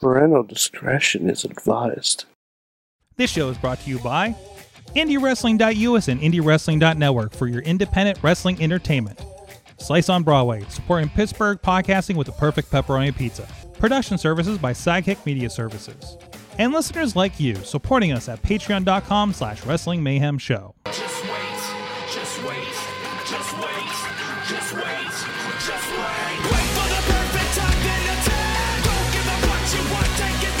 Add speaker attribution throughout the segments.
Speaker 1: Parental discretion is advised.
Speaker 2: This show is brought to you by IndieWrestling.us and IndieWrestling.network for your independent wrestling entertainment. Slice on Broadway, supporting Pittsburgh podcasting with the perfect pepperoni pizza. Production services by Sidekick Media Services. And listeners like you, supporting us at patreon.com slash wrestling mayhem show.
Speaker 3: Just wait, just wait, just wait, just wait, just wait. Wait for the perfect time then attack. Don't give up what you want, take it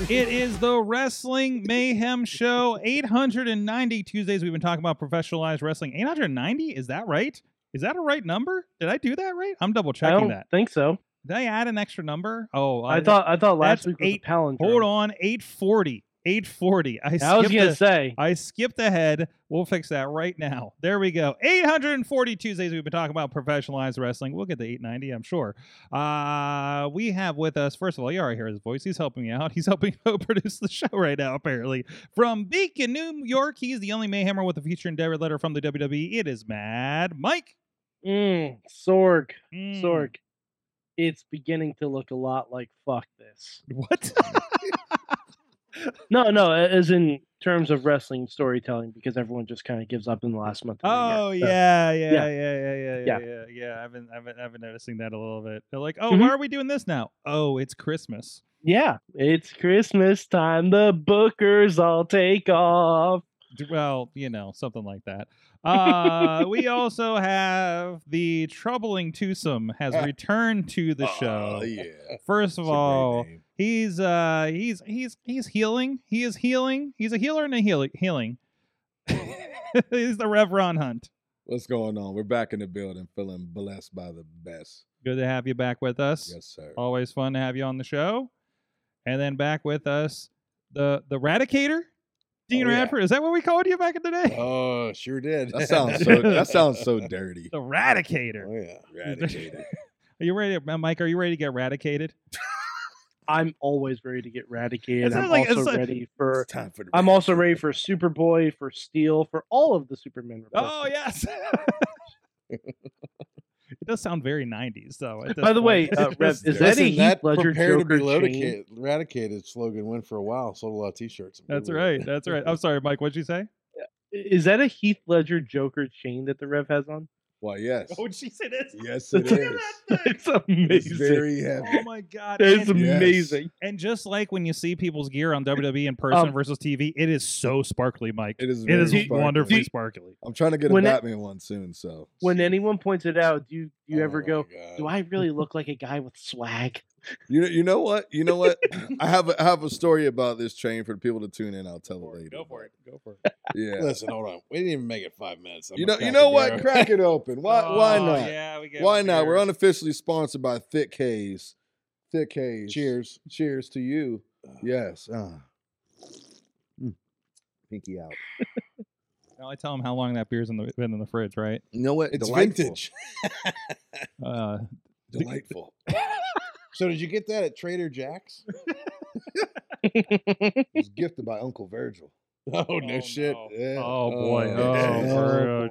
Speaker 3: back.
Speaker 2: It is the Wrestling Mayhem Show. 890 Tuesdays. We've been talking about professionalized wrestling. 890? Is that right? Is that a right number? Did I do that right? I'm double
Speaker 4: I
Speaker 2: checking
Speaker 4: don't
Speaker 2: that.
Speaker 4: think so.
Speaker 2: Did I add an extra number? Oh,
Speaker 4: I thought I thought last
Speaker 2: that's
Speaker 4: week was
Speaker 2: eight-
Speaker 4: a palindrome.
Speaker 2: Hold on. 840. 840. I,
Speaker 4: I was
Speaker 2: skipped
Speaker 4: gonna
Speaker 2: a-
Speaker 4: say
Speaker 2: I skipped ahead. We'll fix that right now. There we go. 840 Tuesdays. We've been talking about professionalized wrestling. We'll get the 890, I'm sure. Uh, we have with us, first of all, you already hear his voice. He's helping me out. He's helping co produce the show right now, apparently. From Beacon, New York, he's the only Mayhemmer with a future endeavor letter from the WWE. It is Mad Mike.
Speaker 4: mm, Sorg,
Speaker 2: Mm,
Speaker 4: Sorg. It's beginning to look a lot like fuck this.
Speaker 2: What?
Speaker 4: No, no, a- as in terms of wrestling storytelling, because everyone just kind of gives up in the last month. of the year.
Speaker 2: Oh
Speaker 4: So,
Speaker 2: yeah, yeah, yeah,
Speaker 4: yeah.
Speaker 2: yeah, yeah, yeah,
Speaker 4: Yeah.
Speaker 2: yeah, yeah. I've been, I've been, I've been noticing that a little bit. They're like, oh,
Speaker 4: Mhm.
Speaker 2: why are we doing this now? Oh, it's Christmas.
Speaker 4: yeah, it's Christmas time. The bookers all take off.
Speaker 2: D- well, you know, something like that. Uh, we also have the troubling twosome has returned to the show.
Speaker 5: Oh, yeah. It's
Speaker 2: First
Speaker 5: a
Speaker 2: of
Speaker 5: great
Speaker 2: all,
Speaker 5: name.
Speaker 2: he's uh, he's he's he's healing. He is healing. He's a healer and a healer healing. he's the Rev Ron Hunt.
Speaker 5: what's going on? We're back in the building, feeling blessed by the best.
Speaker 2: Good to have you back with us.
Speaker 5: Yes, sir.
Speaker 2: Always fun to have you on the show. And then back with us, the the Radicator, Dean
Speaker 5: Oh, yeah.
Speaker 2: Radford. Is that what we called you back in the day?
Speaker 6: Oh, sure did.
Speaker 5: That sounds so. that sounds so dirty.
Speaker 2: The Radicator.
Speaker 6: Oh, yeah.
Speaker 5: Eradicated.
Speaker 2: Are you ready, uh, Mike? Are you ready to get eradicated?
Speaker 4: I'm always ready to get
Speaker 2: It
Speaker 4: eradicated. I'm
Speaker 2: sounds like- it's
Speaker 4: also
Speaker 2: like-
Speaker 4: ready for.
Speaker 6: It's time for the
Speaker 4: I'm
Speaker 6: rant.
Speaker 4: also ready for Superboy, for Steel, for all of the Superman.
Speaker 2: Oh yes. it does sound very '90s, though. at this
Speaker 4: By the way,
Speaker 2: point.
Speaker 4: uh,
Speaker 2: It
Speaker 4: Rev,
Speaker 2: just
Speaker 4: is
Speaker 2: does.
Speaker 4: that a Heath Ledger
Speaker 6: prepare
Speaker 4: Joker
Speaker 6: to be
Speaker 4: chain?
Speaker 6: eradicated, eradicated slogan went for a while. Sold a lot of T-shirts. and
Speaker 2: That's
Speaker 6: people-
Speaker 2: right. That's right. I'm sorry, Mike. What'd you say?
Speaker 4: Is that a Heath Ledger Joker chain that the Rev has on?
Speaker 5: Why, yes.
Speaker 2: she said it.
Speaker 5: Yes, it
Speaker 4: Look
Speaker 5: is.
Speaker 4: It's
Speaker 5: It's
Speaker 4: Oh, amazing.
Speaker 5: very heavy.
Speaker 2: Oh my god!
Speaker 4: it's
Speaker 2: And,
Speaker 5: Yes.
Speaker 4: amazing.
Speaker 2: and just like when you see people's gear on WWE in person
Speaker 4: Um,
Speaker 2: versus TV, it is so sparkly, Mike.
Speaker 5: It is.
Speaker 2: It
Speaker 5: Very
Speaker 2: is
Speaker 5: sparkly.
Speaker 2: wonderfully sparkly.
Speaker 5: I'm trying to get a
Speaker 4: When it-
Speaker 5: Batman one soon. So
Speaker 4: When anyone points it out, do you, do you
Speaker 6: Oh
Speaker 4: ever
Speaker 6: my
Speaker 4: go,
Speaker 6: God.
Speaker 4: "Do I really look like a guy with swag?"
Speaker 5: you you know what you know what I have a, I have a story about this train for the people to tune in. I'll tell it later.
Speaker 2: Go for it.
Speaker 5: but Yeah.
Speaker 6: Listen, hold on. We didn't even make it five minutes. I'm
Speaker 5: You
Speaker 6: a
Speaker 5: know you
Speaker 6: crack Oh,
Speaker 5: know
Speaker 6: and
Speaker 5: what?
Speaker 6: barrel.
Speaker 5: Crack it open. Why why not?
Speaker 2: Oh, Yeah, we get
Speaker 5: Why not? We're unofficially sponsored by Thick Hayes. Thick Hayes.
Speaker 6: Cheers.
Speaker 5: Cheers to you. Yes. Ah. Mm. Pinky out.
Speaker 2: Now I tell them how long that beer's in the been in the fridge, right?
Speaker 5: You know what?
Speaker 6: It's
Speaker 5: Delightful.
Speaker 6: vintage.
Speaker 2: Uh,
Speaker 6: Delightful. so did you get that at Trader Jack's?
Speaker 5: It was gifted by Uncle Virgil.
Speaker 6: Oh, no shit.
Speaker 2: no.
Speaker 6: Yeah.
Speaker 2: Oh boy.
Speaker 6: yeah.
Speaker 2: Oh,
Speaker 4: Oh, boy.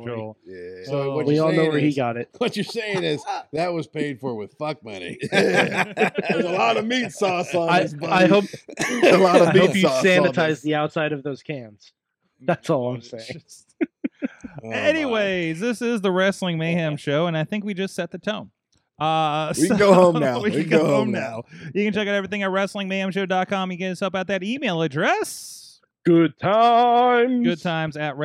Speaker 2: Virgil.
Speaker 5: Yeah.
Speaker 6: So
Speaker 2: Oh.
Speaker 6: what
Speaker 4: we
Speaker 6: you're
Speaker 4: all know
Speaker 6: saying
Speaker 4: where he
Speaker 6: is-
Speaker 4: got it.
Speaker 6: What you're saying is that was paid for with fuck money.
Speaker 5: Yeah.
Speaker 6: There's a lot of meat sauce on
Speaker 4: I,
Speaker 6: this.
Speaker 4: I
Speaker 6: buddy.
Speaker 4: hope
Speaker 5: a lot of
Speaker 4: I
Speaker 5: meat
Speaker 4: hope you
Speaker 5: sauce on
Speaker 4: sanitize
Speaker 5: this. Mm.
Speaker 4: the outside of those cans. That's all I'm
Speaker 2: It's
Speaker 4: saying.
Speaker 2: just-
Speaker 6: Oh, my.
Speaker 2: Anyways, this is the Wrestling Mayhem show, and I think we just set the tone. Uh,
Speaker 5: We
Speaker 2: so-
Speaker 5: can go home now.
Speaker 2: we can go, home now. You can check out everything at WrestlingMayhemShow.com. You can get us up at that email address.
Speaker 4: Good times.
Speaker 2: Good times at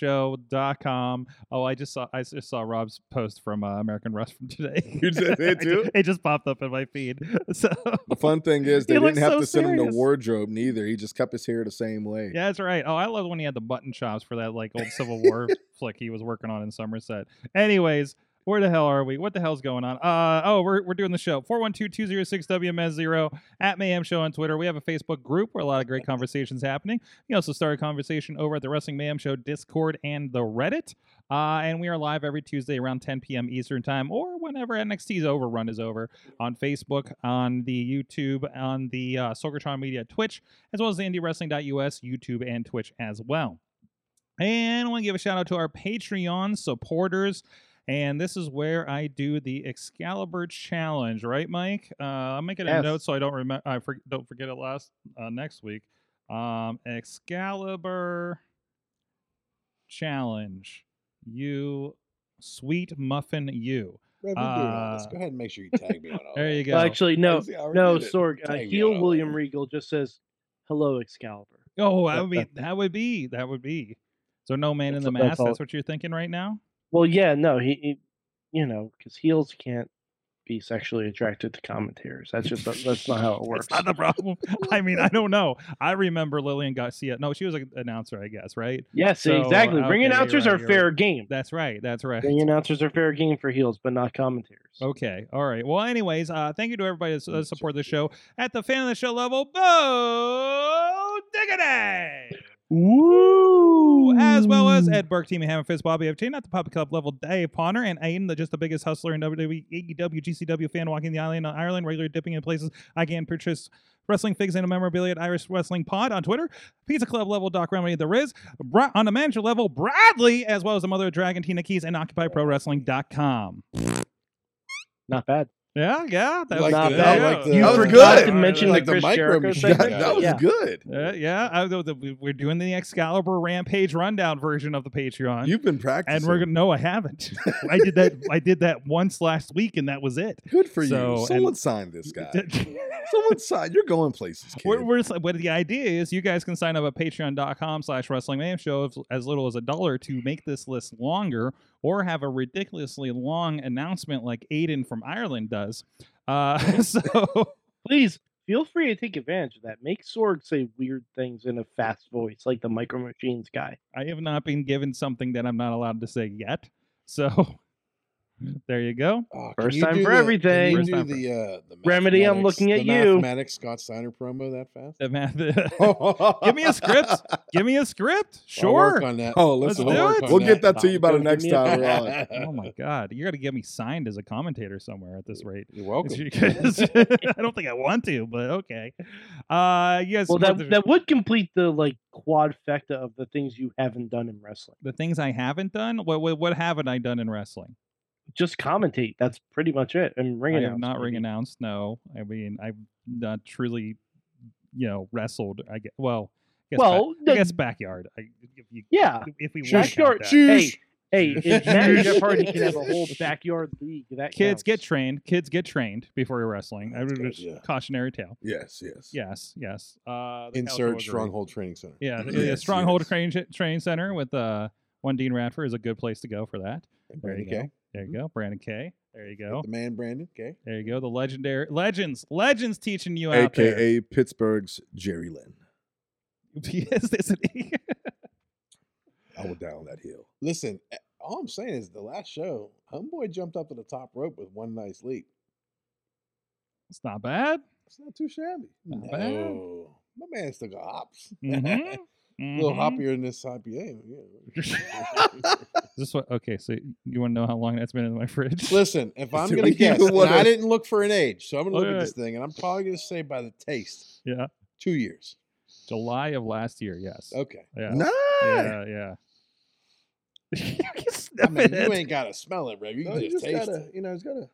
Speaker 2: WrestlingMayhemShow.com. Oh, I just saw I just saw Rob's post from uh, American Wrestling today.
Speaker 5: You did that too?
Speaker 2: it just popped up in my feed. So
Speaker 5: The fun thing is they
Speaker 2: He
Speaker 5: didn't
Speaker 2: looks
Speaker 5: have
Speaker 2: so
Speaker 5: to send him
Speaker 2: serious.
Speaker 5: the wardrobe neither. He just kept his hair the same way.
Speaker 2: Yeah, that's right. Oh, I loved when he had the button chops for that like old Civil War flick he was working on in Somerset. Anyways, where the hell are we? What the hell's going on? Uh oh, we're we're doing the show. 412-206-WMS0 at Mayhem Show on Twitter. We have a Facebook group where a lot of great conversations happening. You can also start a conversation over at the Wrestling Mayhem Show Discord and the Reddit. Uh, and we are live every Tuesday around 10 p.m. Eastern time or whenever NXT's overrun is over on Facebook, on the YouTube, on the uh, Sorgatron Media Twitch, as well as the IndieWrestling.us YouTube and Twitch as well. And I want to give a shout out to our Patreon supporters. And this is where I do the Excalibur challenge, right, Mike? Uh, I'm making a
Speaker 4: Yes.
Speaker 2: note so I don't remember. I for- don't forget it last uh, next week. Um, Excalibur challenge. You sweet muffin, you.
Speaker 6: Rev, you're doing all this.
Speaker 2: Uh,
Speaker 6: Go ahead and make sure you tag me on all
Speaker 2: There
Speaker 6: that.
Speaker 2: you go.
Speaker 4: Well, actually, no,
Speaker 6: Honestly, I already
Speaker 4: no,
Speaker 6: did it.
Speaker 4: Sorg. Uh,
Speaker 6: Tag me on all
Speaker 4: heel
Speaker 6: that.
Speaker 4: William Regal just says, "Hello, Excalibur."
Speaker 2: oh, that
Speaker 4: that-
Speaker 2: would be that would be that would be. So no man in
Speaker 4: That's-
Speaker 2: the
Speaker 4: that's
Speaker 2: mask.
Speaker 4: all-
Speaker 2: That's what you're thinking right now.
Speaker 4: Well, yeah, no, he, he you know, because heels can't be sexually attracted to commentators. That's just that's not how it works.
Speaker 2: It's not the problem. I mean, I don't know. I remember Lillian Garcia. No, she was an announcer, I guess, right?
Speaker 4: yes,
Speaker 2: So,
Speaker 4: exactly.
Speaker 2: okay,
Speaker 4: Ring
Speaker 2: you're
Speaker 4: announcers
Speaker 2: right,
Speaker 4: are
Speaker 2: you're
Speaker 4: fair game.
Speaker 2: That's right. That's right.
Speaker 4: Ring announcers are fair game for heels, but not commentators.
Speaker 2: Okay. All right. Well, anyways, uh, thank you to everybody that uh, support the show at the fan of the show level. Bo Diggity!
Speaker 4: Woo!
Speaker 2: As well as Ed Burke, Team Hammer Fist, Bobby FT, not the Poppy Club level, Dave Pawner, and Aiden, the just the biggest hustler in E, WWE, AEW, GCW fan, walking the island on Ireland, regular dipping in places I can purchase wrestling figs and a memorabilia at Irish Wrestling Pod on Twitter, Pizza Club level, Doc Remedy, The Riz, Bra- on the manager level, Bradley, as well as the mother of Dragon, Tina Keys, and OccupyProWrestling.com.
Speaker 4: Not bad.
Speaker 2: Yeah, yeah. That was
Speaker 4: Not
Speaker 6: the-
Speaker 4: bad.
Speaker 6: I like
Speaker 2: Yeah.
Speaker 6: the-
Speaker 4: You
Speaker 5: That was
Speaker 4: forgot
Speaker 5: good.
Speaker 4: to mention
Speaker 5: Like
Speaker 4: the
Speaker 5: the
Speaker 4: Chris
Speaker 5: micro
Speaker 4: Jericho
Speaker 5: machine-
Speaker 4: segment.
Speaker 5: That was
Speaker 4: yeah.
Speaker 5: good.
Speaker 2: Uh, yeah, I, the, the, we're doing the Excalibur Rampage rundown version of the Patreon,
Speaker 5: You've been practicing.
Speaker 2: and we're gonna. No, I haven't. I did that. I did that once last week, and that was it.
Speaker 5: Good for
Speaker 2: So,
Speaker 5: you.
Speaker 2: and-
Speaker 5: Someone signed this guy. Someone signed. You're going places, kid.
Speaker 2: We're, we're s- what the idea is you guys can sign up at patreon.com slash wrestling mayhem show if- as little as a dollar to make this list longer or have a ridiculously long announcement like Aiden from Ireland does. Uh, so
Speaker 4: Please feel free to take advantage of that. Make Sorg say weird things in a fast voice, like the Micro Machines guy.
Speaker 2: I have not been given something that I'm not allowed to say yet. So
Speaker 4: Hmm.
Speaker 2: there you go.
Speaker 6: Oh, can
Speaker 4: First
Speaker 6: you
Speaker 4: time
Speaker 6: do
Speaker 4: for
Speaker 6: the-
Speaker 4: everything.
Speaker 6: Can you
Speaker 2: First time
Speaker 6: do
Speaker 2: for-
Speaker 6: the, uh, the
Speaker 4: Remedy, I'm
Speaker 6: mathematics-
Speaker 4: looking at
Speaker 6: the
Speaker 4: you.
Speaker 6: Mathematics Scott Steiner promo that fast?
Speaker 2: The math-
Speaker 6: Give
Speaker 4: Oh.
Speaker 2: Give me a script. Give me a script. Sure.
Speaker 6: Work on that.
Speaker 5: oh, listen.
Speaker 2: Let's do
Speaker 5: we'll,
Speaker 2: it.
Speaker 5: we'll get that to
Speaker 4: Fine,
Speaker 5: you by the
Speaker 4: go
Speaker 5: next
Speaker 4: give me a-
Speaker 5: time. we're on.
Speaker 2: Oh my God. You're going to get me signed as a commentator somewhere at this rate.
Speaker 6: You're welcome.
Speaker 2: I don't think I want to, but okay. Uh, yes.
Speaker 4: Well, that that would complete the like quadfecta of the things you haven't done in wrestling.
Speaker 2: the things I haven't done. What, what what haven't I done in wrestling?
Speaker 4: Just commentate. That's pretty much it. And ring
Speaker 2: I
Speaker 4: announcement.
Speaker 2: have not ring announced. No, I mean I've not truly, you know, wrestled. I guess. Well, I guess ba-
Speaker 4: Well, the-
Speaker 2: I guess backyard. I, if you,
Speaker 4: Yeah.
Speaker 2: if we want
Speaker 4: Shush.
Speaker 2: that.
Speaker 4: Hey, hey, if Matt and Jeff Hardy can have a whole backyard league, that
Speaker 2: kids get
Speaker 4: counts.
Speaker 2: trained. Kids get trained before you're wrestling. I
Speaker 6: That's
Speaker 2: would
Speaker 6: good,
Speaker 2: just
Speaker 6: yeah.
Speaker 2: cautionary tale.
Speaker 5: Yes, yes.
Speaker 2: Yes, yes. Uh, the cows will
Speaker 6: Insert
Speaker 2: agree.
Speaker 6: Stronghold Training Center.
Speaker 2: Yeah, the- the
Speaker 5: Yes,
Speaker 2: stronghold
Speaker 5: yes.
Speaker 2: train train center with uh one Dean Radford is a good place to go for that.
Speaker 6: And
Speaker 2: There you
Speaker 6: Brandon K.
Speaker 2: There you go, Brandon K. There you go.
Speaker 6: The man Brandon K.
Speaker 2: There you go. The legendary legends, legends teaching you out there.
Speaker 5: AKA Pittsburgh's Jerry Lynn.
Speaker 2: Yes, isn't he?
Speaker 5: I will down that hill.
Speaker 6: Listen, eh, all I'm saying is the last show, homeboy jumped up to the top rope with one nice leap.
Speaker 2: it's not bad.
Speaker 6: It's not too shabby.
Speaker 2: Not bad.
Speaker 6: No. My man still got hops.
Speaker 2: Mhm.
Speaker 6: A little
Speaker 2: Mhm.
Speaker 6: hoppier than this IPA.
Speaker 2: Mm-hmm.
Speaker 6: Yeah.
Speaker 2: Is this what? Okay, so you want to know how long that's been in my fridge?
Speaker 6: Listen, if I'm
Speaker 5: Do
Speaker 6: gonna
Speaker 5: you
Speaker 6: guess, and
Speaker 5: wanna-
Speaker 6: I didn't look for an age, so I'm gonna look at
Speaker 2: Alright.
Speaker 6: this thing, and I'm probably gonna say by the taste,
Speaker 2: yeah,
Speaker 6: two years.
Speaker 2: July of last year. Yes.
Speaker 6: Okay.
Speaker 2: Yeah.
Speaker 5: Nice.
Speaker 2: Yeah. Yeah. you
Speaker 6: I
Speaker 2: sniff
Speaker 6: mean,
Speaker 2: it.
Speaker 6: you ain't gotta smell it, bro. You can
Speaker 5: No, you just
Speaker 6: just, taste
Speaker 5: gotta-
Speaker 6: it. You know, it's gotta.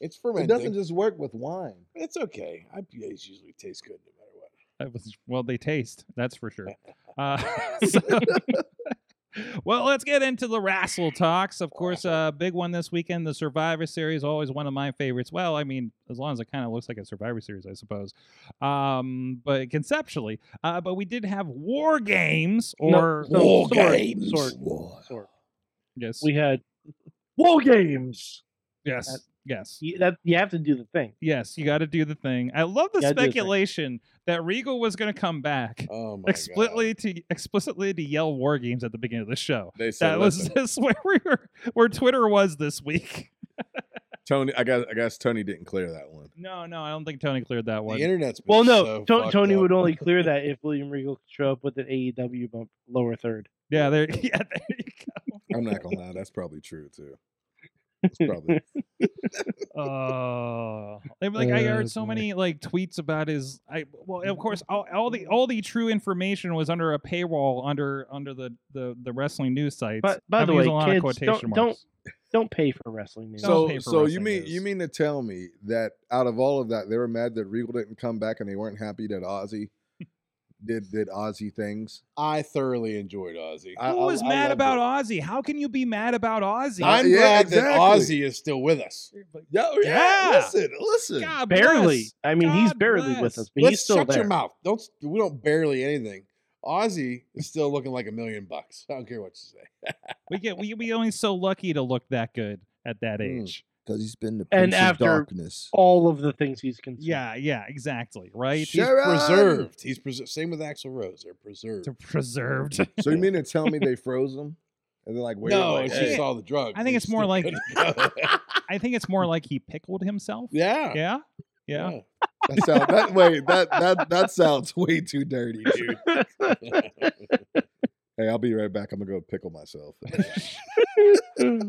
Speaker 6: It's
Speaker 5: It
Speaker 6: fermenting.
Speaker 5: doesn't just work with wine.
Speaker 6: It's okay. IPAs usually taste good no matter what.
Speaker 2: That was well, they taste, that's for sure. Uh, so- well, let's get into the wrestle talks. Of course, uh, big one this weekend, the Survivor Series, always one of my favorites. Well, I mean, as long as it kind of looks like a Survivor Series, I suppose. Um, but conceptually, uh, but we did have War Games
Speaker 4: No,
Speaker 2: or
Speaker 4: so,
Speaker 6: War
Speaker 4: Sorg,
Speaker 6: games.
Speaker 4: Sorg,
Speaker 5: War.
Speaker 4: Sorg.
Speaker 2: yes,
Speaker 4: We had war games.
Speaker 2: yes, yes.
Speaker 4: You, that you have to do the thing.
Speaker 2: Yes, you got to do the thing. I love
Speaker 4: Gotta do the
Speaker 2: the
Speaker 4: thing.
Speaker 2: speculation that Regal was going to come back
Speaker 6: Oh my
Speaker 2: explicitly to explicitly to yell war games at the beginning of the show.
Speaker 5: They said,
Speaker 2: That was
Speaker 5: "Listen,
Speaker 2: this where we were, where Twitter was this week.
Speaker 5: Tony. I guess I guess Tony didn't clear that one.
Speaker 2: No, no, I don't think Tony cleared that
Speaker 6: God.
Speaker 2: one.
Speaker 6: The internet's been
Speaker 4: Well, no,
Speaker 6: so
Speaker 4: To-
Speaker 6: fucked
Speaker 4: Tony
Speaker 6: up.
Speaker 4: would only clear that if William Regal could show up with an AEW bump lower third.
Speaker 2: yeah, there, yeah, there you go.
Speaker 5: I'm not gonna lie. That's probably true too. It's probably
Speaker 2: Oh, I mean, like I
Speaker 4: Oh,
Speaker 2: heard so
Speaker 4: boy.
Speaker 2: many like tweets about his. I well, of course, all, all the all the true information was under a paywall under under the the, the wrestling news sites.
Speaker 4: But- by
Speaker 2: I'm
Speaker 4: the way,
Speaker 2: using a lot
Speaker 4: kids,
Speaker 2: of quotation
Speaker 4: don't-
Speaker 2: marks.
Speaker 4: Don't pay for wrestling news.
Speaker 2: Don't
Speaker 5: So
Speaker 2: pay for
Speaker 5: so you
Speaker 2: wrestling
Speaker 5: mean you
Speaker 2: news.
Speaker 5: mean to tell me that out of all of that, they were mad that Regal didn't come back and they weren't happy that Ozzy did did Ozzy things.
Speaker 6: I thoroughly enjoyed Ozzy. Oh,
Speaker 5: I-
Speaker 2: Who
Speaker 5: I-
Speaker 2: was
Speaker 5: I
Speaker 2: mad
Speaker 5: loved
Speaker 2: about
Speaker 5: it.
Speaker 2: Ozzy? How can you be mad about Ozzy?
Speaker 6: I'm
Speaker 5: yeah,
Speaker 6: glad that
Speaker 5: exactly.
Speaker 6: Ozzy is still with us.
Speaker 5: Yeah,
Speaker 2: Yeah.
Speaker 5: Listen, listen.
Speaker 2: God
Speaker 4: barely.
Speaker 2: bless.
Speaker 4: I mean, he's
Speaker 2: God
Speaker 4: barely
Speaker 2: bless.
Speaker 4: with us, but
Speaker 6: Let's
Speaker 4: he's still
Speaker 6: shut
Speaker 4: there.
Speaker 6: your mouth. Don't s- we don't barely anything. Ozzy is still looking like a million bucks. I don't care what you say.
Speaker 2: We get we we only so lucky to look that good at that
Speaker 5: Mm.
Speaker 2: age.
Speaker 5: Because he's been the
Speaker 4: And
Speaker 5: prince
Speaker 4: after-
Speaker 5: of darkness.
Speaker 4: All of the things he's consumed.
Speaker 2: Yeah, yeah, exactly. Right?
Speaker 5: Shut-
Speaker 6: He's
Speaker 5: Sharon!
Speaker 6: preserved. He's preserved. Same with Axl Rose. They're preserved.
Speaker 2: They're preserved.
Speaker 5: so you mean to tell me they froze him? And they're like, wait,
Speaker 6: no,
Speaker 5: like,
Speaker 6: it's
Speaker 5: hey.
Speaker 6: just all the drugs.
Speaker 2: I think
Speaker 6: They're
Speaker 2: it's more
Speaker 6: still
Speaker 2: like-
Speaker 6: good to go.
Speaker 2: I think it's more like he pickled himself.
Speaker 6: yeah,
Speaker 2: Yeah. Yeah.
Speaker 5: that sound, that wait, that that that sounds way too dirty, dude. Hey, I'll be right back. I'm gonna go pickle myself.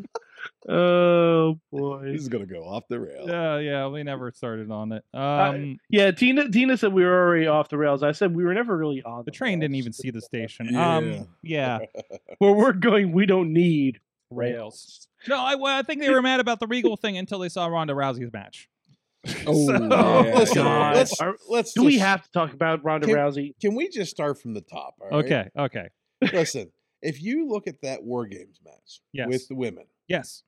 Speaker 4: oh
Speaker 5: this
Speaker 4: boy.
Speaker 5: is gonna go off the rail.
Speaker 2: Yeah, Uh, yeah, we never started on it. Um,
Speaker 4: Yeah, Tina Tina said we were already off the rails. I said we were never really on
Speaker 2: the train didn't
Speaker 4: rails.
Speaker 2: even see the station.
Speaker 5: Yeah.
Speaker 2: Um, yeah,
Speaker 4: Where we're going, we don't need
Speaker 2: rails. No, I, well, I think they were mad about the Regal thing until they saw Ronda Rousey's match.
Speaker 5: Oh,
Speaker 2: So-
Speaker 5: yeah,
Speaker 6: Let's,
Speaker 5: yeah.
Speaker 4: God.
Speaker 6: let's,
Speaker 4: Are-
Speaker 6: let's
Speaker 4: Do we
Speaker 6: just-
Speaker 4: have to talk about Ronda
Speaker 6: Can-
Speaker 4: Rousey?
Speaker 6: Can we just start from the top? all right?
Speaker 2: Okay, okay,
Speaker 6: Listen, if you look at that War Games match
Speaker 2: Yes.
Speaker 6: with the women,
Speaker 2: yes,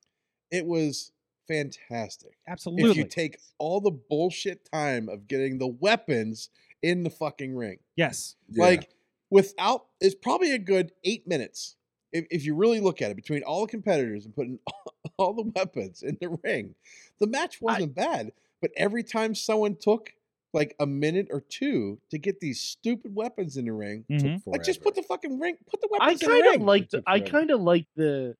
Speaker 6: it was fantastic.
Speaker 2: absolutely.
Speaker 6: If you take all the bullshit time of getting the weapons in the fucking ring,
Speaker 2: yes,
Speaker 5: Yeah.
Speaker 6: like without, it's probably a good eight minutes if, if you really look at it between all the competitors and putting all the weapons in the ring. The match wasn't bad, but every time someone took like a minute or two to get these stupid weapons in the ring,
Speaker 4: Mm-hmm.
Speaker 2: Mhm.
Speaker 6: like just put the fucking ring, put the
Speaker 4: Mm. I
Speaker 6: weapons in the
Speaker 4: kind
Speaker 6: ring.
Speaker 4: of like
Speaker 5: took
Speaker 4: I
Speaker 5: forever.
Speaker 4: kind of like the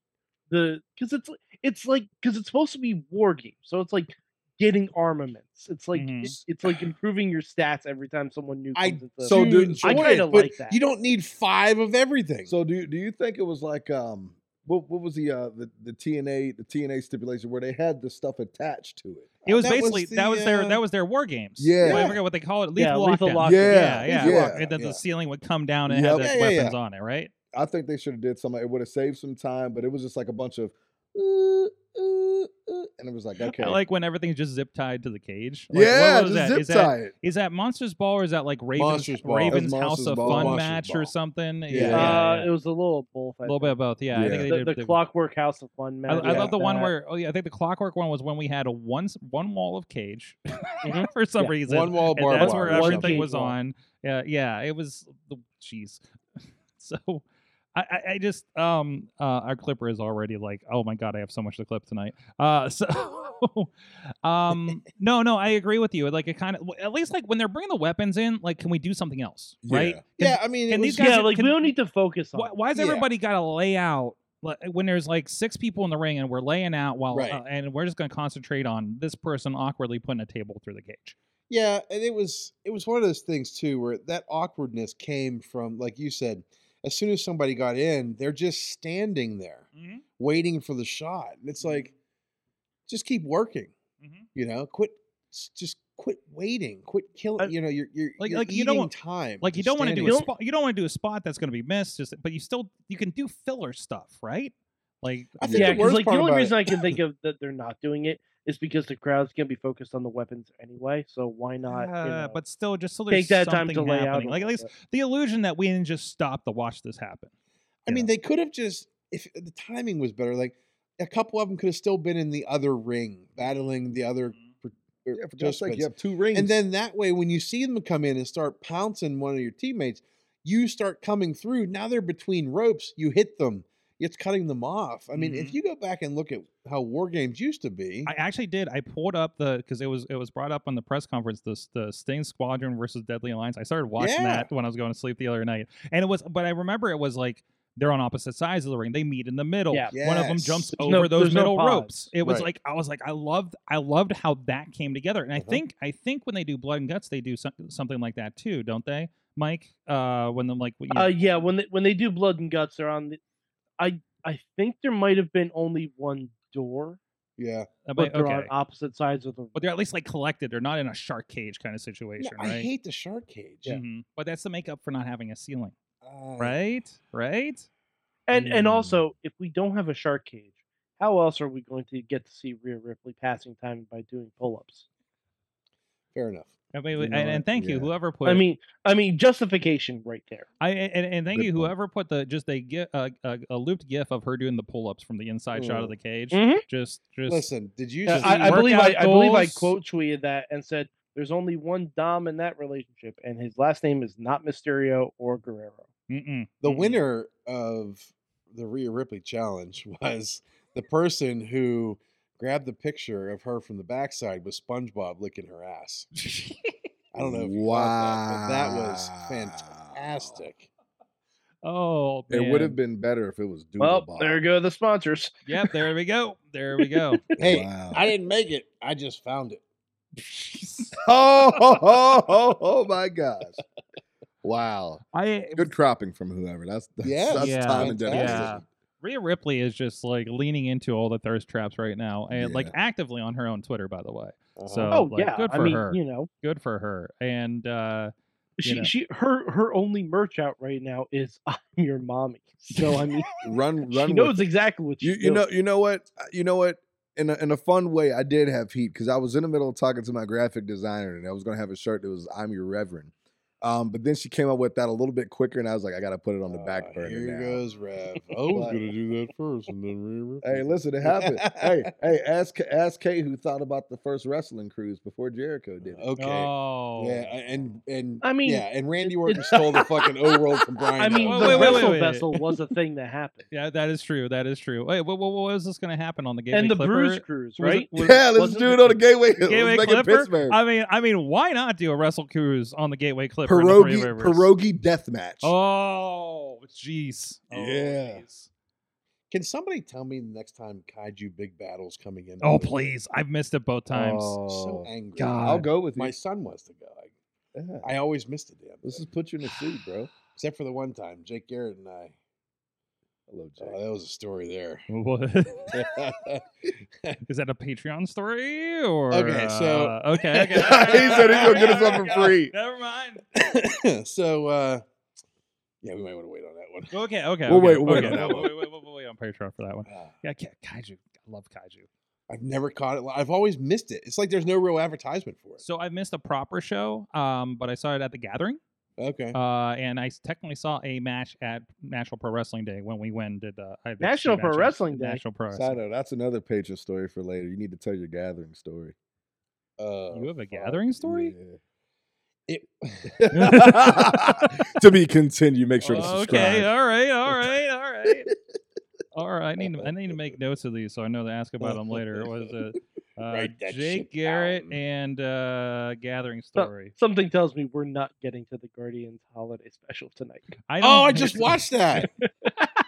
Speaker 4: the because it's it's like because it's supposed to be war games, so it's like getting armaments. It's like
Speaker 2: Mhm.
Speaker 4: it's, it's like improving your stats every time someone new
Speaker 6: I
Speaker 4: comes into.
Speaker 5: So,
Speaker 6: do
Speaker 5: dude,
Speaker 6: enjoy
Speaker 4: I
Speaker 6: it,
Speaker 4: kinda
Speaker 6: but
Speaker 4: like that.
Speaker 6: You don't need five of everything.
Speaker 5: So do you, do you think it was like um what what was the uh the, the TNA the TNA stipulation where they had the stuff attached to it?
Speaker 2: it was
Speaker 6: that was
Speaker 2: basically that
Speaker 6: the,
Speaker 2: was their
Speaker 6: uh,
Speaker 2: that was their war games.
Speaker 5: Yeah.
Speaker 2: I forget what they call it.
Speaker 4: Yeah, lethal
Speaker 2: Lethal lockdown.
Speaker 4: lock-
Speaker 2: Yeah, yeah,
Speaker 5: yeah.
Speaker 2: lock- and then
Speaker 6: yeah.
Speaker 2: the ceiling would come down and
Speaker 5: Yep.
Speaker 2: had
Speaker 6: Yeah,
Speaker 2: the
Speaker 6: yeah, yeah.
Speaker 2: weapons on it, right?
Speaker 5: I think they should have did something. It would have saved some time, but it was just like a bunch of "Ooh, ooh, ooh," and it was like okay,
Speaker 2: I like when everything's just zip tied to the cage. Like,
Speaker 5: yeah,
Speaker 2: what was
Speaker 5: just
Speaker 2: that?
Speaker 5: zip
Speaker 2: Is that
Speaker 5: tie it.
Speaker 2: is that Monsters Ball or is that like Ravens
Speaker 6: Monsters Ball.
Speaker 2: Ravens
Speaker 5: That's
Speaker 2: House
Speaker 5: Monsters
Speaker 2: of
Speaker 5: Ball.
Speaker 2: Fun
Speaker 6: Monsters
Speaker 2: match or
Speaker 6: Ball.
Speaker 2: something?
Speaker 5: Yeah, yeah,
Speaker 4: uh,
Speaker 2: yeah.
Speaker 4: It was a little of both. I
Speaker 2: a little bit
Speaker 4: think.
Speaker 2: of both. Yeah, I
Speaker 5: Yeah.
Speaker 2: think they
Speaker 4: the,
Speaker 2: did.
Speaker 4: the
Speaker 2: they-
Speaker 4: clockwork house of fun
Speaker 2: I,
Speaker 4: match.
Speaker 2: I
Speaker 5: Yeah.
Speaker 2: love the one
Speaker 6: Uh,
Speaker 4: that-
Speaker 2: where oh yeah, I think the clockwork one was when we had a one s- one wall of cage for some
Speaker 4: Mm-hmm. Yeah.
Speaker 2: reason.
Speaker 6: one wall
Speaker 2: and
Speaker 6: barbed
Speaker 2: that's
Speaker 6: wire.
Speaker 2: where
Speaker 4: One
Speaker 2: everything
Speaker 4: cage
Speaker 2: was
Speaker 4: wall.
Speaker 2: on. Yeah, yeah, it was. the Jeez, so. I, I- I just um uh our clipper is already like oh my god I have so much to clip tonight uh so um no no I agree with you like it kind of at least like when they're bringing the weapons in like can we do something else right
Speaker 6: yeah, I mean, it
Speaker 2: and
Speaker 6: was
Speaker 2: these
Speaker 6: just-
Speaker 2: guys
Speaker 4: yeah,
Speaker 2: that
Speaker 4: like
Speaker 2: can-
Speaker 4: we don't need to focus on.
Speaker 2: why, why has
Speaker 6: Yeah.
Speaker 2: everybody got to lay out like, when there's like six people in the ring and we're laying out while
Speaker 6: Right.
Speaker 2: uh, and we're just going to concentrate on this person awkwardly putting a table through the cage.
Speaker 6: yeah, and it was it was one of those things too where that awkwardness came from, like you said, as soon as somebody got in, they're just standing there
Speaker 2: Mm-hmm.
Speaker 6: waiting for the shot, and it's like, just keep working,
Speaker 2: Mhm.
Speaker 6: you know, quit, s- just quit waiting, quit killing,
Speaker 4: I-
Speaker 6: you know, you're you're
Speaker 2: Like-
Speaker 6: you're
Speaker 2: like, you
Speaker 6: eating
Speaker 2: don't want-
Speaker 6: time,
Speaker 2: Like you
Speaker 6: just
Speaker 2: don't want to
Speaker 6: standing
Speaker 2: do a
Speaker 6: there.
Speaker 2: spot. You don't want to do a spot that's going to be missed. Just but you still you can do filler stuff, right? Like
Speaker 6: I think
Speaker 4: yeah,
Speaker 6: the
Speaker 4: because
Speaker 6: worst
Speaker 4: like the
Speaker 6: part
Speaker 4: only
Speaker 6: about it-
Speaker 4: reason I can think of that they're not doing it is because the crowd's gonna be focused on the weapons anyway. So why not? you
Speaker 2: uh,
Speaker 4: know,
Speaker 2: but still, just so there's
Speaker 4: take that time
Speaker 2: something
Speaker 4: to lay out.
Speaker 2: happening.
Speaker 4: a
Speaker 2: Like at
Speaker 4: little
Speaker 2: least
Speaker 4: bit.
Speaker 2: the illusion that we didn't just stop to watch this happen.
Speaker 6: I
Speaker 2: you
Speaker 6: mean,
Speaker 2: know?
Speaker 6: they could have just if the timing was better. Like a couple of them could have still been in the other ring battling the other. par- or
Speaker 5: Yeah, for God's sake,
Speaker 6: participants.
Speaker 5: you have two rings.
Speaker 6: and then that way, when you see them come in and start pouncing one of your teammates, you start coming through. Now they're between ropes. You hit them. It's cutting them off. I mean, if you go back and look at how war games used to be,
Speaker 2: I actually did. I pulled up the because it was it was brought up on the press conference. The the Sting Squadron versus Deadly Alliance. I started watching
Speaker 6: Yeah.
Speaker 2: that when I was going to sleep the other night, and it was. But I remember it was like they're on opposite sides of the ring. They meet in the middle.
Speaker 4: Yeah.
Speaker 2: One of them
Speaker 6: Yes.
Speaker 2: jumps
Speaker 4: There's no-
Speaker 2: over those
Speaker 4: there's no
Speaker 2: middle
Speaker 4: pause.
Speaker 2: ropes. It was
Speaker 5: Right.
Speaker 2: like I was like I loved I loved how that came together. And I
Speaker 6: Uh-huh.
Speaker 2: think I think when they do Blood and Guts, they do some, something like that too, don't they, Mike? Uh, when them like you know,
Speaker 4: Uh, yeah, when they when they do blood and guts, they're on the. I I think there might have been only one door,
Speaker 6: yeah,
Speaker 2: uh,
Speaker 4: but
Speaker 2: but,
Speaker 4: they're on
Speaker 2: okay.
Speaker 4: opposite sides of the.
Speaker 2: but they're at least like collected. They're not in a shark cage kind of
Speaker 6: No,
Speaker 2: situation,
Speaker 6: I
Speaker 2: right?
Speaker 6: hate the shark cage.
Speaker 2: Mhm. But that's the makeup for not having a ceiling.
Speaker 6: Uh,
Speaker 2: Right? Right?
Speaker 4: And and
Speaker 5: Mm.
Speaker 2: hmm.
Speaker 4: also, if we don't have a shark cage, How else are we going to get to see Rhea Ripley passing time by doing pull-ups?
Speaker 6: Fair enough.
Speaker 2: I mean,
Speaker 5: You
Speaker 2: and,
Speaker 5: know
Speaker 2: and
Speaker 5: what?
Speaker 2: thank you,
Speaker 5: Yeah.
Speaker 2: whoever put.
Speaker 4: I mean, I mean justification right there.
Speaker 2: I and, and thank
Speaker 5: Good
Speaker 2: you,
Speaker 5: point.
Speaker 2: whoever put the just a gi- a, a, a looped gif of her doing the pull ups from the inside shot
Speaker 5: Mm-hmm.
Speaker 2: of
Speaker 6: Mm.
Speaker 2: the cage.
Speaker 4: Mhm.
Speaker 2: Just, just
Speaker 6: Listen, did you?
Speaker 4: Uh,
Speaker 6: see-
Speaker 4: I, I believe I,
Speaker 2: workout
Speaker 4: I believe I
Speaker 2: goals?
Speaker 4: quote tweeted that and said, "There's only one Dom in that relationship, and his last name is not Mysterio or Guerrero."
Speaker 2: Mm-mm,
Speaker 6: the
Speaker 2: mm-mm.
Speaker 6: winner of the Rhea Ripley challenge was the person who grabbed the picture of her from the backside with SpongeBob licking her ass. I don't know if you caught that, but that was
Speaker 5: Wow.
Speaker 6: fantastic.
Speaker 2: Oh man,
Speaker 5: It would have been better if it was
Speaker 4: Well,
Speaker 5: doable.
Speaker 4: there go the sponsors.
Speaker 2: Yep, there we go. There we go.
Speaker 6: Hey,
Speaker 5: Wow.
Speaker 6: I didn't make it. I just found it.
Speaker 5: oh, oh, oh, oh, oh my gosh. Wow.
Speaker 2: I
Speaker 5: Good cropping from whoever. That's that's,
Speaker 6: Yes.
Speaker 5: that's
Speaker 2: Yeah.
Speaker 5: time and
Speaker 6: Fantastic.
Speaker 5: dedication.
Speaker 2: Yeah. Rhea Ripley is just like leaning into all the thirst traps right now, and like
Speaker 5: Yeah.
Speaker 2: actively on her own Twitter, by the way.
Speaker 6: Uh-huh.
Speaker 2: So-
Speaker 4: Oh,
Speaker 2: like,
Speaker 4: yeah,
Speaker 2: good
Speaker 4: I
Speaker 2: for
Speaker 4: mean,
Speaker 2: her.
Speaker 4: you know,
Speaker 2: Good for her. And uh
Speaker 4: she
Speaker 2: know.
Speaker 4: she her her only merch out right now is "I'm your mommy." So I mean,
Speaker 5: Run, run.
Speaker 4: she
Speaker 5: with
Speaker 4: knows
Speaker 5: it.
Speaker 4: exactly what she's
Speaker 5: You, you know, you know what, Uh, you know what. In a, in a fun way, I did have heat because I was in the middle of talking to my graphic designer, and I was gonna have a shirt that was "I'm your Reverend," um, but then she came up with that a little bit quicker, and I was like, I gotta put it on the
Speaker 6: Ah,
Speaker 5: back burner.
Speaker 6: Here
Speaker 5: now.
Speaker 6: goes Oh, Rev. I was
Speaker 5: But-
Speaker 6: gonna do that first, and then Rhea Ripley.
Speaker 5: Hey, listen, it happened. hey, hey, ask ask Kay who thought about the first wrestling cruise before Jericho did it.
Speaker 6: Okay.
Speaker 2: oh
Speaker 6: Yeah, a- and and
Speaker 4: I mean,
Speaker 6: yeah, and Randy
Speaker 4: it-
Speaker 6: Orton stole the fucking O roll from Brian.
Speaker 4: I mean,
Speaker 2: Wait,
Speaker 6: Dawkins.
Speaker 4: the
Speaker 2: wait, wait, wait,
Speaker 4: wrestle
Speaker 2: wait.
Speaker 4: vessel was a thing that happened,
Speaker 2: Yeah, that is true. That is true. Wait, what, what, what was this going to happen on the Gateway
Speaker 4: and the
Speaker 2: Clipper?
Speaker 4: Bruise Cruise,
Speaker 2: Was
Speaker 4: right?
Speaker 2: it- was-
Speaker 5: yeah, let's
Speaker 4: wasn't
Speaker 5: do
Speaker 4: it
Speaker 5: it on
Speaker 4: the
Speaker 5: the Gateway. Hill.
Speaker 2: Gateway
Speaker 5: let's make it
Speaker 2: Clipper?
Speaker 5: Pittsburgh.
Speaker 2: I mean, I mean, why not do a wrestle cruise on the Gateway Clipper? in the Three
Speaker 5: pierogi,
Speaker 2: Rivers?
Speaker 5: pierogi death match.
Speaker 2: Oh, jeez. Oh,
Speaker 6: Yeah.
Speaker 2: jeez.
Speaker 6: Can somebody tell me the next time Kaiju Big Battle's coming in?
Speaker 2: Oh,
Speaker 6: by the way?
Speaker 2: please! I've missed it both times.
Speaker 6: I'm so
Speaker 5: Oh,
Speaker 6: angry.
Speaker 5: I'll go with you.
Speaker 6: My son was the guy.
Speaker 5: Yeah.
Speaker 6: I always missed a damn.
Speaker 5: This
Speaker 6: thing,
Speaker 5: is put you in a suit, bro.
Speaker 6: except for the one time Jake Garrett and I.
Speaker 5: Hello, Jack.
Speaker 6: Oh, that was a story there.
Speaker 2: What is that a Patreon story or?
Speaker 6: Okay, so-
Speaker 2: uh, okay, okay.
Speaker 5: He said he's gonna get us one for free.
Speaker 2: Never mind.
Speaker 6: so, uh, yeah, we might want to wait on that one.
Speaker 2: Okay, okay.
Speaker 5: We'll
Speaker 2: okay,
Speaker 5: wait- we'll wait
Speaker 2: okay.
Speaker 5: on that
Speaker 2: we'll
Speaker 5: one.
Speaker 2: wait- we'll- we'll- we'll wait on Patreon for that one.
Speaker 6: Ah,
Speaker 2: Yeah, Ka- kaiju. I love kaiju.
Speaker 6: I've never caught it. li- I've always missed it. It's like there's no real advertisement for it.
Speaker 2: So I missed a proper show, um, but I saw it at the Gathering,
Speaker 6: Okay.
Speaker 2: uh, and I s- technically saw a match at National Pro Wrestling Day when we went did the I did two
Speaker 4: National Pro
Speaker 2: matches.
Speaker 4: Wrestling Day?
Speaker 2: National Pro Wrestling.
Speaker 5: Side note, that's another Patreon story for later. You need to tell your gathering story.
Speaker 6: Uh,
Speaker 2: You have a
Speaker 6: fuck.
Speaker 2: Gathering story?
Speaker 6: It,
Speaker 5: Yeah. to be continued. Make sure to subscribe.
Speaker 2: okay, all right, all right, all right, all right. I need to, I need to make notes of these so I know to ask about them later. It was uh, uh,
Speaker 6: Write that
Speaker 2: Jake
Speaker 6: shit
Speaker 2: Garrett
Speaker 6: down.
Speaker 2: and uh, Gathering
Speaker 4: So-
Speaker 2: Story.
Speaker 4: something tells me we're not getting to the Guardians holiday special tonight.
Speaker 2: I
Speaker 6: oh, I
Speaker 2: don't-
Speaker 6: just watched that. it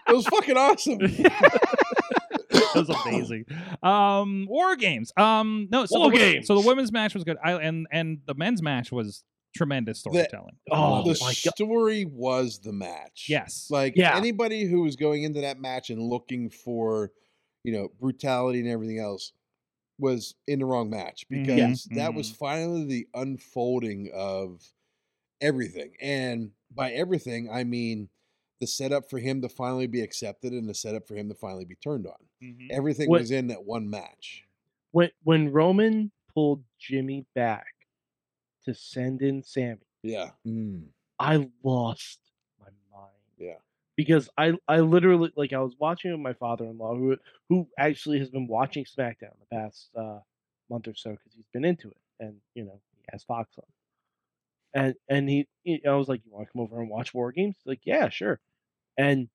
Speaker 6: was fucking awesome.
Speaker 2: that was amazing. Um, war games. Um, no, so
Speaker 4: War
Speaker 2: the, wo- So the
Speaker 4: games.
Speaker 2: women's match was good. I and and the men's match was tremendous storytelling. I
Speaker 4: oh,
Speaker 2: loved
Speaker 6: the
Speaker 2: it.
Speaker 4: my God.
Speaker 6: story was the match.
Speaker 2: yes,
Speaker 6: Like
Speaker 4: Yeah.
Speaker 6: anybody who was going into that match and looking for, you know, brutality and everything else was in the wrong match
Speaker 4: Mm-hmm,
Speaker 2: Mhm.
Speaker 6: because
Speaker 2: Yeah.
Speaker 6: that was
Speaker 2: Mhm.
Speaker 6: finally the unfolding of everything. And by everything, I mean the setup for him to finally be accepted and the setup for him to finally be turned on.
Speaker 2: Mhm.
Speaker 6: Everything
Speaker 4: Mm-hmm. What-
Speaker 6: was in that one match.
Speaker 4: When when Roman pulled Jimmy back to send in Sammy,
Speaker 6: Yeah.
Speaker 5: Mm.
Speaker 4: I lost my mind.
Speaker 6: Yeah.
Speaker 4: Because I I literally like I was watching with my father in law who who actually has been watching SmackDown the past uh, month or so because he's been into it and you know he has Fox on. And and he, he- I was like, you want to come over and watch War Games? He's like, yeah, sure. And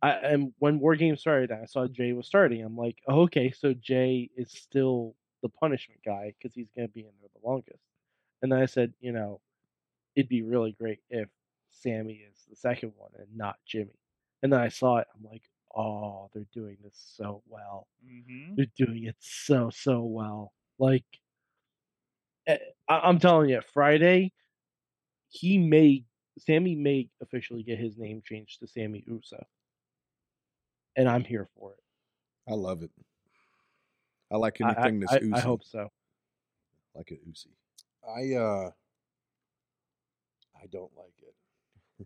Speaker 4: I and when War Games started, I saw Jay was starting. I'm like, oh, okay, so Jay is still the punishment guy because he's gonna be in there the longest. And then I said, you know, it'd be really great if Sammy is the second one and not Jimmy. And then I saw it. I'm like, oh, they're doing this so well.
Speaker 2: Mhm.
Speaker 4: They're doing it so so well. Like, eh, I- I'm telling you, Friday, he may Sammy may officially get his name changed to Sammy Uso, and I'm here for it.
Speaker 5: I love it. I like
Speaker 4: I-
Speaker 5: anything
Speaker 4: I,
Speaker 5: that's
Speaker 4: I,
Speaker 5: oozy.
Speaker 4: I hope so.
Speaker 5: like an oozy.
Speaker 6: I uh I don't like it.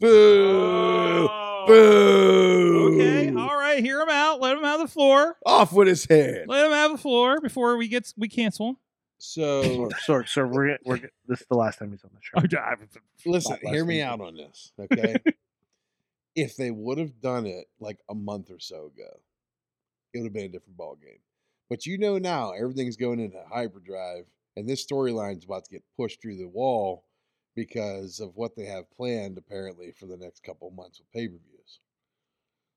Speaker 5: Boo!
Speaker 2: Oh.
Speaker 5: Boo!
Speaker 2: Okay, all right, right, hear him out. Let him have the floor.
Speaker 5: Off with his head.
Speaker 2: Let him have the floor before we get we cancel him.
Speaker 6: So
Speaker 4: Sorry, sir. We're, we're this is the last time he's on the show.
Speaker 6: listen,
Speaker 4: last
Speaker 6: hear me
Speaker 4: week.
Speaker 6: out on this, okay? if they would have done it like a month or so ago, it would have been a different ballgame. But you know now everything's going into hyperdrive, and this storyline's about to get pushed through the wall because of what they have planned apparently for the next couple of months with pay per views.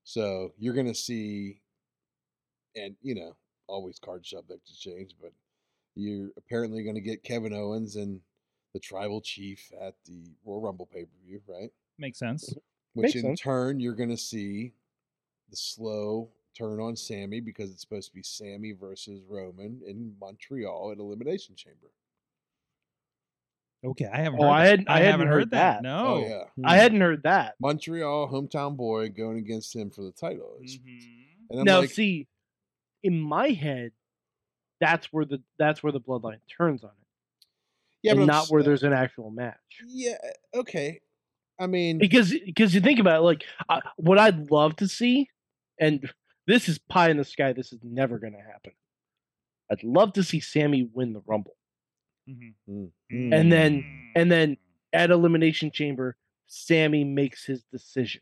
Speaker 6: So you're gonna see, and you know, always card subject to change, but you're apparently gonna get Kevin Owens and the tribal chief at the Royal Rumble pay per view, right?
Speaker 2: Makes sense.
Speaker 6: Which
Speaker 4: Makes
Speaker 6: in
Speaker 4: sense.
Speaker 6: turn you're gonna see the slow turn on Sammy because it's supposed to be Sammy versus Roman in Montreal at Elimination Chamber.
Speaker 2: Okay, I haven't.
Speaker 4: Oh,
Speaker 2: heard
Speaker 4: I
Speaker 2: this.
Speaker 4: hadn't- I hadn't
Speaker 2: haven't
Speaker 4: heard
Speaker 2: heard that.
Speaker 4: that.
Speaker 2: No.
Speaker 6: Oh, yeah.
Speaker 4: I hadn't heard that.
Speaker 6: Montreal hometown boy going against him for the title.
Speaker 4: Mm.
Speaker 6: It's-
Speaker 2: Mhm.
Speaker 6: And I'm
Speaker 4: now,
Speaker 6: like,
Speaker 4: see, in my head, that's where the that's where the bloodline turns on it,
Speaker 6: yeah,
Speaker 4: and
Speaker 6: but I'm Mm.
Speaker 4: not
Speaker 6: s-
Speaker 4: where there's an actual match.
Speaker 6: Yeah, uh, okay. I mean,
Speaker 4: Because because you think about it, like I, what I'd love to see, and this is pie in the sky. This is never going to happen. I'd love to see Sammy win the Rumble,
Speaker 2: Mhm.
Speaker 4: and then and then
Speaker 6: Mm.
Speaker 4: at Elimination Chamber, Sammy makes his decision,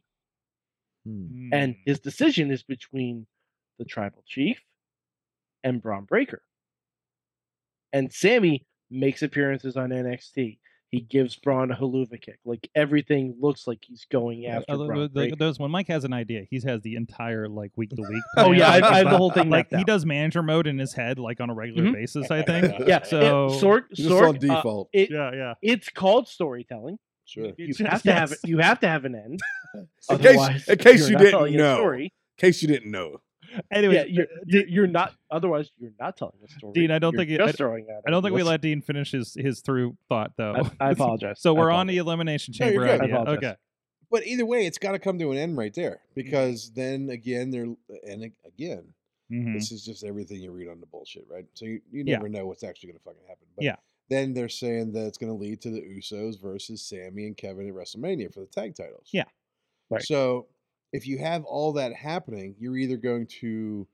Speaker 2: Mm-hmm. Mm.
Speaker 4: and his decision is between the Tribal Chief and Braun Breaker. And Sammy makes appearances on NXT. He gives Braun a haluva kick. Like everything looks like he's going after
Speaker 2: Uh,
Speaker 4: Braun
Speaker 2: the- the-
Speaker 4: Breaker.
Speaker 2: those when Mike has an idea, he has the entire like week to week.
Speaker 4: Oh yeah, I,
Speaker 2: plan.
Speaker 4: I have the whole thing
Speaker 2: like
Speaker 4: mapped out.
Speaker 2: he does manager mode in his head like on a regular
Speaker 4: Mhm.
Speaker 2: basis. I think.
Speaker 4: Yeah, it-
Speaker 2: So-
Speaker 4: Sorg,
Speaker 5: Just
Speaker 4: Sorg,
Speaker 5: on
Speaker 4: uh,
Speaker 5: default.
Speaker 4: it,
Speaker 2: yeah, yeah.
Speaker 4: it's called storytelling.
Speaker 6: sure.
Speaker 4: You have to have you have to have an end.
Speaker 5: In case-
Speaker 4: Otherwise,
Speaker 5: in case
Speaker 4: you're
Speaker 5: you
Speaker 4: not
Speaker 5: didn't
Speaker 4: telling a
Speaker 5: know.
Speaker 4: story.
Speaker 5: In case you didn't know.
Speaker 2: Anyway,
Speaker 4: yeah, you're, you're, you're not. Otherwise, you're not telling a story.
Speaker 2: uh, Dean, I don't
Speaker 4: You're
Speaker 2: think you-
Speaker 4: just
Speaker 2: I-
Speaker 4: throwing out.
Speaker 2: I don't think we
Speaker 4: ideas.
Speaker 2: let Dean finish his his through thought though.
Speaker 4: I, I apologize.
Speaker 2: so
Speaker 4: I
Speaker 2: we're on
Speaker 4: apologize.
Speaker 2: the elimination
Speaker 6: No, you're
Speaker 2: chamber
Speaker 6: good. I
Speaker 2: idea.
Speaker 4: apologize.
Speaker 2: Okay.
Speaker 6: But either way, it's got to come to an end right there
Speaker 4: Mm.
Speaker 6: because then again, they're and ag- again,
Speaker 2: Mhm.
Speaker 6: this is just everything you read on the bullshit, right? So you, you
Speaker 2: Yeah.
Speaker 6: never know what's actually going to fucking happen. But
Speaker 2: Yeah.
Speaker 6: then they're saying that it's going to lead to the Usos versus Sammy and Kevin at WrestleMania for the tag titles.
Speaker 2: Yeah.
Speaker 4: Right.
Speaker 6: So if you have all that happening, you're either going to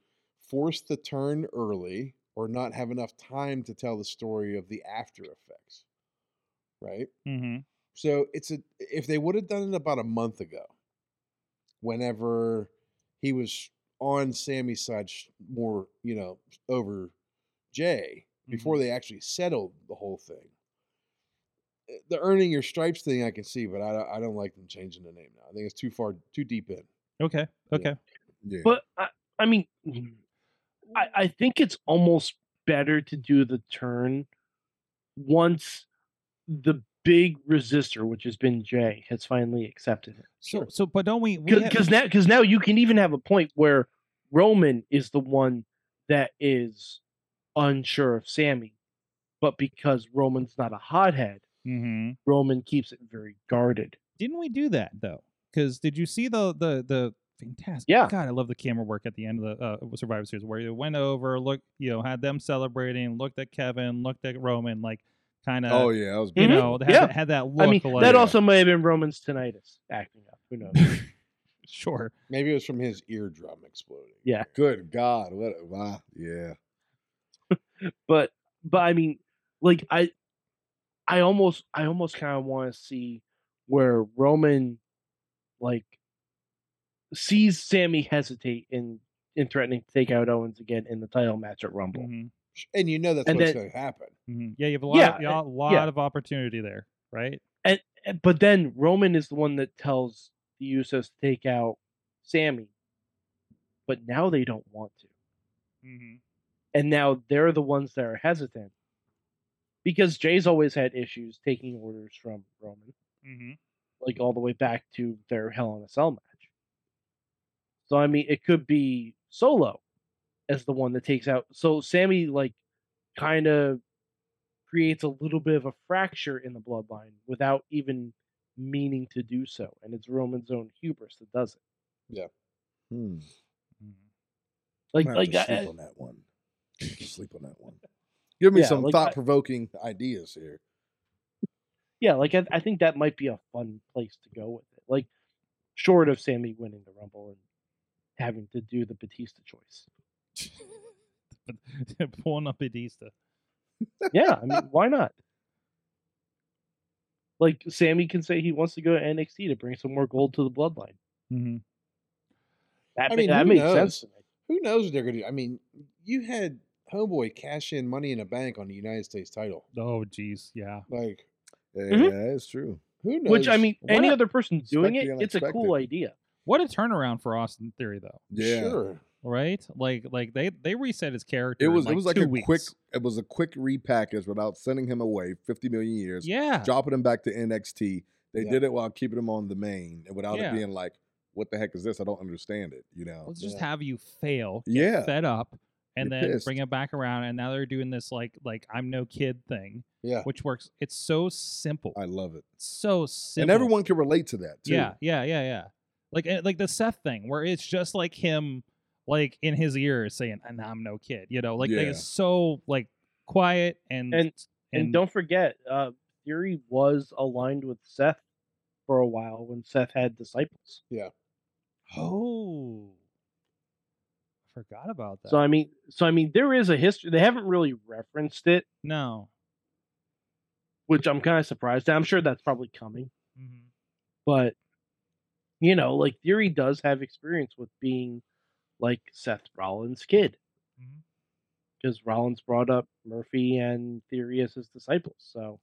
Speaker 6: force the turn early or not have enough time to tell the story of the after effects, right?
Speaker 2: Mhm.
Speaker 6: So it's a if they would have done it about a month ago, whenever he was on Sammy's side sh- more, you know, over Jay before
Speaker 4: Mm-hmm.
Speaker 6: they actually settled the whole thing. Uh, The earning your stripes thing I can see, but I don't, I don't like them changing the name now. I think it's too far, too deep in.
Speaker 2: Okay. Okay.
Speaker 5: Yeah.
Speaker 4: But I, I mean, I, I think it's almost better to do the turn once the big resistor, which has been Jay, has finally accepted it.
Speaker 2: So so but don't we we have-
Speaker 4: Because now, because now you can even have a point where Roman is the one that is unsure of Sammy, but because Roman's not a hothead,
Speaker 2: Mhm.
Speaker 4: Roman keeps it very guarded.
Speaker 2: Didn't we do that though? Because did you see the the the fantastic?
Speaker 4: Yeah.
Speaker 2: God, I love the camera work at the end of the uh, Survivor Series where you went over, looked, you know, had them celebrating, looked at Kevin, looked at Roman, like kind of,
Speaker 4: Uh
Speaker 5: oh yeah, that was
Speaker 2: you
Speaker 5: bad.
Speaker 2: know, had,
Speaker 4: Yeah.
Speaker 2: had that
Speaker 4: I
Speaker 2: look.
Speaker 4: mean,
Speaker 2: like,
Speaker 4: that also may have been Roman's tinnitus acting up. Who knows?
Speaker 2: sure.
Speaker 6: Maybe it was from his eardrum exploding.
Speaker 5: Good God, what? a- Wow, yeah.
Speaker 4: but but I mean, like I, I almost I almost kind of want to see where Roman, like, sees Sammy hesitate in in threatening to take out Owens again in the title match at Rumble.
Speaker 2: Mhm.
Speaker 6: Sh- And you know that's
Speaker 4: And
Speaker 6: what's
Speaker 4: then-
Speaker 6: going to happen.
Speaker 2: Mhm. Yeah, you have a lot,
Speaker 4: Yeah,
Speaker 2: of, you have a lot
Speaker 4: yeah.
Speaker 2: of opportunity there, right?
Speaker 4: And- Eh, But then Roman is the one that tells the Usos to take out Sammy, but now they don't want to.
Speaker 2: Mm-hmm.
Speaker 4: and now they're the ones that are hesitant because Jay's always had issues taking orders from Roman,
Speaker 2: Mhm.
Speaker 4: like all the way back to their Hell in a Cell match. So I mean, it could be Solo as the one that takes out. So Sammy like kind of creates a little bit of a fracture in the bloodline without even meaning to do so, and it's Roman's own hubris that does it.
Speaker 5: Hmm.
Speaker 2: Mm-hmm.
Speaker 4: Like uh,
Speaker 5: Might
Speaker 4: like
Speaker 5: have to
Speaker 4: I-
Speaker 5: sleep on that one. sleep on that one. Give me
Speaker 4: Yeah,
Speaker 5: some
Speaker 4: like, I-
Speaker 5: thought provoking ideas here.
Speaker 4: yeah, like I, I think that might be a fun place to go with it. Like, short of Sammy winning the Rumble and having to do the Batista choice.
Speaker 2: Pulling up Batista.
Speaker 4: Yeah, I mean, why not? Like Sammy can say he wants to go to NXT to bring some more gold to the bloodline.
Speaker 2: Mm-hmm.
Speaker 4: That,
Speaker 6: I
Speaker 4: ma-
Speaker 6: mean,
Speaker 4: that
Speaker 6: who
Speaker 4: makes sense to me.
Speaker 6: Who knows what they're going to do? I mean, you had Homeboy cash in money in a bank on the United States title.
Speaker 2: Oh, jeez, yeah.
Speaker 6: Like,
Speaker 5: Yeah, it's true.
Speaker 6: who knows?
Speaker 4: Which I mean,
Speaker 6: Why
Speaker 4: any
Speaker 6: not?
Speaker 4: other person doing it,
Speaker 5: Expect the
Speaker 4: it's a cool idea.
Speaker 2: What a turnaround for Austin Theory, though.
Speaker 5: Yeah.
Speaker 6: Sure.
Speaker 2: Right? Like, like they they reset his character.
Speaker 5: It
Speaker 2: in,
Speaker 5: was
Speaker 2: like
Speaker 5: it was like
Speaker 2: two
Speaker 5: a
Speaker 2: weeks.
Speaker 5: quick it was a quick repackage without sending him away 50 million years,
Speaker 2: Yeah.
Speaker 5: dropping him back to NXT. They
Speaker 6: Yeah.
Speaker 5: did it while keeping him on the main and without
Speaker 2: Yeah.
Speaker 5: it being like, what the heck is this? I don't understand it, you know.
Speaker 2: Let's just
Speaker 6: Yeah.
Speaker 2: have you fail, get
Speaker 5: Yeah.
Speaker 2: fed up, and
Speaker 5: You're
Speaker 2: then
Speaker 5: pissed.
Speaker 2: bring it back around. And now they're doing this like like I'm no kid thing,
Speaker 6: Yeah.
Speaker 2: which works. It's so simple,
Speaker 5: I love it.
Speaker 2: so simple.
Speaker 5: And everyone can relate to that too.
Speaker 2: Yeah, yeah, yeah, yeah. Like eh, like the Seth thing, where it's just like him, like in his ear saying, "And I'm no kid," you know. Like they
Speaker 5: Yeah.
Speaker 2: it's so like quiet and
Speaker 4: And- And,
Speaker 2: and-
Speaker 4: don't forget, uh, Theory was aligned with Seth for a while when Seth had disciples.
Speaker 2: oh, I forgot about that.
Speaker 4: So I mean, so I mean, there is a history. They haven't really referenced it,
Speaker 2: no.
Speaker 4: which I'm kind of surprised. at. I'm sure that's probably coming,
Speaker 2: Mhm.
Speaker 4: but you know, like Theory does have experience with being like Seth Rollins' kid,
Speaker 2: Mhm.
Speaker 4: because Rollins brought up Murphy and Theory as his disciples. So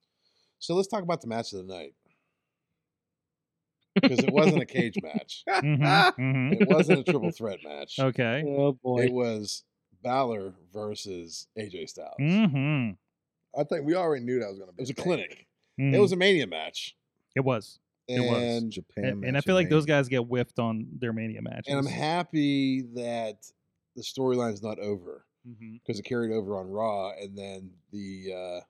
Speaker 6: So let's talk about the match of the night. Because it wasn't a cage match.
Speaker 2: Mhm, mhm.
Speaker 6: It wasn't a triple threat match.
Speaker 2: Okay.
Speaker 4: oh boy,
Speaker 6: It was Balor versus AJ Styles.
Speaker 2: Mm-hmm.
Speaker 5: I think we already knew that was gonna be
Speaker 6: It was a
Speaker 5: thing.
Speaker 6: clinic.
Speaker 2: Mm-hmm.
Speaker 6: It was a mania match.
Speaker 2: It was.
Speaker 6: And,
Speaker 2: Mm. It was.
Speaker 5: Japan.
Speaker 2: And, and I
Speaker 5: match
Speaker 2: feel
Speaker 5: in
Speaker 2: like those
Speaker 5: Mania.
Speaker 2: guys get whiffed on their mania matches.
Speaker 6: And I'm happy that the storyline's not over
Speaker 2: hmm
Speaker 6: because it carried over on Raw, and then the uh,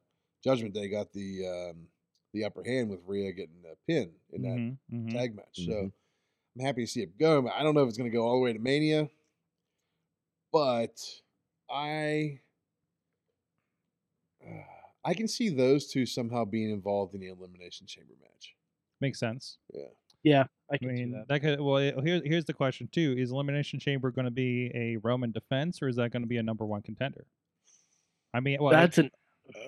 Speaker 6: Judgment Day got the um, the upper hand with Rhea getting a pin in
Speaker 2: Mm-hmm.
Speaker 6: that tag match. So
Speaker 5: Mhm.
Speaker 6: I'm happy to see it go. I don't know if it's going to go all the way to Mania, but I uh, I can see those two somehow being involved in the Elimination Chamber match.
Speaker 2: Makes sense.
Speaker 4: I
Speaker 2: I
Speaker 4: can see
Speaker 2: mean,
Speaker 4: that.
Speaker 2: that. could. Well, it- here, here's the question too: Is Elimination Chamber going to be a Roman defense, or is that going to be a number one contender? I mean, well,
Speaker 4: That's an.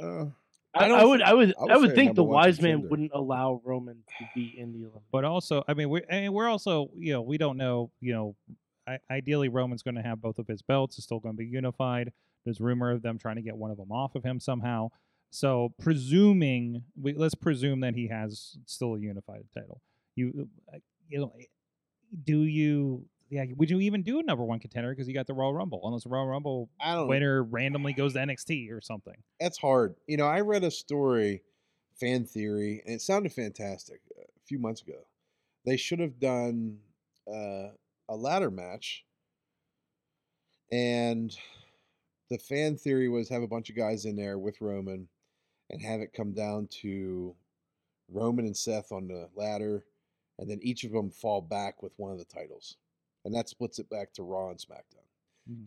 Speaker 5: Uh,
Speaker 4: I,
Speaker 6: I don't
Speaker 4: I would,
Speaker 6: thi-
Speaker 4: I would,
Speaker 5: I would
Speaker 4: I
Speaker 5: say
Speaker 4: would think
Speaker 5: number
Speaker 4: the
Speaker 5: one
Speaker 4: wise man
Speaker 5: contender.
Speaker 4: wouldn't allow Roman to be in the Olympics.
Speaker 2: but also, I mean, we're I mean, we're also, you know, we don't know, you know, I, ideally Roman's going to have both of his belts. It's still going to be unified. There's rumor of them trying to get one of them off of him somehow. So presuming, we, let's presume that he has still a unified title. You, uh, you know, do you? Yeah, would you even do a number one contender because you got the Royal Rumble? Unless the Royal Rumble
Speaker 6: I don't.
Speaker 2: winner randomly goes to NXT or something.
Speaker 6: That's hard. You know, I read a story, fan theory, and it sounded fantastic uh, a few months ago. They should have done uh, a ladder match, and the fan theory was have a bunch of guys in there with Roman, and have it come down to Roman and Seth on the ladder, and then each of them fall back with one of the titles, and that splits it back to Raw and SmackDown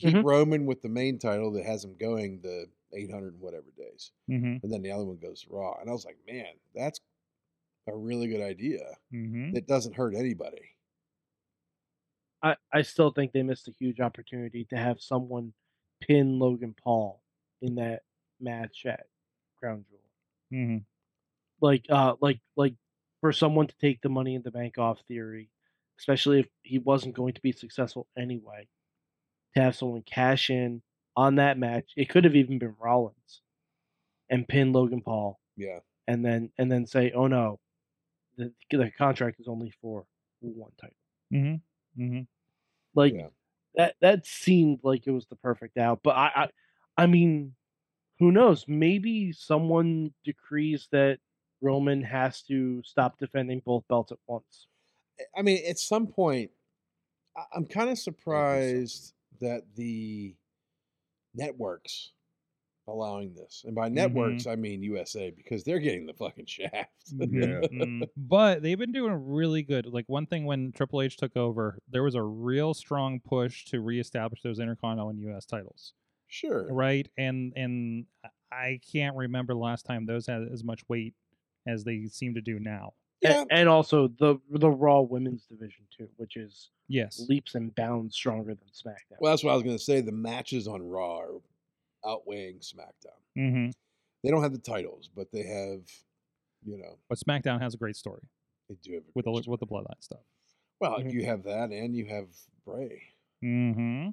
Speaker 6: keep
Speaker 4: Mhm.
Speaker 6: Roman with the main title that has him going the 800 and whatever days,
Speaker 2: Mm-hmm.
Speaker 6: and then the other one goes to Raw. And I was like, man, that's a really good idea.
Speaker 2: Mm-hmm.
Speaker 6: That doesn't hurt anybody.
Speaker 4: I, I still think they missed a huge opportunity to have someone pin Logan Paul in that match at Crown Jewel.
Speaker 2: Mm-hmm.
Speaker 4: Like uh like like for someone to take the money in the bank off theory, especially if he wasn't going to be successful anyway, to have someone cash in on that match. It could have even been Rollins and pin Logan Paul
Speaker 6: Yeah,
Speaker 4: and then and then say, "Oh no, the, the contract is only for one title."
Speaker 2: Mm-hmm. Mm-hmm.
Speaker 4: Like
Speaker 6: Yeah.
Speaker 4: that that seemed like it was the perfect out. But I, I I mean, who knows? Maybe someone decrees that Roman has to stop defending both belts at once.
Speaker 6: I- I mean, at some point, I- I'm kind of surprised that the networks allowing this, and by networks I mean USA, because they're getting the fucking shaft.
Speaker 5: Yeah.
Speaker 2: Mhm. but they've been doing really good. Like one thing when Triple H took over, there was a real strong push to reestablish those Intercontinental and US titles,
Speaker 6: sure,
Speaker 2: right? And and I can't remember the last time those had as much weight as they seem to do now.
Speaker 6: Yeah.
Speaker 4: and, and also the the Raw Women's Division too, which is
Speaker 2: Yes.
Speaker 4: leaps and bounds stronger than SmackDown.
Speaker 6: Well, that's what I was going to say. The matches on Raw are outweighing SmackDown.
Speaker 2: Mm-hmm.
Speaker 6: They don't have the titles, but they have, you know,
Speaker 2: But SmackDown has a great story
Speaker 6: they do have a
Speaker 2: with the
Speaker 6: great
Speaker 2: with the bloodline stuff.
Speaker 6: story. Well,
Speaker 4: Mhm.
Speaker 6: you have that, and you have Bray,
Speaker 2: Mm-hmm.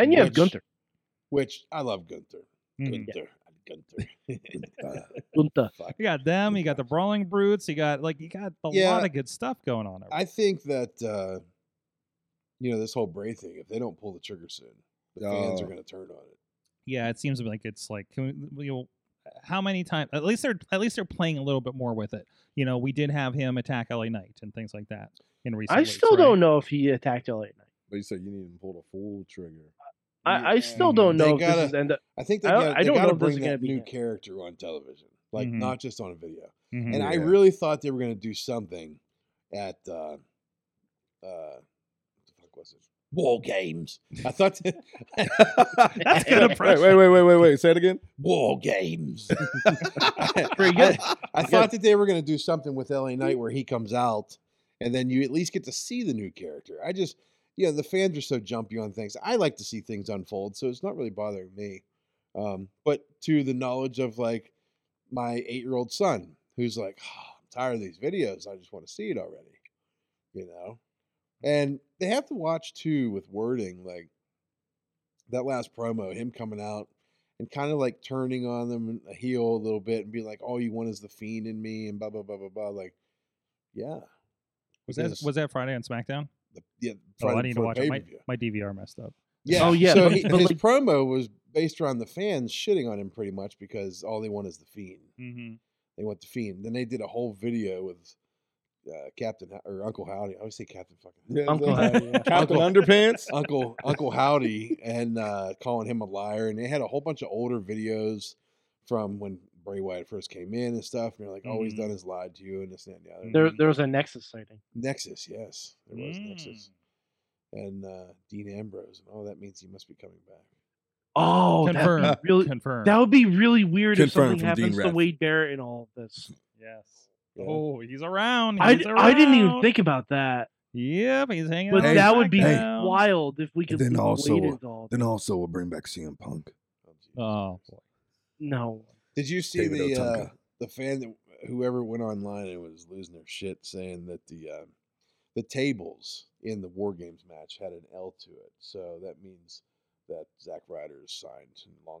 Speaker 4: and you have
Speaker 6: which-
Speaker 4: Gunther.
Speaker 6: which I love Gunther.
Speaker 4: Mm-hmm,
Speaker 2: Mhm.
Speaker 6: Gunther, Gunther.
Speaker 4: Gunther.
Speaker 6: Fuck.
Speaker 2: You got them. You got the brawling brutes. You got like you got a
Speaker 6: Yeah.
Speaker 2: lot of good stuff going on. over
Speaker 6: I think that uh, you know this whole Bray thing. If they don't pull the trigger soon, the fans are
Speaker 5: Oh.
Speaker 6: going to turn on it.
Speaker 2: yeah, it seems like it's like can we, you know, how many times? At least they're at least they're playing a little bit more with it. You know, we did have him attack LA Knight and things like that in recent.
Speaker 4: I
Speaker 2: weeks,
Speaker 4: still
Speaker 2: right?
Speaker 4: don't know if he attacked LA Knight.
Speaker 5: But you said you need to pull the full trigger.
Speaker 4: I, I
Speaker 6: Yeah.
Speaker 4: still don't
Speaker 6: They
Speaker 4: know if
Speaker 6: gotta-
Speaker 4: this is end up.
Speaker 6: I think they
Speaker 4: I don't-
Speaker 6: got
Speaker 4: I don't know if
Speaker 6: to
Speaker 4: this
Speaker 6: bring
Speaker 4: is gonna
Speaker 6: that
Speaker 4: be Mm-hmm.
Speaker 6: new
Speaker 4: him.
Speaker 6: character on television, like
Speaker 2: Mhm.
Speaker 6: not just on a video.
Speaker 2: Mhm.
Speaker 6: And I
Speaker 5: Yeah.
Speaker 6: really thought they were going to do something at uh, uh, what the fuck was it? War games. I thought
Speaker 2: That's good
Speaker 5: Wait,
Speaker 2: impression.
Speaker 5: wait, wait, wait, wait, wait. Say it again.
Speaker 6: War games.
Speaker 4: Pretty
Speaker 6: I,
Speaker 4: good.
Speaker 6: I thought that they were going to do something with LA Knight where he comes out and then you at least get to see the new character. I just, you know, the fans are so jumpy on things. I like to see things unfold, so it's not really bothering me. Um, but to the knowledge of like my eight year old son who's like, "Ah, I'm tired of these videos. I just want to see it already, you know? And they have to watch too with wording, like that last promo, him coming out and kind of like turning on them a heel a little bit and be like, all you want is the fiend in me and blah, blah, blah, blah, blah. Like, yeah.
Speaker 2: Was that
Speaker 6: because
Speaker 2: was that Friday on SmackDown?
Speaker 6: the, yeah,
Speaker 2: oh, I
Speaker 6: Friday
Speaker 2: need to
Speaker 6: before
Speaker 2: watch it. My,
Speaker 6: pay-per-view.
Speaker 2: my DVR messed up.
Speaker 6: Yeah.
Speaker 4: Oh, yeah,
Speaker 6: So
Speaker 4: but-
Speaker 6: he,
Speaker 4: but
Speaker 6: his
Speaker 4: like-
Speaker 6: promo was based around the fans shitting on him pretty much because all they want is the fiend.
Speaker 2: Mm-hmm.
Speaker 6: They want the fiend. Then they did a whole video with uh, Captain Ho- or Uncle Howdy. I always say Captain fucking
Speaker 5: Yeah,
Speaker 4: Uncle
Speaker 5: so-
Speaker 4: Howdy, yeah.
Speaker 5: Captain
Speaker 6: Uncle-
Speaker 5: Underpants.
Speaker 6: Uncle Uncle Howdy and uh, calling him a liar. And they had a whole bunch of older videos from when Bray Wyatt first came in and stuff. And they're like, always
Speaker 2: Mhm.
Speaker 6: done is lied to you and this and that and the other.
Speaker 4: There, there was a Nexus sighting.
Speaker 6: Nexus, yes, there was Nexus and uh, Dean Ambrose. And oh, that means he must be coming back.
Speaker 4: Oh, that'd be
Speaker 2: Confirmed.
Speaker 4: really,
Speaker 2: Confirmed.
Speaker 4: that would be really weird if
Speaker 5: Confirmed
Speaker 4: something
Speaker 5: from Dean
Speaker 4: happens to
Speaker 5: Radcliffe.
Speaker 4: Wade Barrett and all of this.
Speaker 2: yes.
Speaker 6: Yeah.
Speaker 2: Oh, he's around.
Speaker 4: I,
Speaker 2: he's
Speaker 4: I didn't even
Speaker 2: around.
Speaker 4: think about that,
Speaker 2: Yep, he's hanging.
Speaker 4: but
Speaker 2: out on
Speaker 4: that would be
Speaker 2: SmackDown.
Speaker 4: wild if we could
Speaker 5: then
Speaker 4: leave
Speaker 5: also-
Speaker 4: Wade into all
Speaker 5: Then also we'll bring back CM Punk.
Speaker 6: Oh, geez.
Speaker 2: Oh boy.
Speaker 4: No,
Speaker 6: Did you see
Speaker 5: David
Speaker 6: the uh,
Speaker 5: Otunga.
Speaker 6: the fan that whoever went online and was losing their shit saying that the uh, the tables in the War Games match had an L to it, so that means that Zack Ryder is signed in Long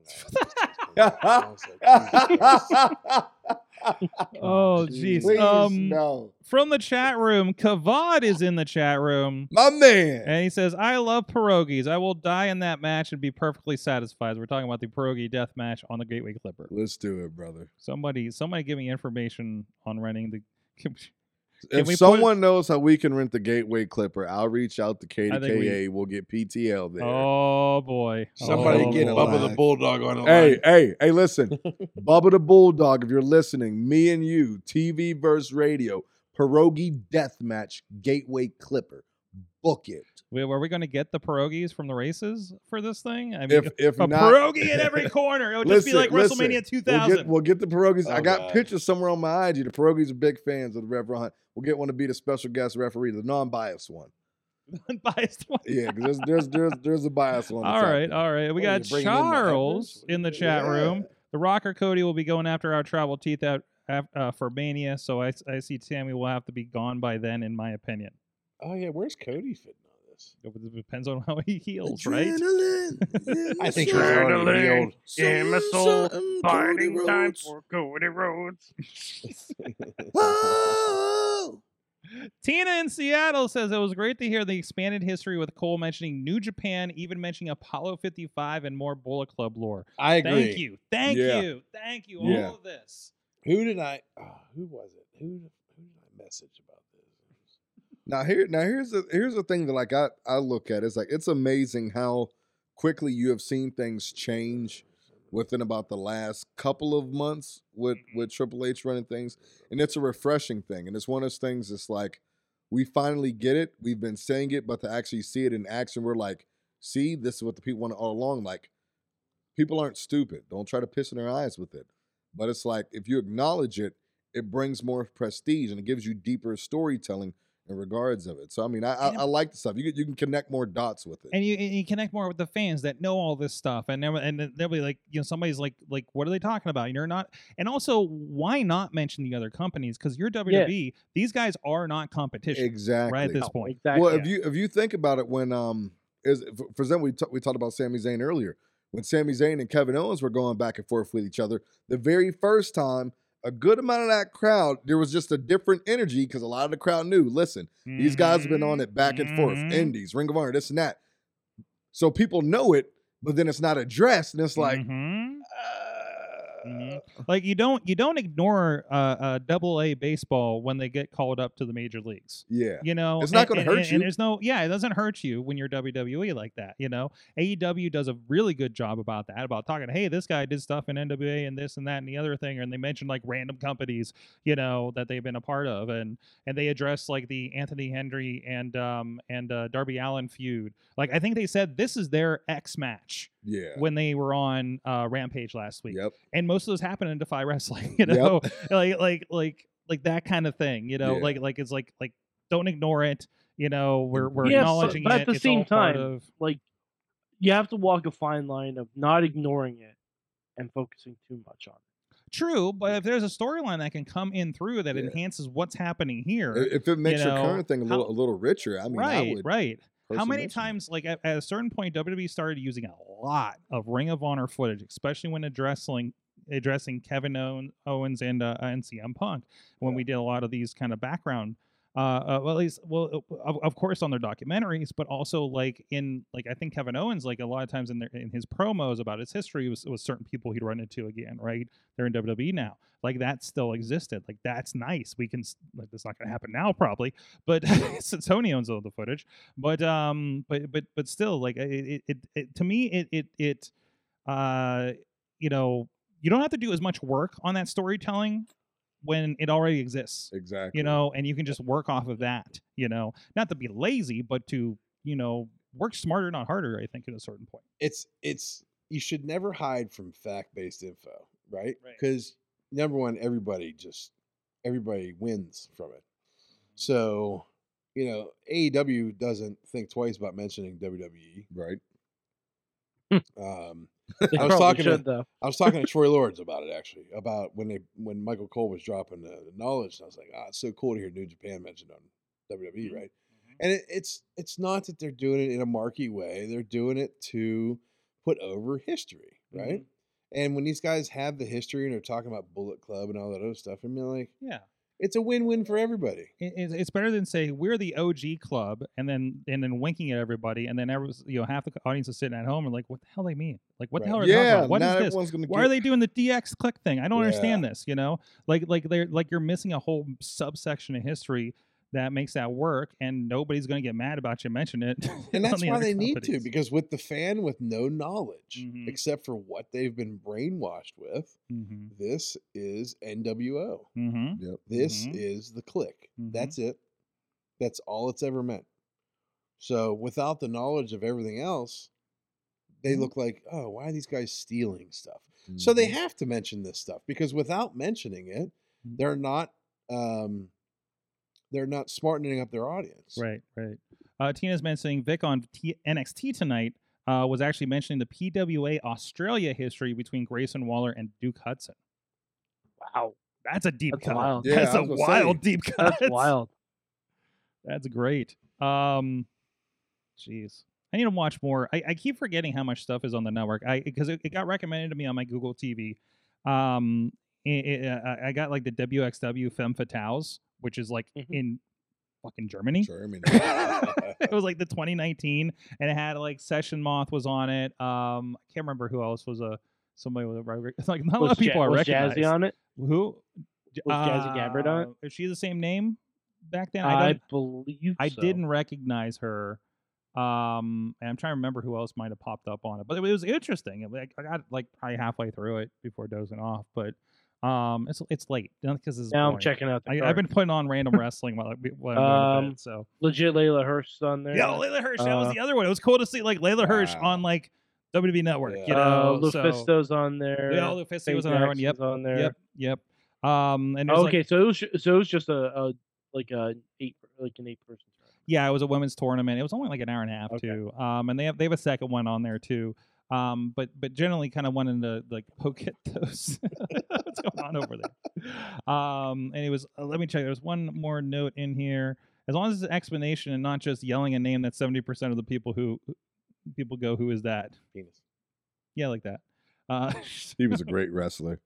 Speaker 6: Island. And I was like, Jesus Christ.
Speaker 2: Oh jeez.
Speaker 5: Please,
Speaker 2: Um,
Speaker 5: no.
Speaker 2: from the chat room, Kavad is in the chat room.
Speaker 5: My man.
Speaker 2: And he says, I love pierogies. I will die in that match and be perfectly satisfied. We're talking about the pierogi death match on the Gateway Clipper.
Speaker 5: Let's do it, brother.
Speaker 2: Somebody somebody give me information on renting the Can we
Speaker 5: If
Speaker 2: put-
Speaker 5: someone knows how we can rent the Gateway Clipper, I'll reach out to
Speaker 2: I think we-
Speaker 5: KDKA. We'll get PTL there.
Speaker 2: Oh boy.
Speaker 6: Somebody
Speaker 5: Oh,
Speaker 6: get
Speaker 5: boy.
Speaker 6: Bubba the
Speaker 5: Live.
Speaker 6: Bulldog on the
Speaker 5: Hey,
Speaker 6: line.
Speaker 5: hey, hey, listen. Bubba the Bulldog, if you're listening, me and you, TV versus radio, pierogi deathmatch, gateway clipper. Book it.
Speaker 2: Wait, Are we gonna get the pierogies from the races for this thing? I mean
Speaker 5: If if
Speaker 2: a
Speaker 5: not,
Speaker 2: pierogi at every corner. It would just be
Speaker 5: Listen,
Speaker 2: like
Speaker 5: listen.
Speaker 2: WrestleMania two
Speaker 5: we'll
Speaker 2: thousand.
Speaker 5: get, we'll get the pierogies. I
Speaker 6: Oh,
Speaker 5: got
Speaker 6: God.
Speaker 5: pictures somewhere on my IG. The pierogies are big fans of the Reverend Hunt. We'll get one to be the special guest referee, the non-biased one.
Speaker 2: Unbiased one.
Speaker 5: Yeah, because there's there's there's there's a bias one.
Speaker 2: All right, all right. We
Speaker 6: What are
Speaker 2: got
Speaker 6: you bringing in the heifers?
Speaker 2: Charles
Speaker 6: What are
Speaker 2: in the
Speaker 6: you-
Speaker 2: chat
Speaker 6: yeah.
Speaker 2: room. The Rocker Cody will be going after our tribal teeth out af- uh, for Mania, so I, I see Tammy will have to be gone by then, in my opinion.
Speaker 6: Oh yeah, where's Cody fitting on this?
Speaker 2: It would- depends on how he heals, right?
Speaker 6: I think he's already healed.
Speaker 4: yeah, my soul, fighting time for Cody Rhodes.
Speaker 2: Tina in Seattle says it was great to hear the expanded history with Cole mentioning New Japan, even mentioning Apollo 55 and more Bullet Club lore.
Speaker 6: I agree.
Speaker 2: Thank you, thank
Speaker 5: Yeah.
Speaker 2: you, thank you.
Speaker 5: Yeah.
Speaker 2: All of this.
Speaker 6: Who did I? ah, who was it? Who who did I message about this?
Speaker 5: Now here now here's the here's the thing that like I, I look at. It's like it's amazing how quickly you have seen things change within about the last couple of months with with Triple H running things. And it's a refreshing thing. And it's one of those things that's like we finally get it. We've been saying it, but to actually see it in action, we're like, see, this is what the people want all along. Like people aren't stupid. Don't try to piss in their eyes with it. But it's like if you acknowledge it, it brings more prestige and it gives you deeper storytelling in regards of it. So I mean, I I, I like the stuff. You can- you can connect more dots with it.
Speaker 2: and you and you connect more with the fans that know all this stuff and they'll, and they'll be like you know somebody's like like what are they talking about you're not and also why not mention the other companies because you're wwe these guys are not competition
Speaker 5: exactly.
Speaker 2: right at this
Speaker 4: No,
Speaker 2: point
Speaker 4: Exactly.
Speaker 5: Well, if you if you think about it, when um is for- for example we ta- we talked about Sami Zayn earlier. When Sami Zayn and Kevin Owens were going back and forth with each other, the very first time, a good amount of that crowd, there was just a different energy because a lot of the crowd knew. Listen, these guys have been
Speaker 2: Mm-hmm.
Speaker 5: on it back and forth,
Speaker 2: Mhm.
Speaker 5: Indies, Ring of Honor, this and that. So people know it, but then it's not addressed, and it's like,
Speaker 2: Mhm.
Speaker 5: uh,
Speaker 2: Mhm. like you don't you don't ignore uh, uh double a baseball when they get called up to the major leagues
Speaker 5: yeah,
Speaker 2: you know
Speaker 5: It's not
Speaker 2: and-
Speaker 5: gonna
Speaker 2: and-
Speaker 5: hurt
Speaker 2: and-
Speaker 5: you.
Speaker 2: and there's no yeah it doesn't hurt you when you're wwe like that you know aew does a really good job about that about talking hey this guy did stuff in nwa and this and that and the other thing and they mention like random companies you know that they've been a part of and and they address like the anthony henry and um and uh, darby allen feud like i think they said this is their x match
Speaker 5: yeah,
Speaker 2: when they were on uh rampage last week
Speaker 5: yep,
Speaker 2: and most of those happen in defy wrestling you
Speaker 5: Yep.
Speaker 2: know like like like like that kind of thing you know
Speaker 5: Yeah.
Speaker 2: like like it's like like don't ignore it you know we're we're
Speaker 5: Yeah, but-
Speaker 2: acknowledging
Speaker 4: but
Speaker 2: it
Speaker 4: at the
Speaker 2: it's
Speaker 4: same
Speaker 2: all part
Speaker 4: time-
Speaker 2: of
Speaker 4: like you have to walk a fine line of not ignoring it and focusing too much on it.
Speaker 2: true but if there's a storyline that can come in through that
Speaker 5: Yeah.
Speaker 2: enhances what's happening here
Speaker 5: I- if it makes
Speaker 2: know,
Speaker 5: your current thing a little
Speaker 2: how-
Speaker 5: a little richer, I mean, I
Speaker 2: right
Speaker 5: would
Speaker 2: right how
Speaker 5: personally
Speaker 2: many
Speaker 5: mention it.
Speaker 2: times like at, at a certain point wwe started using a lot of ring of honor footage especially when addressing addressing kevin Owen, owens and uh, and cm punk when we did a lot of these kind of background uh, uh well at least well uh, of, of course on their documentaries but also like in like i think kevin owens like a lot of times in their in his promos about his history was, was certain people he'd run into again right they're in wwe now like that still existed like that's nice we can s- like that's not gonna happen now probably but since tony owns all the footage but um but but but still like it it, it, it to me it it it uh you know you don't have to do as much work on that storytelling when it already exists
Speaker 5: exactly,
Speaker 2: you know and you can just work off of that you know not to be lazy but to you know work smarter not harder i think at a certain point
Speaker 6: it's it's you should never hide from fact-based info, right?
Speaker 2: Right.
Speaker 6: Because number one, everybody just everybody wins from it. So, you know, AEW doesn't think twice about mentioning WWE.
Speaker 5: right?
Speaker 6: Um,
Speaker 4: They
Speaker 6: I was
Speaker 4: probably
Speaker 6: talking to-
Speaker 4: should, though.
Speaker 6: I was talking to Troy Lords about it actually, about when they when Michael Cole was dropping the, the knowledge. And I was like, ah, it's so cool to hear New Japan mentioned on WWE,
Speaker 2: Mm-hmm,
Speaker 6: right? And it, it's it's not that they're doing it in a marquee way; they're doing it to put over history, right?
Speaker 2: Mm-hmm.
Speaker 6: And when these guys have the history and they're talking about Bullet Club and all that other stuff, I mean, like
Speaker 2: yeah
Speaker 6: it's a win-win for everybody.
Speaker 2: it, it's- it's better than say we're the OG club and then and then winking at everybody and then every, you know half the audience is sitting at home and like what the hell they mean like what the
Speaker 6: Right.
Speaker 2: hell are they talking
Speaker 5: Yeah,
Speaker 2: about? What is
Speaker 5: not
Speaker 2: this
Speaker 5: everyone's gonna.
Speaker 2: why
Speaker 5: get-
Speaker 2: are they doing the DX click thing? I don't
Speaker 6: Yeah.
Speaker 2: understand this. You know, like like they're like you're missing a whole subsection of history that makes that work, and nobody's gonna get mad about you mentioning it.
Speaker 6: And
Speaker 2: on
Speaker 6: that's
Speaker 2: the
Speaker 6: why
Speaker 2: other
Speaker 6: they need to,
Speaker 2: companies.
Speaker 6: because with the fan with no knowledge
Speaker 2: Mhm.
Speaker 6: except for what they've been brainwashed with,
Speaker 5: Mm-hmm.
Speaker 2: Mhm,
Speaker 6: this is NWO.
Speaker 2: mhm.
Speaker 5: Yep.
Speaker 6: This
Speaker 2: Mhm.
Speaker 6: is the click. That's it. That's all it's ever meant. So without the knowledge of everything else, they
Speaker 5: Mhm.
Speaker 6: look like, oh, why are these guys stealing stuff? So they
Speaker 5: Mhm.
Speaker 6: have to mention this stuff because without mentioning it,
Speaker 2: Mhm.
Speaker 6: they're not um they're not smartening up their audience.
Speaker 2: Right, right. Uh, Tina's mentioning Vic on T- NXT tonight uh, was actually mentioning the PWA Australia history between Grayson Waller and Duke Hudson.
Speaker 4: Wow,
Speaker 2: That's a deep
Speaker 4: That's
Speaker 2: cut.
Speaker 4: wild.
Speaker 5: Yeah,
Speaker 2: that's
Speaker 5: I
Speaker 2: a
Speaker 5: was gonna say,
Speaker 2: wild deep cut.
Speaker 4: that's wild.
Speaker 2: That's great. Um, jeez, I need to watch more. I, I keep forgetting how much stuff is on the network. I because it, it got recommended to me on my Google TV. Um, i i I I got like the WXW Femme Fatales, which is like
Speaker 4: Mhm.
Speaker 2: in fucking Germany.
Speaker 5: Germany.
Speaker 2: it was like the 2019, and it had like Session Moth was on it. Um, I can't remember who else was a somebody with a reg- like not a lot
Speaker 4: Was
Speaker 2: of people
Speaker 4: Ja-
Speaker 2: I
Speaker 4: was
Speaker 2: recognize.
Speaker 4: Jazzy on it?
Speaker 2: Who J-
Speaker 4: Was Jazzy Gabbard on it?
Speaker 2: uh, Is she the same name back then? I
Speaker 4: I,
Speaker 2: don't,
Speaker 4: believe
Speaker 2: I
Speaker 4: so.
Speaker 2: didn't recognize her. Um, and I'm trying to remember who else might have popped up on it, but it was interesting. It, like, I got like probably halfway through it before dozing off, but um, it's it's late because it's
Speaker 4: Now I'm
Speaker 2: boring.
Speaker 4: checking out the.
Speaker 2: I,
Speaker 4: card.
Speaker 2: I've been putting on random wrestling while, I, while I'm going to
Speaker 4: Um,
Speaker 2: bed, so
Speaker 4: legit Layla Hurst on there.
Speaker 2: yeah, Layla Hirsch. that was
Speaker 4: Uh,
Speaker 2: the other one. It was cool to see like Layla Hirsch
Speaker 5: Wow.
Speaker 2: on like WWE Network.
Speaker 6: Yeah.
Speaker 2: You
Speaker 4: uh,
Speaker 2: know, so
Speaker 4: Lufisto's on there.
Speaker 2: yeah, Lufisto
Speaker 4: Faye
Speaker 2: was another one.
Speaker 4: Jackson's
Speaker 2: Yep,
Speaker 4: on there.
Speaker 2: yep, yep. Um, and it was like-
Speaker 4: okay, so it was ju- so it was just a, a like a eight like an eight person. tournament.
Speaker 2: Yeah, it was a women's tournament. It was only like an hour and a half
Speaker 4: Okay.
Speaker 2: too. Um, and they have they have a second one on there too. Um, but but generally kind of wanted to like poke at those. What's going on over there? Um, and it was uh, let me check. There's one more note in here. As long as it's an explanation and not just yelling a name that seventy percent of the people who people go, who is that?
Speaker 6: Penis.
Speaker 2: Yeah, like that. Uh,
Speaker 5: He was a great wrestler.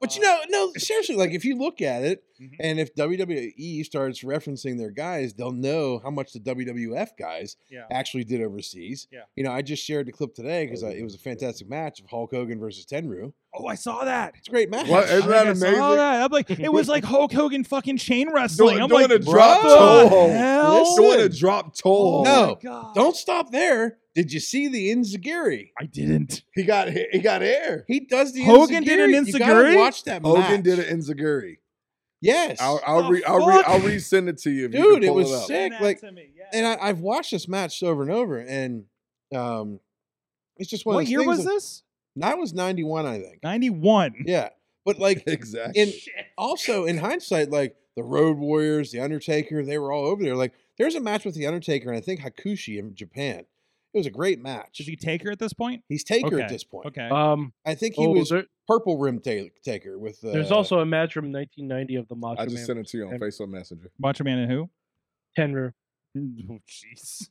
Speaker 6: But
Speaker 2: Um,
Speaker 6: you know, no, seriously, like if you look at it,
Speaker 2: Mhm.
Speaker 6: and if WWE starts referencing their guys, they'll know how much the WWF guys
Speaker 2: Yeah.
Speaker 6: actually did overseas.
Speaker 2: Yeah.
Speaker 6: You know, I just shared the clip today because it was a fantastic match of Hulk Hogan versus Tenru.
Speaker 2: oh, I saw that.
Speaker 6: It's a great match.
Speaker 5: What? Isn't
Speaker 2: I think
Speaker 5: that
Speaker 2: I
Speaker 5: amazing?
Speaker 2: saw that. I'm like, it was like Hulk Hogan fucking chain wrestling. I'm
Speaker 5: doing
Speaker 2: like,
Speaker 5: a drop
Speaker 2: "What the
Speaker 5: toe hold.
Speaker 2: hell?"
Speaker 6: Listen.
Speaker 5: Doing a drop
Speaker 2: Oh
Speaker 5: toe.
Speaker 2: my
Speaker 5: hold.
Speaker 6: No,
Speaker 2: God.
Speaker 6: Don't stop there. Did you see the Inzagiri?
Speaker 2: I didn't.
Speaker 5: He got he got air.
Speaker 6: He does the
Speaker 2: Hogan did an
Speaker 6: Enziguri. You gotta
Speaker 2: Enziguri?
Speaker 6: Watch that
Speaker 5: Hogan
Speaker 6: match.
Speaker 5: did an Enziguri.
Speaker 6: Yes,
Speaker 5: I'll I'll,
Speaker 2: The
Speaker 5: re, I'll, re,
Speaker 2: fuck?
Speaker 5: I'll resend it to you, if You
Speaker 6: dude,
Speaker 5: can
Speaker 6: it
Speaker 5: pull
Speaker 6: was
Speaker 5: up.
Speaker 6: sick.
Speaker 2: Send that
Speaker 6: Like,
Speaker 2: to me, yeah.
Speaker 6: and I, I've watched this match over and over, and um, it's just one. of
Speaker 2: what
Speaker 6: those
Speaker 2: year
Speaker 6: things
Speaker 2: was
Speaker 6: that-
Speaker 2: this?
Speaker 6: That was 91, I think.
Speaker 2: 91.
Speaker 6: Yeah. But like
Speaker 5: Exactly.
Speaker 6: in also in hindsight, like the Road Warriors, the Undertaker, they were all over there. Like there's a match with the Undertaker and I think Hakushi in Japan. It was a great match.
Speaker 2: Did he take her at this point?
Speaker 6: He's Taker
Speaker 2: Okay,
Speaker 6: at this point.
Speaker 2: Okay.
Speaker 4: Um,
Speaker 6: I think he
Speaker 4: oh,
Speaker 6: was
Speaker 4: there-
Speaker 6: Purple Rim ta- Taker with uh,
Speaker 4: there's also a match from 1990 of the Macho
Speaker 5: I just
Speaker 4: Man
Speaker 5: sent it to you on
Speaker 4: and-
Speaker 5: Facebook Messenger.
Speaker 2: Macho Man and who?
Speaker 4: Tenru.
Speaker 2: Oh, jeez.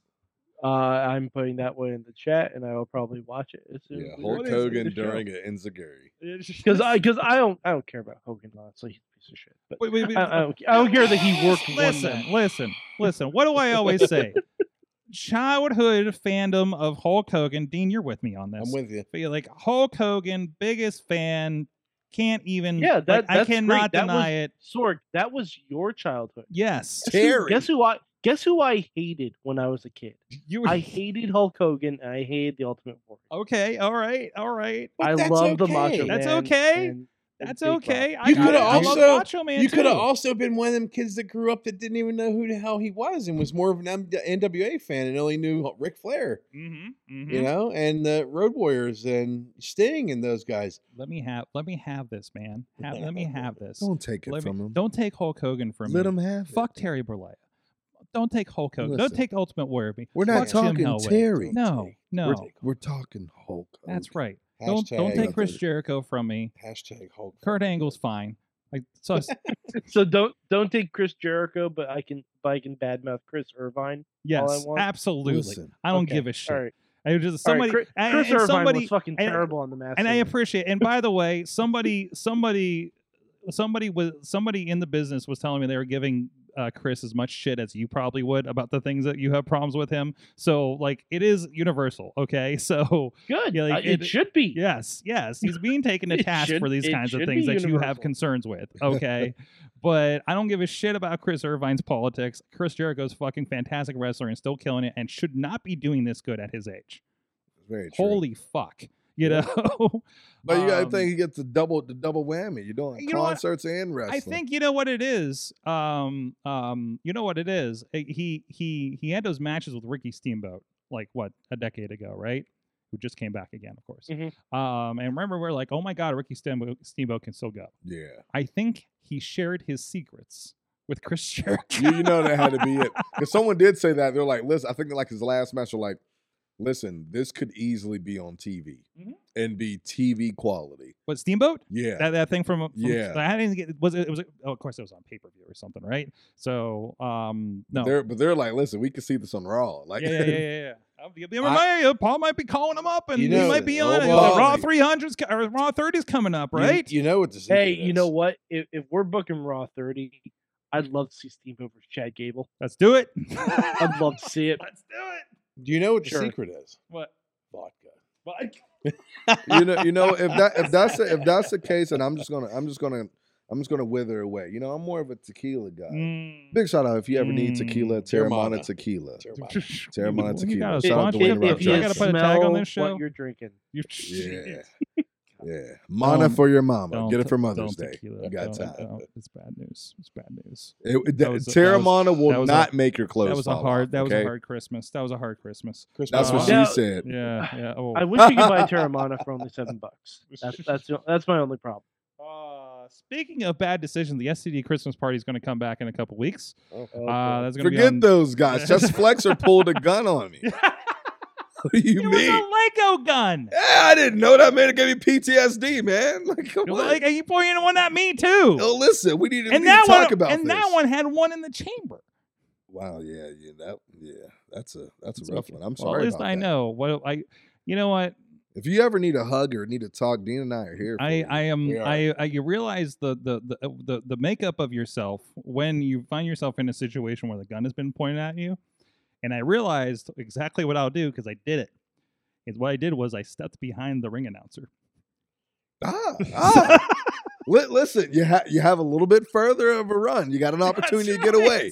Speaker 4: Uh, I'm putting that one in the chat, and I will probably watch it as soon.
Speaker 5: Yeah,
Speaker 4: as we
Speaker 5: Hulk
Speaker 4: finish the
Speaker 5: Hogan
Speaker 4: show.
Speaker 5: during an Enziguri.
Speaker 4: Because I, because I don't, I don't care about Hogan. Honestly, he's a piece of shit. But
Speaker 2: Wait, wait, wait.
Speaker 4: I, I, don't, I don't care that he worked. one
Speaker 2: Listen,
Speaker 4: match.
Speaker 2: listen, listen. What do I always say? Childhood fandom of Hulk Hogan. Dean, you're with me on this.
Speaker 6: I'm with you.
Speaker 2: Feel like Hulk Hogan, biggest fan. Can't even.
Speaker 4: Yeah,
Speaker 2: like,
Speaker 4: that-
Speaker 2: I
Speaker 4: that's great.
Speaker 2: cannot
Speaker 4: That was-
Speaker 2: deny it.
Speaker 4: Sorg, that was your childhood.
Speaker 2: Yes,
Speaker 4: Guess who-
Speaker 5: Terry.
Speaker 4: Guess who I guess who I hated when I was a kid?
Speaker 2: you.
Speaker 4: I hated Hulk Hogan and I hated the Ultimate Warrior.
Speaker 2: okay, all right, all right.
Speaker 6: But
Speaker 4: I
Speaker 6: that's
Speaker 4: love the
Speaker 6: okay.
Speaker 4: Macho
Speaker 2: Oh, That's
Speaker 4: Man
Speaker 2: okay.
Speaker 4: and- and
Speaker 2: That's
Speaker 4: Big Boss.
Speaker 2: okay. I
Speaker 6: You
Speaker 2: got it.
Speaker 6: coulda
Speaker 2: I love
Speaker 6: also-
Speaker 2: Macho Man.
Speaker 6: You could have
Speaker 2: too.
Speaker 6: also been one of them kids that grew up that didn't even know who the hell he was and was more of an M- NWA fan and only knew Ric Flair,
Speaker 2: Mm-hmm,
Speaker 6: you know, and the Road Warriors and Sting and those guys.
Speaker 2: Let me have. Let me have this, man. Have, let me have this.
Speaker 5: Don't take it
Speaker 2: Let me-
Speaker 5: from him.
Speaker 2: Don't take Hulk Hogan from
Speaker 5: Let
Speaker 2: me.
Speaker 5: him have it.
Speaker 2: Fuck Terry Bollea. Don't take Hulk Hogan. Don't
Speaker 5: Listen,
Speaker 2: take the Ultimate Warrior. from me.
Speaker 5: We're not
Speaker 2: Fuck Jim
Speaker 5: talking
Speaker 2: Hellway.
Speaker 5: Terry.
Speaker 2: No,
Speaker 5: We're,
Speaker 2: no.
Speaker 5: we're talking Hulk.
Speaker 2: That's
Speaker 5: Hogan.
Speaker 2: right. Don't don't
Speaker 6: Hashtag-
Speaker 2: take Chris Jericho from me.
Speaker 6: Hashtag Hulk.
Speaker 2: Kurt
Speaker 6: Hogan.
Speaker 2: Angle's fine. Like so.
Speaker 4: So don't don't take Chris Jericho, but I can but I can badmouth Chris Irvine.
Speaker 2: yes,
Speaker 4: want-
Speaker 2: absolutely.
Speaker 5: Listen,
Speaker 2: I don't
Speaker 4: Okay,
Speaker 2: give a shit.
Speaker 4: All right.
Speaker 2: I was just
Speaker 4: all right,
Speaker 2: somebody.
Speaker 4: Chris,
Speaker 2: and-
Speaker 4: Chris
Speaker 2: and
Speaker 4: Irvine
Speaker 2: somebody-
Speaker 4: was fucking
Speaker 2: and-
Speaker 4: terrible on the mask.
Speaker 2: and I
Speaker 4: Singer.
Speaker 2: appreciate. And by the way, somebody, somebody, somebody was somebody in the business was telling me they were giving uh, Chris as much shit as you probably would about the things that you have problems with him. So like, it is universal. Okay, so
Speaker 4: good.
Speaker 2: Yeah, like,
Speaker 4: Uh, it,
Speaker 2: it-
Speaker 4: should be.
Speaker 2: yes, yes, he's being taken to
Speaker 4: It
Speaker 2: task
Speaker 4: should-
Speaker 2: for these
Speaker 4: it
Speaker 2: kinds of
Speaker 4: should
Speaker 2: things
Speaker 4: be
Speaker 2: that you have
Speaker 4: universal.
Speaker 2: concerns with. Okay, but I don't give a shit about Chris Irvine's politics. Chris Jericho's fucking fantastic wrestler and still killing it, and should not be doing this good at his age.
Speaker 5: Very true.
Speaker 2: Holy fuck. You know,
Speaker 5: But you gotta
Speaker 2: um,
Speaker 5: think he gets the double the double whammy. You're doing
Speaker 2: You know what?
Speaker 5: concerts and wrestling.
Speaker 2: I think you know what it is. Um, um, you know what it is. Uh, He he he had those matches with Ricky Steamboat like what a decade ago, right? Who just came back again, of course.
Speaker 4: Mhm.
Speaker 5: Mm-hmm.
Speaker 2: Um, and remember, we're like, oh my god, Ricky Steamboat, Steamboat can still go.
Speaker 5: Yeah.
Speaker 2: I think he shared his secrets with Chris Jericho.
Speaker 5: You, you know that had to be it. Because someone did say that. They're like, listen, I think like his last match were like, listen, this could easily be on TV
Speaker 2: Mhm.
Speaker 5: and be TV quality.
Speaker 2: What Steamboat?
Speaker 5: Yeah.
Speaker 2: That, that thing from, from
Speaker 5: Yeah.
Speaker 2: I didn't get was it, it was oh, of course it was on pay per view or something right so um no
Speaker 5: They're, but they're like, listen, we can see this on Raw. Like,
Speaker 2: yeah, yeah, yeah, yeah, yeah. I'll be- remember, Paul might be calling him up, and
Speaker 6: You
Speaker 2: he
Speaker 6: know-
Speaker 2: might be
Speaker 6: Oh,
Speaker 2: on it.
Speaker 6: well.
Speaker 2: the Raw 300s co- or Raw 30s coming up,
Speaker 6: You-
Speaker 2: right?
Speaker 6: You, know what to say.
Speaker 4: Hey, you know what? If, if we're booking Raw 30, I'd love to see Steamboat versus Chad Gable.
Speaker 2: Let's do it.
Speaker 4: I'd love to see it.
Speaker 2: Let's do it.
Speaker 6: Do you know what the
Speaker 4: Sure.
Speaker 6: secret is?
Speaker 2: What?
Speaker 6: Vodka.
Speaker 2: But
Speaker 5: you know, you know, if that if that's the, if that's the case, and I'm just gonna I'm just gonna I'm just gonna wither away. You know, I'm more of a tequila guy.
Speaker 2: Mm.
Speaker 5: Big shout out if you ever need tequila,
Speaker 6: Mm,
Speaker 5: Terramana
Speaker 6: Terramana.
Speaker 5: tequila.
Speaker 6: Terrible.
Speaker 5: Terramana
Speaker 2: You
Speaker 5: tequila.
Speaker 2: got
Speaker 5: Shout out
Speaker 2: sponsor
Speaker 5: Dwayne
Speaker 2: if-
Speaker 5: The
Speaker 2: if
Speaker 5: Rock
Speaker 2: you
Speaker 5: Johnson.
Speaker 2: gotta put a tag on
Speaker 4: smell
Speaker 2: this show.
Speaker 4: What you're drinking?
Speaker 2: You-
Speaker 5: Yeah. Yeah. Mana
Speaker 2: Don't-
Speaker 5: for your mama.
Speaker 2: Don't
Speaker 5: Get
Speaker 2: te-
Speaker 5: it for Mother's
Speaker 2: don't
Speaker 5: Day.
Speaker 2: tequila.
Speaker 5: You got
Speaker 2: Don't-
Speaker 5: time.
Speaker 2: don't. It's bad news. It's bad news.
Speaker 5: It, it,
Speaker 2: That
Speaker 5: that-
Speaker 2: was a- that was-
Speaker 5: Terramana
Speaker 2: that
Speaker 5: will
Speaker 2: was a-
Speaker 5: not make your clothes.
Speaker 2: That was a
Speaker 5: fall
Speaker 2: hard.
Speaker 5: off,
Speaker 2: That was a
Speaker 5: okay?
Speaker 2: hard Christmas. That was a hard Christmas.
Speaker 6: Chris
Speaker 5: That's
Speaker 2: Uh,
Speaker 5: what she
Speaker 4: Now-
Speaker 5: said.
Speaker 2: Yeah, yeah. Oh.
Speaker 4: I wish you could buy Terramana for only seven bucks. That's that's the- that's my only problem.
Speaker 2: Oh, speaking of bad decisions, the SCD Christmas party is going to come back in a couple weeks.
Speaker 4: Oh,
Speaker 2: Uh,
Speaker 4: boy.
Speaker 2: that's going to be
Speaker 5: Forget
Speaker 2: on-
Speaker 5: those guys. Just Flexer pulled a gun on me. What do you
Speaker 2: it was
Speaker 5: mean?
Speaker 2: a Lego gun.
Speaker 5: Yeah, I didn't know that man. It gave me PTSD, man. Like, come on.
Speaker 2: Like, you pointing one at me too.
Speaker 5: oh, listen, we need to, we
Speaker 2: and
Speaker 5: need
Speaker 2: that
Speaker 5: to talk
Speaker 2: one,
Speaker 5: about
Speaker 2: and
Speaker 5: this.
Speaker 2: that one had one in the chamber.
Speaker 5: Wow, yeah, yeah, that, yeah. That's a that's
Speaker 2: It's
Speaker 5: a rough
Speaker 2: okay.
Speaker 5: one. I'm
Speaker 2: Well,
Speaker 5: sorry.
Speaker 2: at least
Speaker 5: about
Speaker 2: I
Speaker 5: that.
Speaker 2: know what I. You know what?
Speaker 5: If you ever need a hug or need to talk, Dean and I are here. For
Speaker 2: I
Speaker 5: you.
Speaker 2: I am
Speaker 6: We are.
Speaker 2: I, I you realize the the, the uh, the the makeup of yourself when you find yourself in a situation where the gun has been pointed at you, and I realized exactly what I'll do because I did it. Is what I did was I stepped behind the ring announcer.
Speaker 5: ah, ah. Li- listen, you have you have a little bit further of a run. You got an
Speaker 2: That's
Speaker 5: opportunity to get
Speaker 2: right.
Speaker 5: away.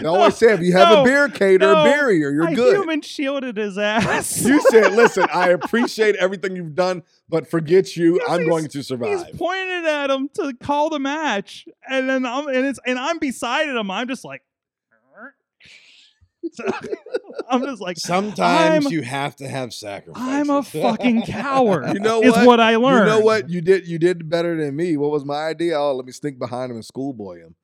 Speaker 5: They always say if you have
Speaker 2: no,
Speaker 5: a beer cake or
Speaker 2: no,
Speaker 5: a beer ear, you're
Speaker 2: I
Speaker 5: good.
Speaker 2: human shielded his ass.
Speaker 5: You said, listen, I appreciate everything you've done, but forget you.
Speaker 2: Yes,
Speaker 5: I'm
Speaker 2: he's-
Speaker 5: going to
Speaker 2: He's
Speaker 5: survive.
Speaker 2: pointed at him to call the match, and then I'm and it's and I'm beside him. I'm just like, So, I'm just like,
Speaker 6: Sometimes
Speaker 2: I'm-
Speaker 6: you have to have sacrifices.
Speaker 2: I'm a fucking coward.
Speaker 5: You know
Speaker 2: is
Speaker 5: what?
Speaker 2: what I learned.
Speaker 5: You know what? You did you did better than me. What was my idea? Oh, let me sneak behind him and schoolboy him.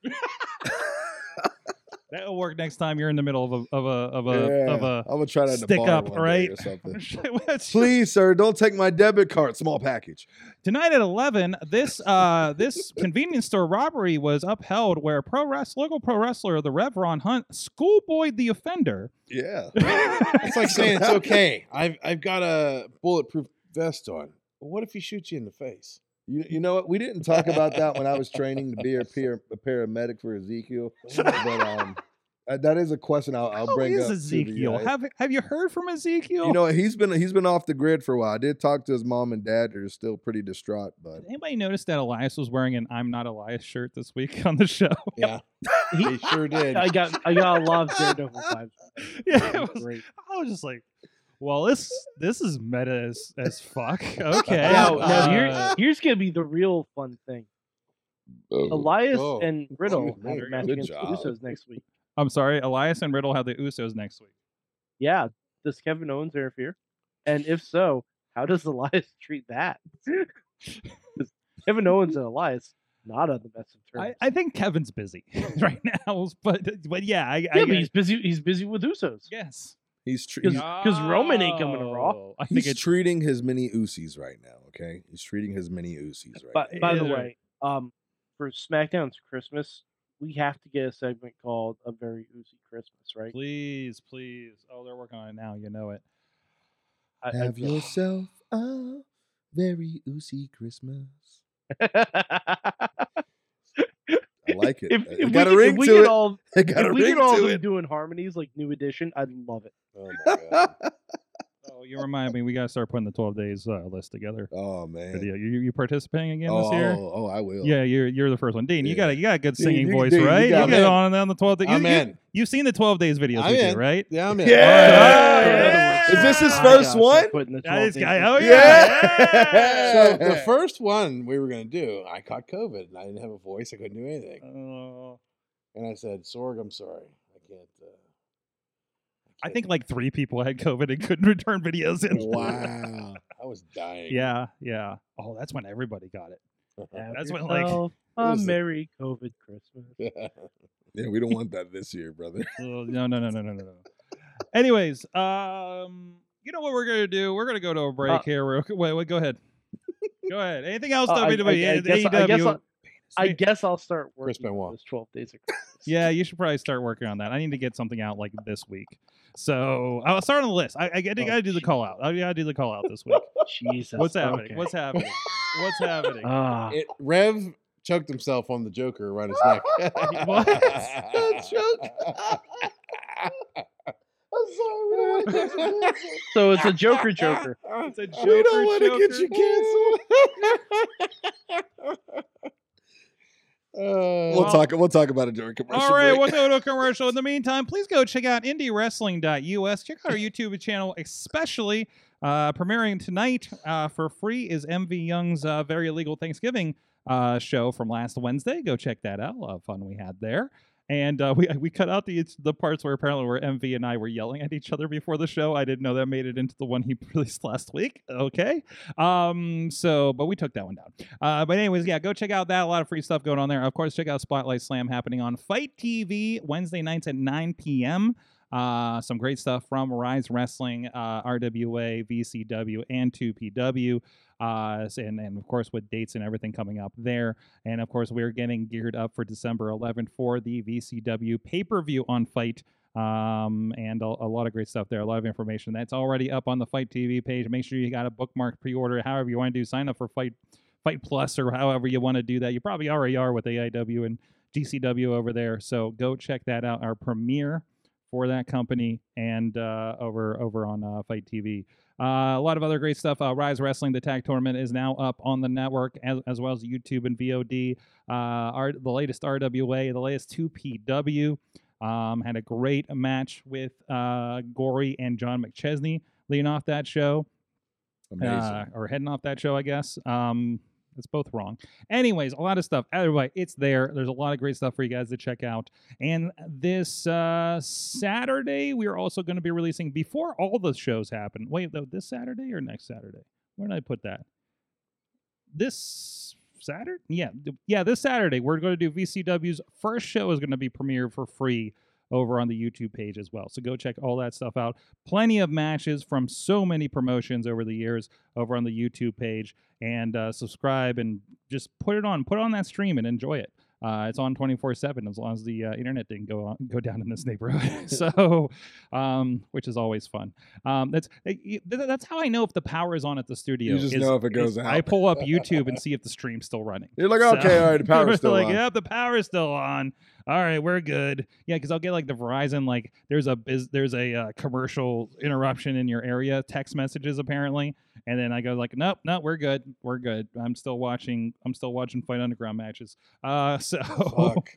Speaker 2: That'll work next time you're in the middle of a of a of a
Speaker 5: Yeah,
Speaker 2: of a.
Speaker 5: I'm gonna try that in the
Speaker 2: stick
Speaker 5: bar
Speaker 2: up,
Speaker 5: one day
Speaker 2: right?
Speaker 5: or something.
Speaker 2: What's-
Speaker 5: Please, sir, don't take my debit card. Small package.
Speaker 2: Tonight at eleven, this uh this convenience store robbery was upheld where pro wrest local pro wrestler the Rev Ron Hunt schoolboyed the offender.
Speaker 5: Yeah.
Speaker 6: It's like saying it's okay. I've I've got a bulletproof vest on. But what if he shoots you in the face?
Speaker 5: You, you know what? We didn't talk about that when I was training to be a, peer, a paramedic for Ezekiel. But um, uh, that is a question I'll, I'll
Speaker 2: How
Speaker 5: bring
Speaker 2: is
Speaker 5: up.
Speaker 2: Ezekiel?
Speaker 5: To the, uh,
Speaker 2: have have you heard from Ezekiel?
Speaker 5: you know what? he's been he's been off the grid for a while. I did talk to his mom and dad. They're still pretty distraught, but
Speaker 2: Did anybody notice that Elias was wearing an "I'm not Elias" shirt this week on the show?
Speaker 6: He sure did.
Speaker 4: I got I got a lot of Daredevil vibes.
Speaker 2: yeah, it was-
Speaker 4: Great.
Speaker 2: I was just like, "Well, this this is meta as, as fuck." Okay,
Speaker 4: Now, now
Speaker 2: uh,
Speaker 4: here's, here's gonna be the real fun thing. Elias
Speaker 6: Oh.
Speaker 4: and Riddle have
Speaker 6: man.
Speaker 4: a match
Speaker 5: Good
Speaker 4: against the
Speaker 5: job.
Speaker 4: Usos next week.
Speaker 2: I'm sorry, Elias and Riddle have the Usos next week.
Speaker 4: Yeah, does Kevin Owens interfere? And if so, how does Elias treat that? 'Cause Kevin Owens and Elias not on the best of terms.
Speaker 2: I, I think Kevin's busy right now, but but yeah, I,
Speaker 4: yeah,
Speaker 2: I
Speaker 4: but he's busy. He's busy with Usos.
Speaker 2: yes,
Speaker 5: he's tr-
Speaker 4: Because
Speaker 5: he's,
Speaker 4: Roman ain't coming to Raw.
Speaker 2: Oh, I think
Speaker 5: he's
Speaker 2: it's
Speaker 5: treating his mini Usies right now. Okay, he's treating his mini Usies right.
Speaker 4: But
Speaker 5: now.
Speaker 4: by the
Speaker 2: Either.
Speaker 4: way, um, for SmackDown's Christmas, we have to get a segment called "A Very Oozy Christmas," right?
Speaker 2: please, please. Oh, they're working on it now. You know it.
Speaker 4: I- I-
Speaker 5: Have yourself a very Usy Christmas. I like it.
Speaker 4: if,
Speaker 5: It
Speaker 4: if we,
Speaker 5: got a
Speaker 4: could- if
Speaker 5: ring
Speaker 4: we
Speaker 5: to
Speaker 4: get
Speaker 5: it.
Speaker 4: all,
Speaker 5: It got
Speaker 4: if
Speaker 5: a
Speaker 4: we
Speaker 5: ring
Speaker 4: get all
Speaker 5: to
Speaker 4: them
Speaker 5: it.
Speaker 4: doing harmonies like New Edition, I'd love it.
Speaker 6: Oh my god.
Speaker 2: Oh, you remind me. We gotta start putting the 12 days uh, list together.
Speaker 5: Oh man.
Speaker 2: Video. You you participating again
Speaker 5: oh,
Speaker 2: this year?
Speaker 5: oh, oh, I will.
Speaker 2: Yeah, you're you're the first one, Dean. You
Speaker 5: Yeah.
Speaker 2: got a, you got a good
Speaker 5: Dean,
Speaker 2: singing
Speaker 5: you-
Speaker 2: voice,
Speaker 5: Dean, you
Speaker 2: right? You,
Speaker 5: got
Speaker 2: get
Speaker 6: it.
Speaker 2: on and on the 12 days. You,
Speaker 6: I'm
Speaker 2: you,
Speaker 6: in.
Speaker 2: you've seen the 12 days videos
Speaker 6: I'm
Speaker 2: we
Speaker 6: in.
Speaker 2: did, right?
Speaker 6: Yeah, I'm in.
Speaker 5: Yeah.
Speaker 2: Yeah.
Speaker 5: Is this his
Speaker 4: Oh my
Speaker 5: first
Speaker 4: gosh, I'm
Speaker 5: one?
Speaker 4: putting the
Speaker 2: That
Speaker 4: 12
Speaker 2: is,
Speaker 4: days
Speaker 2: I,
Speaker 4: in.
Speaker 2: oh yeah.
Speaker 5: Yeah.
Speaker 6: So the first one we were gonna do, I caught COVID and I didn't have a voice. I couldn't do anything,
Speaker 2: Oh.
Speaker 6: and I said, "Sorg, I'm sorry, I can't." Uh,
Speaker 2: I
Speaker 6: can't
Speaker 2: think
Speaker 6: do
Speaker 2: like three people had COVID and couldn't return videos
Speaker 6: it."
Speaker 2: in.
Speaker 6: wow, I was dying.
Speaker 2: Yeah, yeah. Oh, that's when everybody got it.
Speaker 5: Uh-huh.
Speaker 4: Have
Speaker 2: That's what, like-
Speaker 4: yourself
Speaker 6: What
Speaker 4: a
Speaker 6: was it?
Speaker 4: merry COVID Christmas.
Speaker 5: Yeah, we don't want that this year, brother.
Speaker 2: Oh, no, no, no, no, no, no, no. Anyways, um, you know what we're gonna do? We're gonna go to a break
Speaker 4: Uh,
Speaker 2: here. Real quick. Wait, wait, go ahead. Go ahead. Anything else?
Speaker 4: Uh, I- I-
Speaker 2: WWE,
Speaker 4: I guess- I guess
Speaker 2: AEW?
Speaker 4: I'll- I guess I'll start working
Speaker 6: Benoit.
Speaker 4: on those 12 days of Christmas.
Speaker 2: Yeah, you should probably start working on that. I need to get something out like this week. So I'll start on the list. I, I, gotta-
Speaker 4: Oh,
Speaker 2: gotta do the
Speaker 4: shit.
Speaker 2: call out. I gotta do the call out this week.
Speaker 4: Jesus.
Speaker 2: What's happening?
Speaker 4: okay.
Speaker 2: What's happening? What's happening?
Speaker 4: Ah,
Speaker 6: It, Rev choked himself on the Joker around his neck.
Speaker 2: What?
Speaker 5: A I'm sorry.
Speaker 4: so it's a Joker Joker.
Speaker 2: it's a Joker.
Speaker 5: We don't want to get you
Speaker 2: Joker.
Speaker 5: canceled. We'll
Speaker 6: Uh,
Speaker 5: talk. We'll talk about it during commercial.
Speaker 2: All right,
Speaker 5: break.
Speaker 2: we'll go to a commercial. In the meantime, please go check out indiewrestling.us. Check out our YouTube channel, especially uh, premiering tonight uh, for free is MV Young's uh, Very Illegal Thanksgiving uh, show from last Wednesday. Go check that out. A lot of fun we had there. And uh, we we cut out the the parts where apparently where MV and I were yelling at each other before the show. I didn't know that made it into the one he released last week. Okay, um, so but we took that one down. Uh, but anyways, yeah, go check out that. A lot of free stuff going on there. Of course, check out Spotlight Slam happening on Fight TV Wednesday nights at 9 p.m. Uh, some great stuff from Rise Wrestling, uh, RWA, VCW, and 2PW. Uh, s- and, and of course, with dates and everything coming up there. And of course, we're getting geared up for December 11th for the VCW pay per view on Fight. Um, and a, a lot of great stuff there, a lot of information that's already up on the Fight TV page. Make sure you got a bookmark, pre order, however you want to do. Sign up for Fight Fight Plus or however you want to do that. You probably already are with AIW and GCW over there. So go check that out. Our premiere for that company and uh, over over on uh, Fight TV. Uh, a lot of other great stuff. Uh, Rise Wrestling, the tag tournament is now up on the network as, as well as YouTube and VOD. Uh, our, the latest RWA, the latest 2PW. Um, had a great match with uh, Gory and John McChesney leading off that show
Speaker 5: Amazing.
Speaker 2: uh, or heading off that show, I guess. Um, it's both wrong. Anyways, a lot of stuff. Either way, it's there. There's a lot of great stuff for you guys to check out. And this uh, Saturday, we are also going to be releasing before all the shows happen. Wait, though, this Saturday or next Saturday? Where did I put that? This Saturday? Yeah, th- yeah. This Saturday, we're going to do VCW's first show is going to be premiered for free over on the YouTube page as well. So go check all that stuff out. Plenty of matches from so many promotions over the years over on the YouTube page and uh, subscribe and just put it on, put on that stream and enjoy it. Uh, it's on 24 7 as long as the uh, internet didn't go on, go down in this neighborhood. so, um, which is always fun. Um, that's eh, y- th- that's how I know if the power is on at the studio.
Speaker 5: just
Speaker 2: is-
Speaker 5: know if it goes
Speaker 2: is I
Speaker 5: out.
Speaker 2: pull up YouTube and see if the stream's still running.
Speaker 5: You're like, okay,
Speaker 2: So-
Speaker 5: all right, the power's still
Speaker 2: like,
Speaker 5: on.
Speaker 2: yep, the power's still on. All right, we're good. Yeah, because I'll get like the Verizon like there's a biz, there's a uh, commercial interruption in your area text messages apparently, and then I go like, nope, no, we're good, we're good. I'm still watching, I'm still watching Fight Underground matches. Uh, so
Speaker 6: Fuck.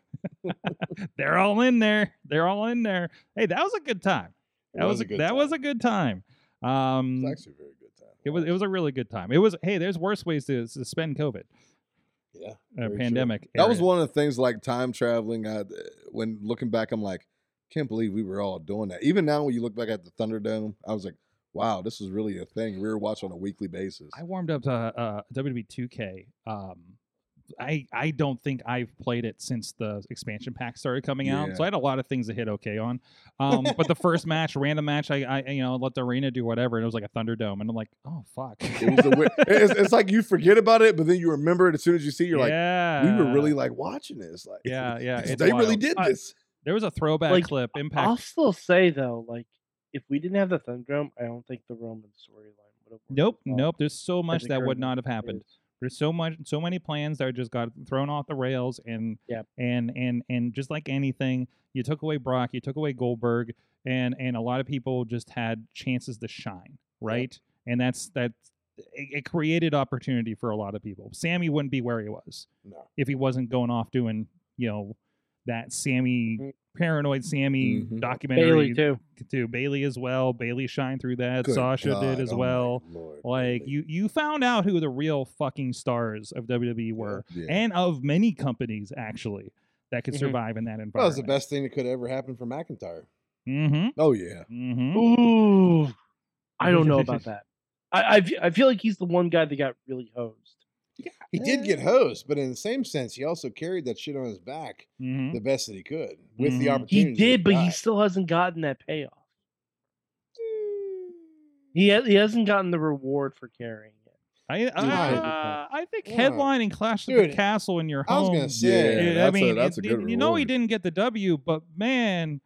Speaker 2: they're all in there, they're all in there. Hey, that was a good time.
Speaker 6: It
Speaker 2: That was, a, that
Speaker 6: time.
Speaker 2: was a good time.
Speaker 6: It
Speaker 2: Um,
Speaker 6: was actually a very good time.
Speaker 2: it was it was a really good time. It was hey, there's worse ways to to spend COVID,
Speaker 6: yeah.
Speaker 2: uh,
Speaker 6: very true.
Speaker 2: pandemic.
Speaker 5: That was
Speaker 2: era.
Speaker 5: one of the things like time traveling. I, when looking back, I'm like, can't believe we were all doing that. Even now, when you look back at the Thunderdome, I was like, wow, this was really a thing. We were watching on a weekly basis.
Speaker 2: I warmed up to uh, WWE 2K. Um, I I don't think I've played it since the expansion pack started coming out,
Speaker 5: Yeah.
Speaker 2: so I had a lot of things to hit okay on. Um, but the first match, random match, I, I you know let the arena do whatever, and it was like a Thunderdome, and I'm like, oh fuck,
Speaker 5: It was a wi- it's, it's like you forget about it, but then you remember it as soon as you see. it, You're
Speaker 2: yeah.
Speaker 5: like, we were really like watching this. Like,
Speaker 2: yeah yeah. it's
Speaker 5: they really
Speaker 2: wild.
Speaker 5: did
Speaker 2: Uh,
Speaker 5: this.
Speaker 2: there was a throwback
Speaker 4: Like,
Speaker 2: clip impact.
Speaker 4: I'll still say though, like if we didn't have the Thunderdome, I don't think the Roman storyline would have. worked
Speaker 2: nope
Speaker 4: as well
Speaker 2: nope. There's so
Speaker 4: as
Speaker 2: much
Speaker 4: it
Speaker 2: that would
Speaker 4: currently
Speaker 2: not have happened.
Speaker 4: is.
Speaker 2: there's so much so many plans that just got thrown off the rails and
Speaker 4: Yep.
Speaker 2: and and and just like anything you took away brock you took away goldberg and and a lot of people just had chances to shine right and that's that's it, it created opportunity for a lot of people sammy wouldn't be where he was
Speaker 6: No.
Speaker 2: if he wasn't going off doing you know that sammy
Speaker 4: Mhm.
Speaker 2: paranoid sammy
Speaker 5: Mhm.
Speaker 4: Bailey
Speaker 2: documentary
Speaker 4: too.
Speaker 2: too bailey as well bailey shined through that
Speaker 5: Good
Speaker 2: sasha
Speaker 5: God,
Speaker 2: did as
Speaker 5: oh my
Speaker 2: well
Speaker 5: Lord,
Speaker 2: like
Speaker 5: really.
Speaker 2: you, you found out who the real fucking stars of WWE were,
Speaker 5: Yeah.
Speaker 2: and of many companies actually that could
Speaker 4: Mhm.
Speaker 2: survive in that environment.
Speaker 6: Mm-hmm. That was the best thing that could ever happen for McIntyre.
Speaker 2: Mm-hmm.
Speaker 5: Oh yeah.
Speaker 2: Mm-hmm.
Speaker 4: Ooh, I don't know about that. I, I fe- I feel like he's the one guy that got really hosed.
Speaker 6: He did get hosed, but in the same sense, he also carried that shit on his back
Speaker 2: Mm-hmm.
Speaker 6: the best that he could
Speaker 2: Mhm.
Speaker 6: with
Speaker 2: He
Speaker 6: the opportunity.
Speaker 4: He did,
Speaker 6: it
Speaker 4: but he
Speaker 6: got.
Speaker 4: still hasn't gotten that payoff. He ha- he hasn't gotten the reward for carrying it.
Speaker 2: I, uh, I think
Speaker 6: Yeah.
Speaker 2: headlining Clash of the
Speaker 6: Dude,
Speaker 2: Castle in your
Speaker 6: I was
Speaker 2: home.
Speaker 6: gonna say,
Speaker 5: Yeah,
Speaker 2: dude, I
Speaker 5: that's a-
Speaker 2: mean,
Speaker 5: that's
Speaker 2: it-
Speaker 5: a good
Speaker 2: you know he
Speaker 5: reward.
Speaker 2: didn't get the W, but man,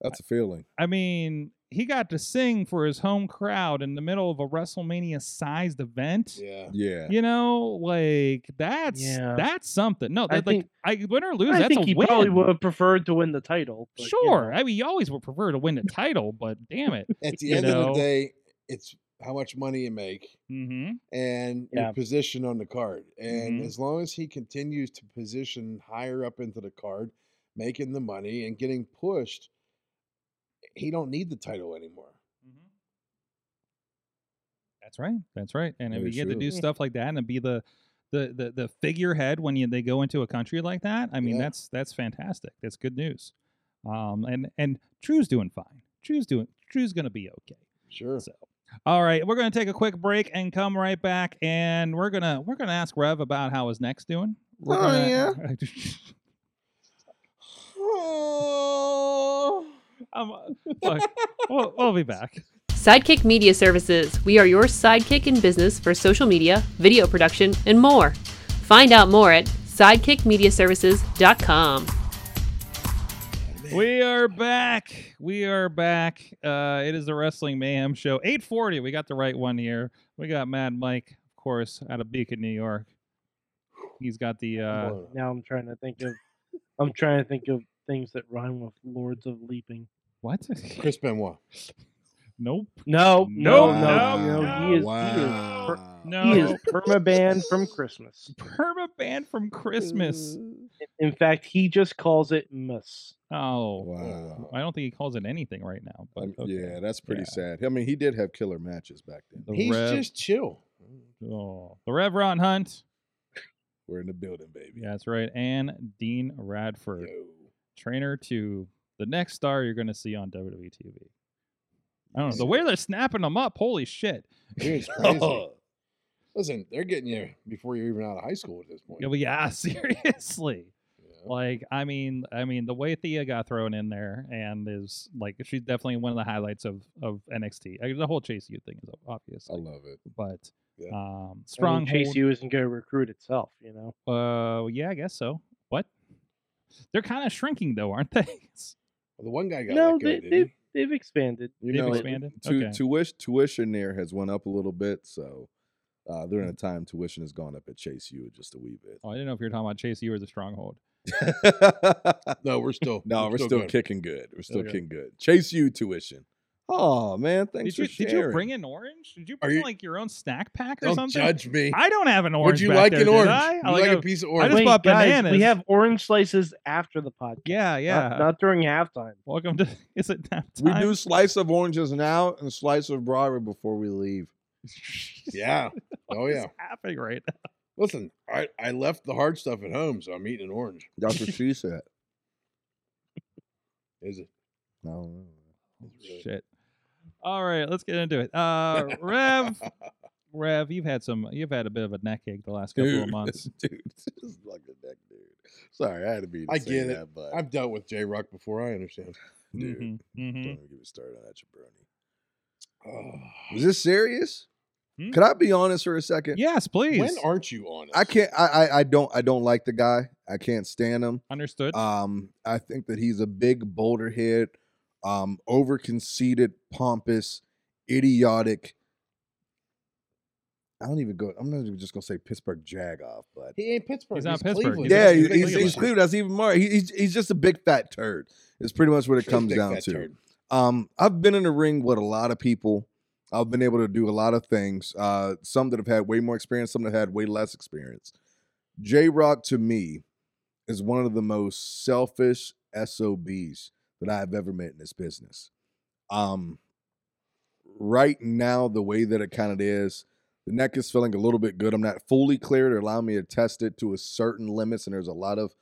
Speaker 5: That's a feeling.
Speaker 2: I mean, he got to sing for his home crowd in the middle of a WrestleMania-sized event.
Speaker 6: yeah,
Speaker 5: Yeah.
Speaker 2: You know, like that's
Speaker 4: Yeah.
Speaker 2: that's something. No,
Speaker 4: I
Speaker 2: that, like I win or lose,
Speaker 4: I
Speaker 2: that's
Speaker 4: think
Speaker 2: a
Speaker 4: he
Speaker 2: win.
Speaker 4: probably would have preferred to win the title. but, you know.
Speaker 2: Sure. I mean, you always would prefer to win the title, but damn it.
Speaker 6: At the
Speaker 2: You
Speaker 6: end of
Speaker 2: know?
Speaker 6: the day, it's how much money you make
Speaker 2: Mm-hmm.
Speaker 6: and
Speaker 4: Yeah.
Speaker 6: your position on the card. And
Speaker 2: Mhm.
Speaker 6: as long as he continues to position higher up into the card, making the money and getting pushed, he don't need the title anymore.
Speaker 2: That's right. That's right. And if
Speaker 5: Very
Speaker 2: you get to
Speaker 5: true.
Speaker 2: do stuff like that and be the the the, the figurehead when you, they go into a country like that. I mean,
Speaker 6: Yeah.
Speaker 2: that's that's fantastic. That's good news. Um, and and Drew's doing fine. Drew's doing Drew's gonna be okay.
Speaker 6: Sure.
Speaker 2: So, all right, we're gonna take a quick break and come right back, and we're gonna we're gonna ask Rev about how his neck's doing. We're
Speaker 5: Oh,
Speaker 2: gonna-
Speaker 6: Oh.
Speaker 2: I'm, look, we'll, we'll be back.
Speaker 7: Sidekick Media Services. We are your sidekick in business for social media, video production, and more. Find out more at sidekickmediaservices.com.
Speaker 2: We are back. We are back. Uh, it is the Wrestling Mayhem Show. 840. We got the right one here. We got Mad Mike, of course, out of Beacon, New York. He's got the uh,
Speaker 4: Now I'm trying to think of I'm trying to think of things that rhyme with Lords of Leaping.
Speaker 2: what?
Speaker 6: Chris Benoit.
Speaker 2: nope.
Speaker 4: No, no,
Speaker 2: No,
Speaker 4: no,
Speaker 2: no,
Speaker 4: no. He is
Speaker 5: Wow.
Speaker 4: he
Speaker 2: No.
Speaker 4: is he is permabanned from Christmas.
Speaker 2: Perma banned from Christmas.
Speaker 6: Mm.
Speaker 4: In fact, he just calls it miss.
Speaker 2: Oh,
Speaker 5: Wow.
Speaker 2: I don't think he calls it anything right now. But
Speaker 5: Um,
Speaker 2: okay.
Speaker 5: Yeah, that's pretty
Speaker 2: Yeah.
Speaker 5: sad. I mean, he did have killer matches back then.
Speaker 2: The
Speaker 6: He's
Speaker 2: Rev,
Speaker 6: just chill.
Speaker 2: oh, the Rev Ron Hunt.
Speaker 5: We're in the building, baby.
Speaker 2: Yeah, that's right. And Dean Radford, trainer to the next star you're going to see on WWE TV. I don't know. The way they're snapping them up, holy shit.
Speaker 6: Dude's
Speaker 2: Oh,
Speaker 6: crazy. Listen, they're getting you before you're even out of high school at this point.
Speaker 2: Yeah, but yeah, seriously.
Speaker 6: Yeah.
Speaker 2: Like, I mean, I mean, the way Thea got thrown in there and is like, she's definitely one of the highlights of of NXT. I mean, the whole Chase U thing is obvious,
Speaker 5: I love it.
Speaker 2: but
Speaker 6: Yeah.
Speaker 2: um,
Speaker 4: I
Speaker 2: strong
Speaker 4: mean, Chase U isn't going to recruit itself, you know.
Speaker 2: Uh, yeah, I guess so. What? They're kind of shrinking though, aren't they?
Speaker 6: Well, the one guy got
Speaker 4: no,
Speaker 6: let go,
Speaker 4: they,
Speaker 6: didn't
Speaker 4: they've,
Speaker 6: he?
Speaker 4: they've expanded.
Speaker 5: You
Speaker 2: They've
Speaker 5: know,
Speaker 2: expanded?
Speaker 5: Tu-
Speaker 2: Okay.
Speaker 5: tuition, tuition there has went up a little bit, so uh,
Speaker 2: Mm.
Speaker 5: during the time tuition has gone up at Chase U just a wee bit.
Speaker 2: oh, I didn't know if you were talking about Chase U or the Stronghold.
Speaker 6: No, we're still.
Speaker 5: no, we're still
Speaker 6: good.
Speaker 5: kicking good. We're still
Speaker 2: Okay.
Speaker 5: kicking good. Chase U tuition. Oh man, thanks
Speaker 2: Did you,
Speaker 5: for
Speaker 2: did
Speaker 5: sharing.
Speaker 2: you bring an orange? Did you bring
Speaker 6: you-
Speaker 2: like your own snack pack or
Speaker 6: Don't
Speaker 2: something?
Speaker 6: judge me.
Speaker 2: I don't have an orange.
Speaker 6: Would you
Speaker 2: back
Speaker 6: like
Speaker 2: there,
Speaker 6: an
Speaker 2: did
Speaker 6: orange?
Speaker 2: I? I
Speaker 6: Would you
Speaker 2: like oh,
Speaker 6: like
Speaker 2: a-
Speaker 6: a piece of orange?
Speaker 2: just
Speaker 4: Wait,
Speaker 2: bought
Speaker 4: guys,
Speaker 2: bananas.
Speaker 4: we have orange slices after the podcast.
Speaker 2: yeah, yeah.
Speaker 4: Not, not during halftime.
Speaker 2: Welcome to. Is it nap
Speaker 5: we
Speaker 2: time?
Speaker 5: do slice of oranges now and slice of Broadway before we leave.
Speaker 6: Yeah. Oh
Speaker 2: What is
Speaker 6: yeah.
Speaker 2: happening right now?
Speaker 6: Listen, I I left the hard stuff at home, so I'm eating an orange.
Speaker 5: That's what she said.
Speaker 6: Is it?
Speaker 5: No,
Speaker 2: Shit. All right, let's get into it. Uh, Rev, Rev, you've had some. You've had a bit of a neck ache the last couple of months.
Speaker 5: dude, this fucking neck, dude. Sorry, I had to be.
Speaker 6: I get it.
Speaker 5: that, but
Speaker 6: I've dealt with J Rock before. I understand.
Speaker 5: dude,
Speaker 2: Mhm, mhm.
Speaker 5: don't even get me started on that jabroni.
Speaker 6: Ah.
Speaker 5: Is this serious?
Speaker 2: Hmm?
Speaker 5: Could I be honest for a second?
Speaker 2: Yes, please.
Speaker 6: when aren't you on it?
Speaker 5: I can't. I, I I don't. I don't like the guy. I can't stand him.
Speaker 2: Understood.
Speaker 5: Um, I think that he's a big boulder head, um, over conceited, pompous, idiotic. I don't even go. I'm not even just gonna say Pittsburgh Jag off, but
Speaker 6: He ain't Pittsburgh.
Speaker 2: He's not Pittsburgh.
Speaker 6: Cleveland.
Speaker 2: He's
Speaker 5: yeah,
Speaker 2: actually
Speaker 5: he's,
Speaker 2: big
Speaker 5: he's,
Speaker 2: Cleveland.
Speaker 5: he's Cleveland. That's even more. He, he's he's just a big fat turd. It's pretty much what it comes
Speaker 6: Big
Speaker 5: down
Speaker 6: fat
Speaker 5: to.
Speaker 6: turd.
Speaker 5: Um, I've been in the ring with a lot of people. I've been able to do a lot of things. Uh, some that have had way more experience, some that had way less experience. J Rock to me is one of the most selfish SOBs that I've ever met in this business. Um, right now, the way that it kind of is, the neck is feeling a little bit good. I'm not fully cleared or allow me to test it to a certain limits, and there's a lot of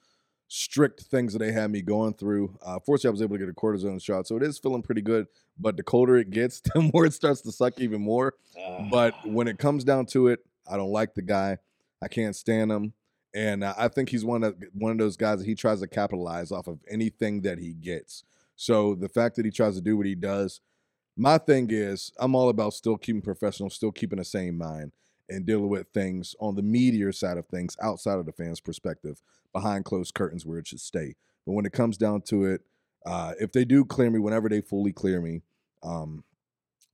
Speaker 5: strict things that they had me going through. Uh, fortunately, I was able to get a cortisone shot, so it is feeling pretty good. But the colder it gets, the more it starts to suck even more.
Speaker 6: Ah.
Speaker 5: But when it comes down to it, I don't like the guy. I can't stand him, and uh, I think he's one of one of those guys that he tries to capitalize off of anything that he gets. So the fact that he tries to do what he does, my thing is, I'm all about still keeping professional, still keeping the same mind, and dealing with things on the media side of things, outside of the fans' perspective, behind closed curtains where it should stay. But when it comes down to it, uh, if they do clear me, whenever they fully clear me, um,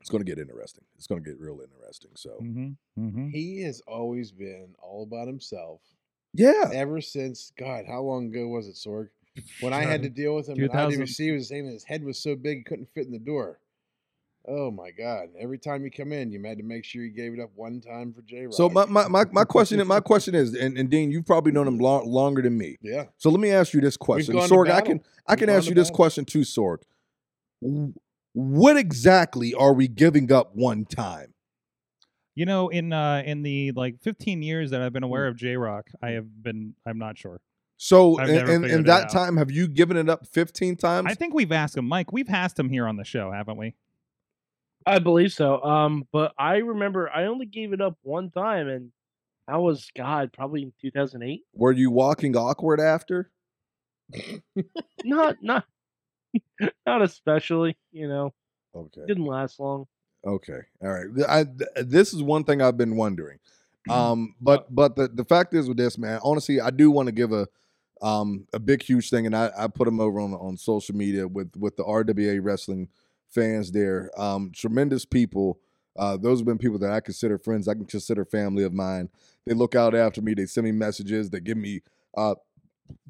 Speaker 5: it's going to get interesting. It's going to get real interesting. So
Speaker 2: hmm hmm
Speaker 6: he has always been all about himself.
Speaker 5: yeah,
Speaker 6: Ever since God, how long ago was it, Sorg? When I had to deal with him, and
Speaker 2: 2000.
Speaker 6: I didn't even see. He was saying that his head was so big he couldn't fit in the door. Oh my God! Every time you come in, you had to make sure you gave it up one time for J Rock.
Speaker 5: So my my my, my question my question is, and, and Dean, you've probably known him long, longer than me.
Speaker 6: yeah,
Speaker 5: So let me ask you this question,
Speaker 6: gone to
Speaker 5: Sorg. I
Speaker 6: battle.
Speaker 5: can I
Speaker 6: We've
Speaker 5: can
Speaker 6: gone
Speaker 5: ask
Speaker 6: to
Speaker 5: you this
Speaker 6: battle.
Speaker 5: question too, Sorg. W- What exactly are we giving up one time?
Speaker 2: You know, in uh, in the like 15 years that I've been aware of J Rock, I have been. I'm not sure.
Speaker 5: So
Speaker 2: I've
Speaker 5: in,
Speaker 2: never
Speaker 5: in, in
Speaker 2: figured it
Speaker 5: that
Speaker 2: out.
Speaker 5: time, have you given it up 15 times?
Speaker 2: I think we've asked him, Mike. We've asked him here on the show, haven't we?
Speaker 4: I believe so. Um, but I remember I only gave it up one time, and that was God, probably in two thousand eight.
Speaker 5: Were you walking awkward after?
Speaker 4: Not not not especially. You know,
Speaker 5: Okay.
Speaker 4: didn't last long.
Speaker 5: Okay. All right. Th- I, th- this is one thing I've been wondering. Um, but but the, the fact is with this man, honestly, I do want to give a um a big huge thing, and I, I put him over on on social media with with the RWA wrestling fans there. Um, tremendous people. Uh, those have been people that I consider friends. I can consider family of mine. They look out after me. They send me messages. They give me uh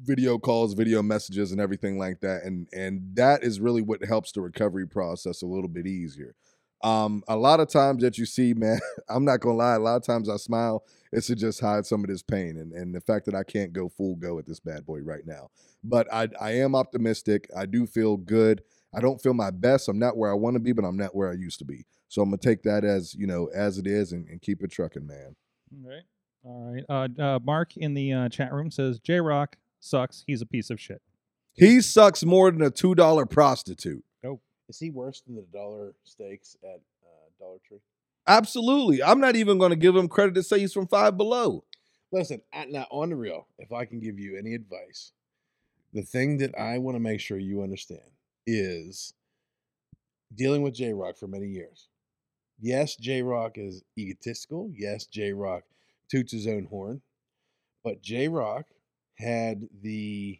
Speaker 5: video calls, video messages, and everything like that. And and that is really what helps the recovery process a little bit easier. Um, a lot of times that you see, man, I'm not gonna lie. A lot of times I smile. It's to just hide some of this pain and, and the fact that I can't go full go at this bad boy right now. But I I am optimistic. I do feel good. I don't feel my best. I'm not where I want to be, but I'm not where I used to be. So I'm gonna take that as you know as it is and, and keep it trucking, man.
Speaker 2: All right. All right. Uh, uh, Mark in the uh, chat room says J Rock sucks. He's a piece of shit.
Speaker 5: He sucks more than a two dollar prostitute.
Speaker 6: Is he worse than the dollar steaks at uh, Dollar Tree?
Speaker 5: Absolutely. I'm not even gonna give him credit to say he's from Five Below.
Speaker 6: Listen, I, now on the real, if I can give you any advice, the thing that I want to make sure you understand is dealing with J Rock for many years. Yes, J Rock is egotistical. Yes, J Rock toots his own horn, but J Rock had the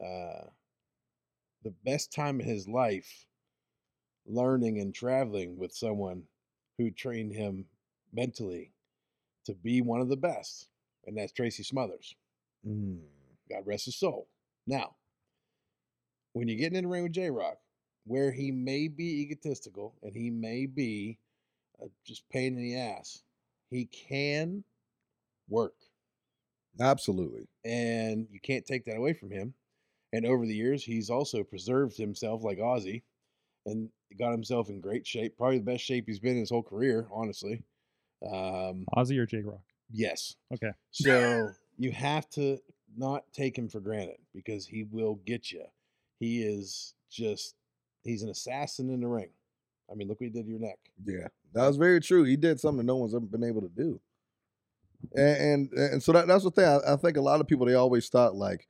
Speaker 6: uh, the best time of his life learning and traveling with someone who trained him mentally to be one of the best, and that's Tracy Smothers. God rest his soul. Now, when you're getting in the ring with J Rock, where he may be egotistical and he may be uh, just pain in the ass, he can work,
Speaker 5: Absolutely.
Speaker 6: and you can't take that away from him. And over the years, he's also preserved himself like Ozzy and got himself in great shape, probably the best shape he's been in his whole career, honestly. Um,
Speaker 2: Ozzy or J Rock?
Speaker 6: yes.
Speaker 2: Okay.
Speaker 6: So you have to not take him for granted because he will get you. He is just, he's an assassin in the ring. I mean, look what he did to your neck.
Speaker 5: Yeah, that was very true. He did something no one's ever been able to do, and and, and so that, that's the thing. I, I think a lot of people they always thought like,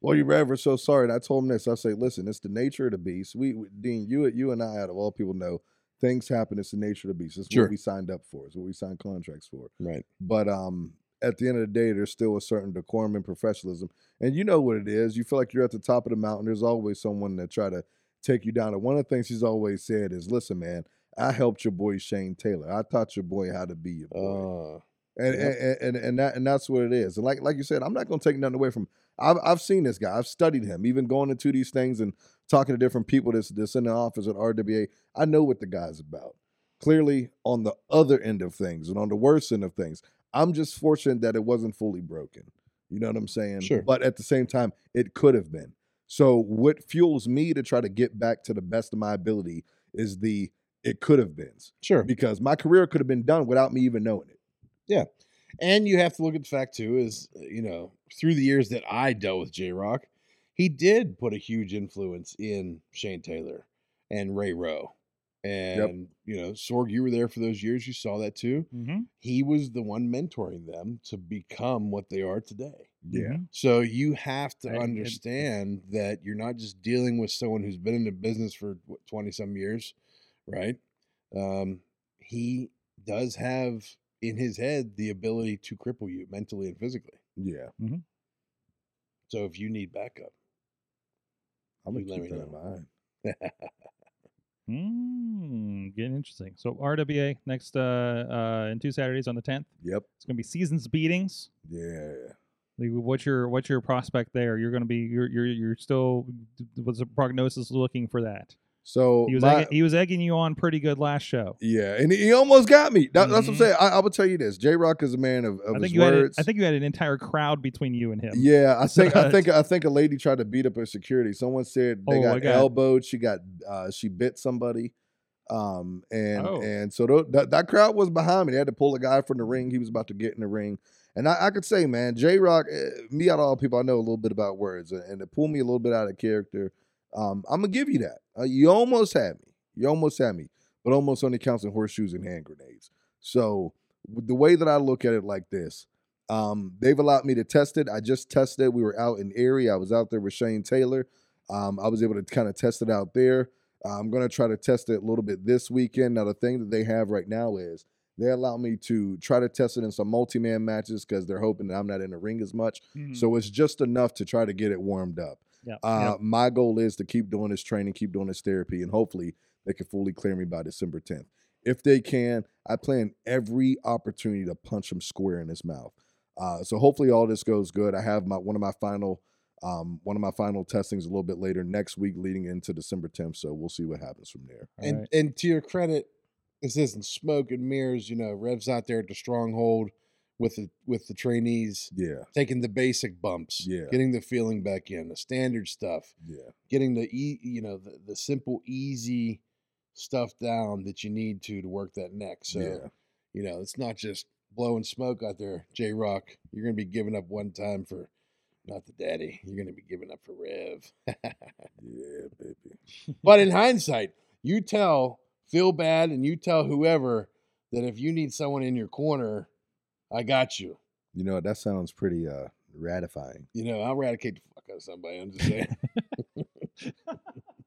Speaker 5: "Well, you Reverend, so sorry." And I told him this. I say, "Listen, it's the nature of the beast. We, we- Dean, you you and I, out of all people, know things happen. It's the nature of the beast. It's
Speaker 6: Sure.
Speaker 5: what we signed up for. It's what we signed contracts for.
Speaker 6: Right.
Speaker 5: But um, at the end of the day, there's still a certain decorum and professionalism. And you know what it is. You feel like you're at the top of the mountain. There's always someone that try to take you down. And one of the things he's always said is, "Listen, man, I helped your boy Shane Taylor. I taught your boy how to be your boy."
Speaker 6: Uh,
Speaker 5: and,
Speaker 6: yep.
Speaker 5: and and and that and that's what it is. And like like you said, I'm not going to take nothing away from. I've I've seen this guy. I've studied him. Even going into these things and talking to different people that's that's in the office at RWA. I know what the guy's about. Clearly, on the other end of things and on the worst end of things, I'm just fortunate that it wasn't fully broken. You know what I'm saying?
Speaker 6: Sure.
Speaker 5: But at the same time, it could have been. So what fuels me to try to get back to the best of my ability is the it could have been
Speaker 6: sure.
Speaker 5: because my career could have been done without me even knowing it.
Speaker 6: And you have to look at the fact too is uh, you know through the years that I dealt with J Rock, he did put a huge influence in Shane Taylor and Ray Rowe, and you know Sorg, you were there for those years. You saw that too.
Speaker 2: Mm-hmm.
Speaker 6: He was the one mentoring them to become what they are today.
Speaker 5: Yeah.
Speaker 2: Mm-hmm.
Speaker 6: So you have to
Speaker 2: And- and-
Speaker 6: understand that you're not just dealing with someone who's been in the business for what, 20 some years, right? Um, he does have in his head the ability to cripple you mentally and physically.
Speaker 5: Yeah,
Speaker 6: So if you need backup,
Speaker 5: I'm gonna
Speaker 6: You let
Speaker 5: keep
Speaker 6: me
Speaker 5: that in
Speaker 6: know.
Speaker 5: mind.
Speaker 2: Mm, getting interesting. So RWA next uh, uh, in two Saturdays on the 10th.
Speaker 5: Yep.
Speaker 2: It's gonna be seasons beatings.
Speaker 5: Yeah.
Speaker 2: Like, what's your what's your prospect there? You're gonna be you're you're you're still what's the prognosis looking for that?
Speaker 5: So
Speaker 2: He was
Speaker 5: my-
Speaker 2: egging, he was egging you on pretty good last show.
Speaker 5: yeah, and he almost got me. That, That's what I'm
Speaker 2: Mhm.
Speaker 5: saying. I, I will tell you this: J Rock is a man of,
Speaker 2: I
Speaker 5: of his
Speaker 2: think you had a,
Speaker 5: words.
Speaker 2: I think you had an entire crowd between you and him.
Speaker 5: Yeah, I think I
Speaker 2: But-
Speaker 5: think I think a lady tried to beat up her security. Someone said they
Speaker 2: Oh, I
Speaker 5: got,
Speaker 2: got-
Speaker 5: elbowed. She got uh, she bit somebody. Um, and
Speaker 2: Oh.
Speaker 5: and so tho- that that crowd was behind me. They had to pull a guy from the ring. He was about to get in the ring. And I, I could say, man, J Rock, eh, me out of all people, I know a little bit about words, and, and to pull me a little bit out of character, um, I'm gonna give you that. Uh, you almost had me. You almost had me, but almost only counts in horseshoes and hand grenades. So w- the way that I look at it like this, um, they've allowed me to test it. I just tested. it. We were out in Erie. I was out there with Shane Taylor. Um, I was able to kind of test it out there. Uh, I'm gonna try to test it a little bit this weekend. Now the thing that they have right now is they allow me to try to test it in some multi-man matches because they're hoping that I'm not in the ring as much.
Speaker 2: Mhm.
Speaker 5: So it's just enough to try to get it warmed up.
Speaker 2: yeah.
Speaker 5: Uh, My goal is to keep doing this training, keep doing this therapy, and hopefully they can fully clear me by December 10th. If they can, I plan every opportunity to punch him square in his mouth. Uh, so hopefully all this goes good. I have my one of my final um, one of my final testings a little bit later next week, leading into December 10th. So we'll see what happens from there.
Speaker 2: All
Speaker 6: and
Speaker 2: right.
Speaker 6: and to your credit, this isn't smoke and mirrors. You know, Rev's out there at the stronghold with the with the trainees
Speaker 5: Yeah,
Speaker 6: taking the basic bumps,
Speaker 5: Yeah.
Speaker 6: getting the feeling back in, the standard stuff,
Speaker 5: yeah,
Speaker 6: getting the e- you know the, the simple easy stuff down that you need to to work that neck. So
Speaker 5: yeah.
Speaker 6: you know it's not just blowing smoke out there, J Rock. You're gonna be giving up one time for not the daddy. You're gonna be giving up for Rev.
Speaker 5: Yeah, baby.
Speaker 6: But in hindsight, you tell feel bad and you tell whoever that if you need someone in your corner, I got you.
Speaker 5: You know that sounds pretty uh, ratifying.
Speaker 6: You know, I'll eradicate the fuck out of somebody. I'm just saying.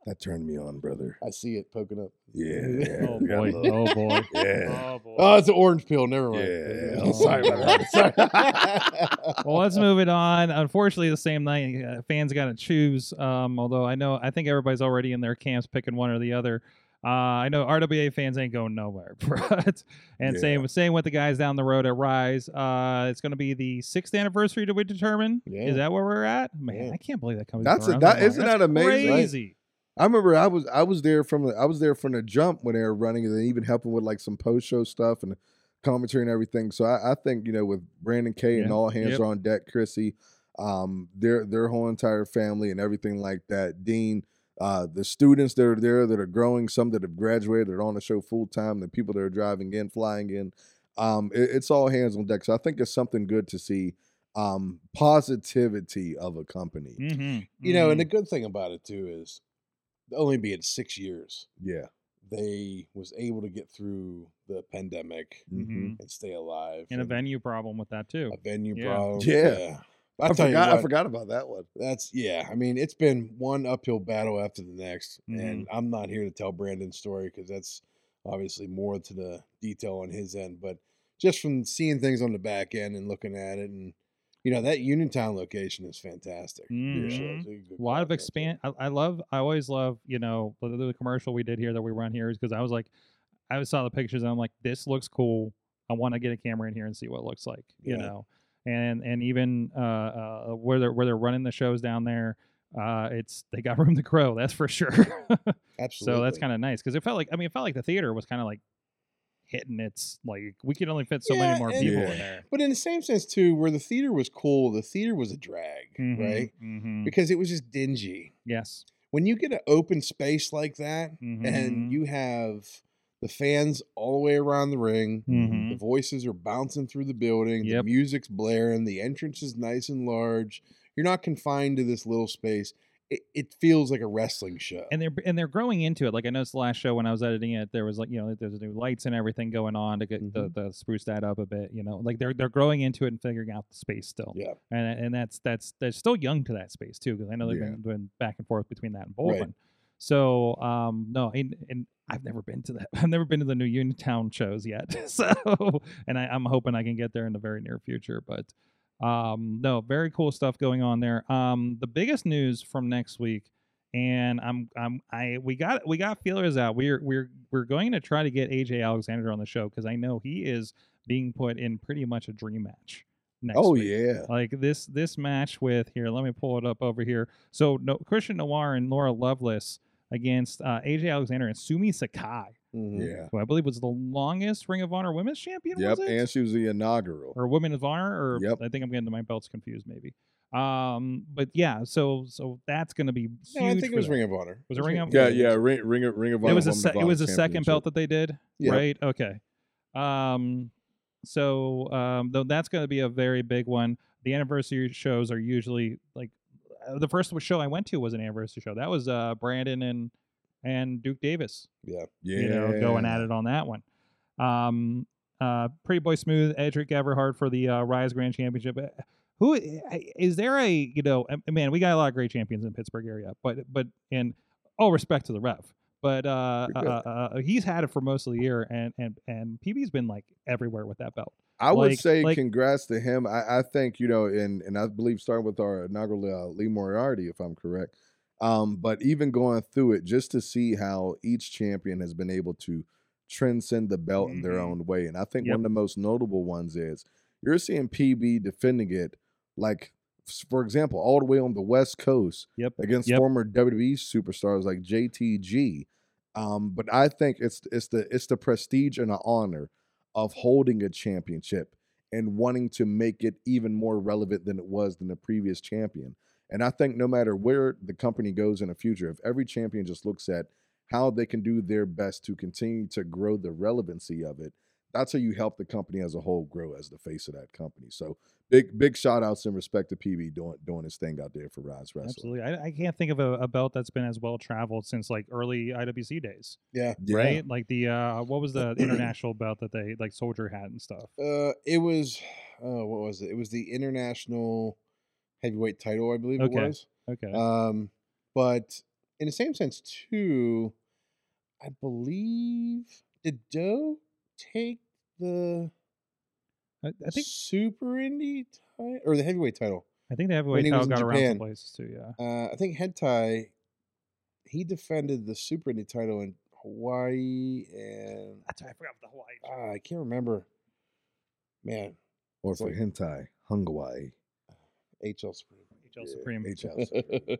Speaker 5: That turned me on, brother.
Speaker 6: I see it poking up.
Speaker 5: Yeah.
Speaker 2: oh
Speaker 5: we got
Speaker 2: boy.
Speaker 5: love.
Speaker 2: Oh boy.
Speaker 5: Yeah.
Speaker 2: Oh boy.
Speaker 6: Oh, it's an orange peel. Never mind.
Speaker 5: Yeah.
Speaker 2: Oh.
Speaker 6: Sorry about that. Sorry.
Speaker 2: well, let's move it on. Unfortunately, the same night, uh, fans got to choose. Um, although I know, I think everybody's already in their camps picking one or the other. Uh, I know RWA fans ain't going nowhere, but and
Speaker 5: Yeah.
Speaker 2: same same with the guys down the road at Rise. Uh, it's going to be the sixth anniversary. Did we determine?
Speaker 6: Yeah.
Speaker 2: Is that where we're at? Man,
Speaker 6: Yeah.
Speaker 2: I can't believe that comes.
Speaker 5: That's a-
Speaker 2: around
Speaker 5: that-
Speaker 2: long.
Speaker 5: isn't
Speaker 2: That's
Speaker 5: that amazing?
Speaker 2: Crazy.
Speaker 5: I remember I was I was there from the I was there from the jump when they were running and then even helping with like some post show stuff and commentary and everything. So I, I think you know with Brandon K and
Speaker 2: Yeah.
Speaker 5: all hands
Speaker 2: Yep.
Speaker 5: are on deck, Chrissy, um, their their whole entire family and everything like that. Dean, uh, the students that are there that are growing, some that have graduated, that are on the show full time, the people that are driving in, flying in, um, it- it's all hands on deck. So I think it's something good to see um, positivity of a company.
Speaker 2: Mhm.
Speaker 6: you know, and
Speaker 2: Mhm.
Speaker 6: the good thing about it too is only being six years,
Speaker 5: Yeah.
Speaker 6: they was able to get through the pandemic
Speaker 5: Mhm.
Speaker 2: Mhm.
Speaker 6: and stay alive.
Speaker 2: and a venue problem with that too.
Speaker 6: a venue
Speaker 2: Yeah.
Speaker 6: problem.
Speaker 5: Yeah.
Speaker 6: I,
Speaker 5: I
Speaker 6: tell you
Speaker 5: forgot. I
Speaker 6: what,
Speaker 5: forgot about that one.
Speaker 6: That's yeah. I mean, it's been one uphill battle after the next, and
Speaker 2: Mm-hmm.
Speaker 6: I'm not here to tell Brandon's story because that's obviously more to the detail on his end. But just from seeing things on the back end and looking at it, and you know that Uniontown location is fantastic.
Speaker 2: Mhm. a lot of expand. uh, I, I love. I always love. You know, the, the commercial we did here that we run here is because I was like, I saw the pictures and I'm like, this looks cool. I want to get a camera in here and see what it looks like. You
Speaker 6: Yeah.
Speaker 2: know, and and even uh, uh, where they're where they're running the shows down there, uh, it's they got room to grow. That's for sure.
Speaker 6: Absolutely.
Speaker 2: so that's kind of nice because it felt like I mean it felt like the theater was kind of like hitting its like we could only fit so
Speaker 6: Yeah,
Speaker 2: many more
Speaker 6: and-
Speaker 2: people
Speaker 5: Yeah.
Speaker 2: in there.
Speaker 6: But in the same sense too, where the theater was cool, the theater was a drag,
Speaker 2: Mhm,
Speaker 6: right?
Speaker 2: mhm.
Speaker 6: Because it was just dingy.
Speaker 2: Yes.
Speaker 6: When you get an open space like that, and
Speaker 2: Mhm.
Speaker 6: you have the fans all the way around the ring. The
Speaker 2: Mhm.
Speaker 6: voices are bouncing through the building. The
Speaker 2: Yep.
Speaker 6: music's blaring. The entrance is nice and large. You're not confined to this little space. It, it feels like a wrestling show.
Speaker 2: and they're and they're growing into it. Like I noticed the last show when I was editing it, there was like you know there's new lights and everything going on to get
Speaker 6: Mm-hmm.
Speaker 2: the, the spruce that up a bit. You know, like they're they're growing into it and figuring out the space still.
Speaker 6: Yeah.
Speaker 2: and and that's that's they're still young to that space too because I know they've
Speaker 5: Yeah.
Speaker 2: been doing back and forth between that and
Speaker 6: Right.
Speaker 2: Bowling. So um no, and, and I've never been to that. I've never been to the new Unitown shows yet. So and I, I'm hoping I can get there in the very near future, but. Um, no, very cool stuff going on there. Um, the biggest news from next week and I'm I'm I we got we got feelers out. We're we're we're going to try to get AJ Alexander on the show because I know he is being put in pretty much a dream match next.
Speaker 5: Oh
Speaker 2: week.
Speaker 5: yeah.
Speaker 2: Like this this match with here, let me pull it up over here. So no, Christian Noir and Laura Lovelace against uh, AJ Alexander and Sumi Sakai,
Speaker 6: Mhm.
Speaker 5: Yeah.
Speaker 2: who I believe was the longest Ring of Honor Women's Champion.
Speaker 5: Yep,
Speaker 2: was it?
Speaker 5: and she was the inaugural.
Speaker 2: or Women of Honor, or
Speaker 5: Yep.
Speaker 2: I think I'm getting my belts confused, maybe. Um, but yeah, so so that's going to be huge.
Speaker 6: No, I think
Speaker 2: for
Speaker 6: it was
Speaker 2: them.
Speaker 6: Ring of Honor.
Speaker 2: Was it Ring of-
Speaker 5: Yeah, yeah. Ring, ring, of- ring of honor.
Speaker 2: It was a
Speaker 5: Women's
Speaker 2: se- it was a
Speaker 5: Boxing
Speaker 2: second belt that they did,
Speaker 6: Yeah.
Speaker 2: right? Okay. Um, so um, though that's going to be a very big one. The anniversary shows are usually like uh, the first show I went to was an anniversary show. That was uh, Brandon and and Duke Davis,
Speaker 6: Yeah.
Speaker 5: Yeah,
Speaker 2: you know, going at it on that one. Um, uh, Pretty Boy Smooth, Edric Everhard for the uh, Rise Grand Championship. Uh, Who I- is there a you know uh, man? We got a lot of great champions in Pittsburgh area, but but and all respect to the ref, but uh, uh,
Speaker 5: You're
Speaker 2: uh,
Speaker 5: good.
Speaker 2: uh, he's had it for most of the year, and and and PB's been like everywhere with that belt.
Speaker 5: I would
Speaker 2: Like-
Speaker 5: say
Speaker 2: like-
Speaker 5: congrats to him. I, I think you know, and and I believe starting with our inaugural uh, Lee Moriarty, if I'm correct. Um, but even going through it, just to see how each champion has been able to transcend the belt in their
Speaker 2: Mhm.
Speaker 5: own way, and I think
Speaker 2: Yep.
Speaker 5: one of the most notable ones is you're seeing PB defending it, like s- for example, all the way on the West Coast
Speaker 2: Yep.
Speaker 5: against
Speaker 2: Yep.
Speaker 5: former WWE superstars like JTG. Um, but I think it's it's the it's the prestige and the honor of holding a championship and wanting to make it even more relevant than it was than the previous champion. And I think no matter where the company goes in the future, if every champion just looks at how they can do their best to continue to grow the relevancy of it, that's how you help the company as a whole grow as the face of that company. So big big shout outs and respect to PB doing doing his thing out there for Rise Wrestling.
Speaker 2: Absolutely, I, I can't think of a, a belt that's been as well traveled since like early IWC days,
Speaker 6: Yeah.
Speaker 5: Yeah.
Speaker 2: right? Like the uh, what was the international belt that they like Soldier had and stuff.
Speaker 6: Uh, it was, uh, what was it? It was the international heavyweight title, I believe
Speaker 2: Okay.
Speaker 6: it was.
Speaker 2: Okay,
Speaker 5: Uh,
Speaker 6: Um, but in the same sense, too, I believe did Doe take the
Speaker 2: I, I think
Speaker 6: super indie title or the heavyweight title?
Speaker 2: I think the heavyweight
Speaker 6: he
Speaker 2: title
Speaker 6: was in
Speaker 2: got around some
Speaker 6: Japan.
Speaker 2: places too. Yeah.
Speaker 6: Uh, I think Hentai he defended the super indie title in Hawaii, and
Speaker 2: That's right. I forgot about the Hawaii.
Speaker 6: ah, I can't remember. Man,
Speaker 5: Or
Speaker 6: It's
Speaker 5: for
Speaker 6: like-
Speaker 5: hentai, Hungawai.
Speaker 6: HL Supreme.
Speaker 2: HL Supreme.
Speaker 5: HL Supreme.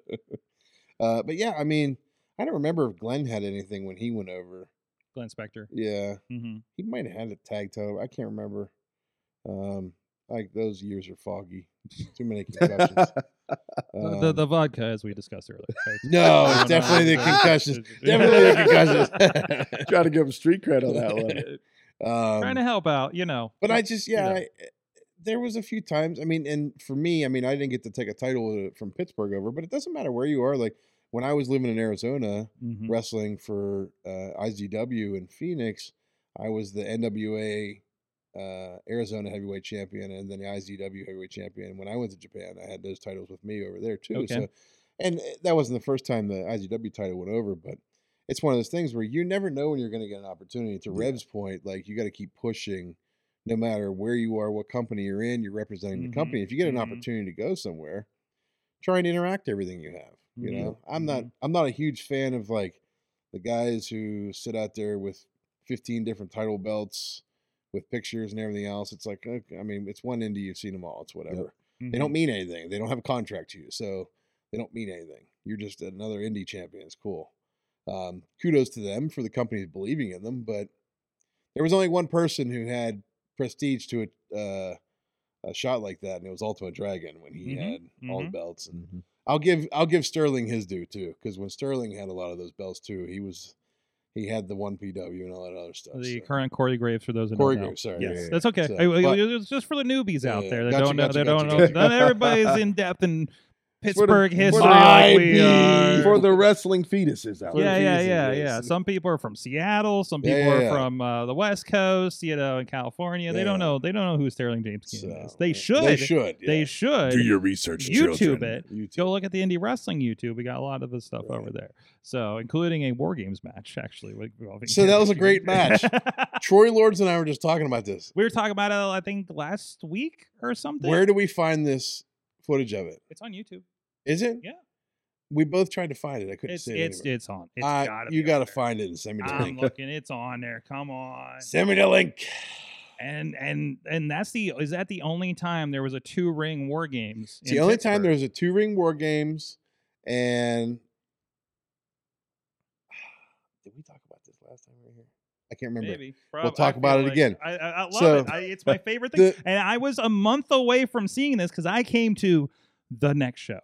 Speaker 6: uh, but yeah, I mean, I don't remember if Glenn had anything when he went over.
Speaker 2: Glenn Spector.
Speaker 6: Yeah,
Speaker 2: hmm
Speaker 6: he might have had a tag title. I can't remember. Um, like those years are foggy. Too many concussions.
Speaker 2: The, the
Speaker 6: Um,
Speaker 2: the vodka, as we discussed earlier. right?
Speaker 6: no,
Speaker 2: Oh,
Speaker 6: it's definitely the
Speaker 2: it's-
Speaker 6: concussions.
Speaker 2: it's-
Speaker 6: definitely the concussions.
Speaker 5: Try to give him street cred on that one.
Speaker 6: Um,
Speaker 2: Trying to help out, you know.
Speaker 6: But I just,
Speaker 2: you
Speaker 6: yeah,
Speaker 2: know.
Speaker 6: I, eh, there was a few times. I mean, and for me, I mean, I didn't get to take a title uh, from Pittsburgh over, but it doesn't matter where you are. Like when I was living in Arizona,
Speaker 2: Mhm.
Speaker 6: wrestling for uh, IZW in Phoenix, I was the NWA uh, Arizona heavyweight champion and then the IZW heavyweight champion. When I went to Japan, I had those titles with me over there too.
Speaker 2: Okay.
Speaker 6: So, and uh, that wasn't the first time the IZW title went over, but it's one of those things where you never know when you're going to get an opportunity. To Rev's point, like you got to keep pushing. No matter where you are, what company you're in, you're representing
Speaker 2: Mhm,
Speaker 6: the company. If you get an
Speaker 2: mhm.
Speaker 6: opportunity to go somewhere, try and interact everything you have you
Speaker 2: Mhm.
Speaker 6: know i'm not i'm not a huge fan of like the guys who sit out there with 15 different title belts with pictures and everything else it's like okay, i mean it's one indie you've seen them all it's whatever
Speaker 2: Mm-hmm.
Speaker 6: they don't mean anything they don't have a contract to you so they don't mean anything you're just another indie champion it's cool um, kudos to them for the companies believing in them but there was only one person who had prestige to a, uh, a shot like that and it was ultimate dragon when he
Speaker 2: Mhm,
Speaker 6: had all the belts and
Speaker 5: Mhm.
Speaker 6: I'll give I'll give Sterling his due too, because when Sterling had a lot of those belts too, he was he had the one PW and all that other stuff.
Speaker 2: The
Speaker 6: so.
Speaker 2: current Corey Graves for those who
Speaker 6: Corey
Speaker 2: don't know.
Speaker 6: Graves, sorry.
Speaker 2: Yes,
Speaker 5: Yeah, yeah,
Speaker 2: that's okay.
Speaker 6: So,
Speaker 2: I- I-
Speaker 6: but-
Speaker 2: it's just for the newbies
Speaker 6: Yeah,
Speaker 2: out
Speaker 6: yeah.
Speaker 2: there that
Speaker 6: Gotcha,
Speaker 2: don't know.
Speaker 6: gotcha,
Speaker 2: They don't
Speaker 6: gotcha,
Speaker 2: know.
Speaker 6: gotcha.
Speaker 2: Not everybody's in depth in
Speaker 5: It's for the-
Speaker 2: Pittsburgh
Speaker 5: for the
Speaker 2: history like we are.
Speaker 6: IB.
Speaker 5: For the wrestling fetuses out
Speaker 6: for
Speaker 2: yeah,
Speaker 6: the
Speaker 2: yeah,
Speaker 6: reasons,
Speaker 2: yeah, yeah.
Speaker 6: yes.
Speaker 2: Some people are from Seattle. Some
Speaker 6: Yeah,
Speaker 2: people
Speaker 6: yeah,
Speaker 2: are
Speaker 6: yeah.
Speaker 2: from uh, the West Coast, you know, in California. They don't
Speaker 6: Yeah.
Speaker 2: know. They don't know who Sterling James Keenan
Speaker 6: So,
Speaker 2: is. They should.
Speaker 6: They should.
Speaker 2: They
Speaker 6: yeah.
Speaker 2: should
Speaker 5: research,
Speaker 2: YouTube it.
Speaker 6: You too.
Speaker 2: Go look at the indie wrestling YouTube. We got a lot of the stuff
Speaker 6: Right.
Speaker 2: over there. So, including a War Games match, actually. with- involving
Speaker 6: So that was a
Speaker 2: Keenan.
Speaker 6: great match. Troy Lords and I were just talking about this.
Speaker 2: we were talking about it, I think, last week or something.
Speaker 6: Where do we find this footage of it?
Speaker 2: it's on YouTube.
Speaker 6: Is it?
Speaker 2: Yeah.
Speaker 6: We both tried to find it. I couldn't
Speaker 2: It's
Speaker 6: see it.
Speaker 2: it's
Speaker 6: anywhere.
Speaker 2: it's on. It's
Speaker 6: Uh,
Speaker 2: gotta
Speaker 6: you
Speaker 2: be
Speaker 6: got
Speaker 2: got
Speaker 6: to find it and send me the
Speaker 2: I'm
Speaker 6: link.
Speaker 2: looking. It's on there. Come on.
Speaker 6: Send me the link.
Speaker 2: and and and that's the is that the only time there was a two ring war games
Speaker 6: It's the
Speaker 2: in
Speaker 6: only time there
Speaker 2: Pittsburgh?
Speaker 6: was a two ring war games, and did we talk about this last time we were here? I can't remember.
Speaker 2: maybe Prob-
Speaker 6: talk
Speaker 2: I
Speaker 6: about
Speaker 2: feel
Speaker 6: it
Speaker 2: like-
Speaker 6: again.
Speaker 2: I, I, I love
Speaker 6: So,
Speaker 2: it I, it's my favorite thing
Speaker 6: the-
Speaker 2: and I was a month away from seeing this because I came to the next show.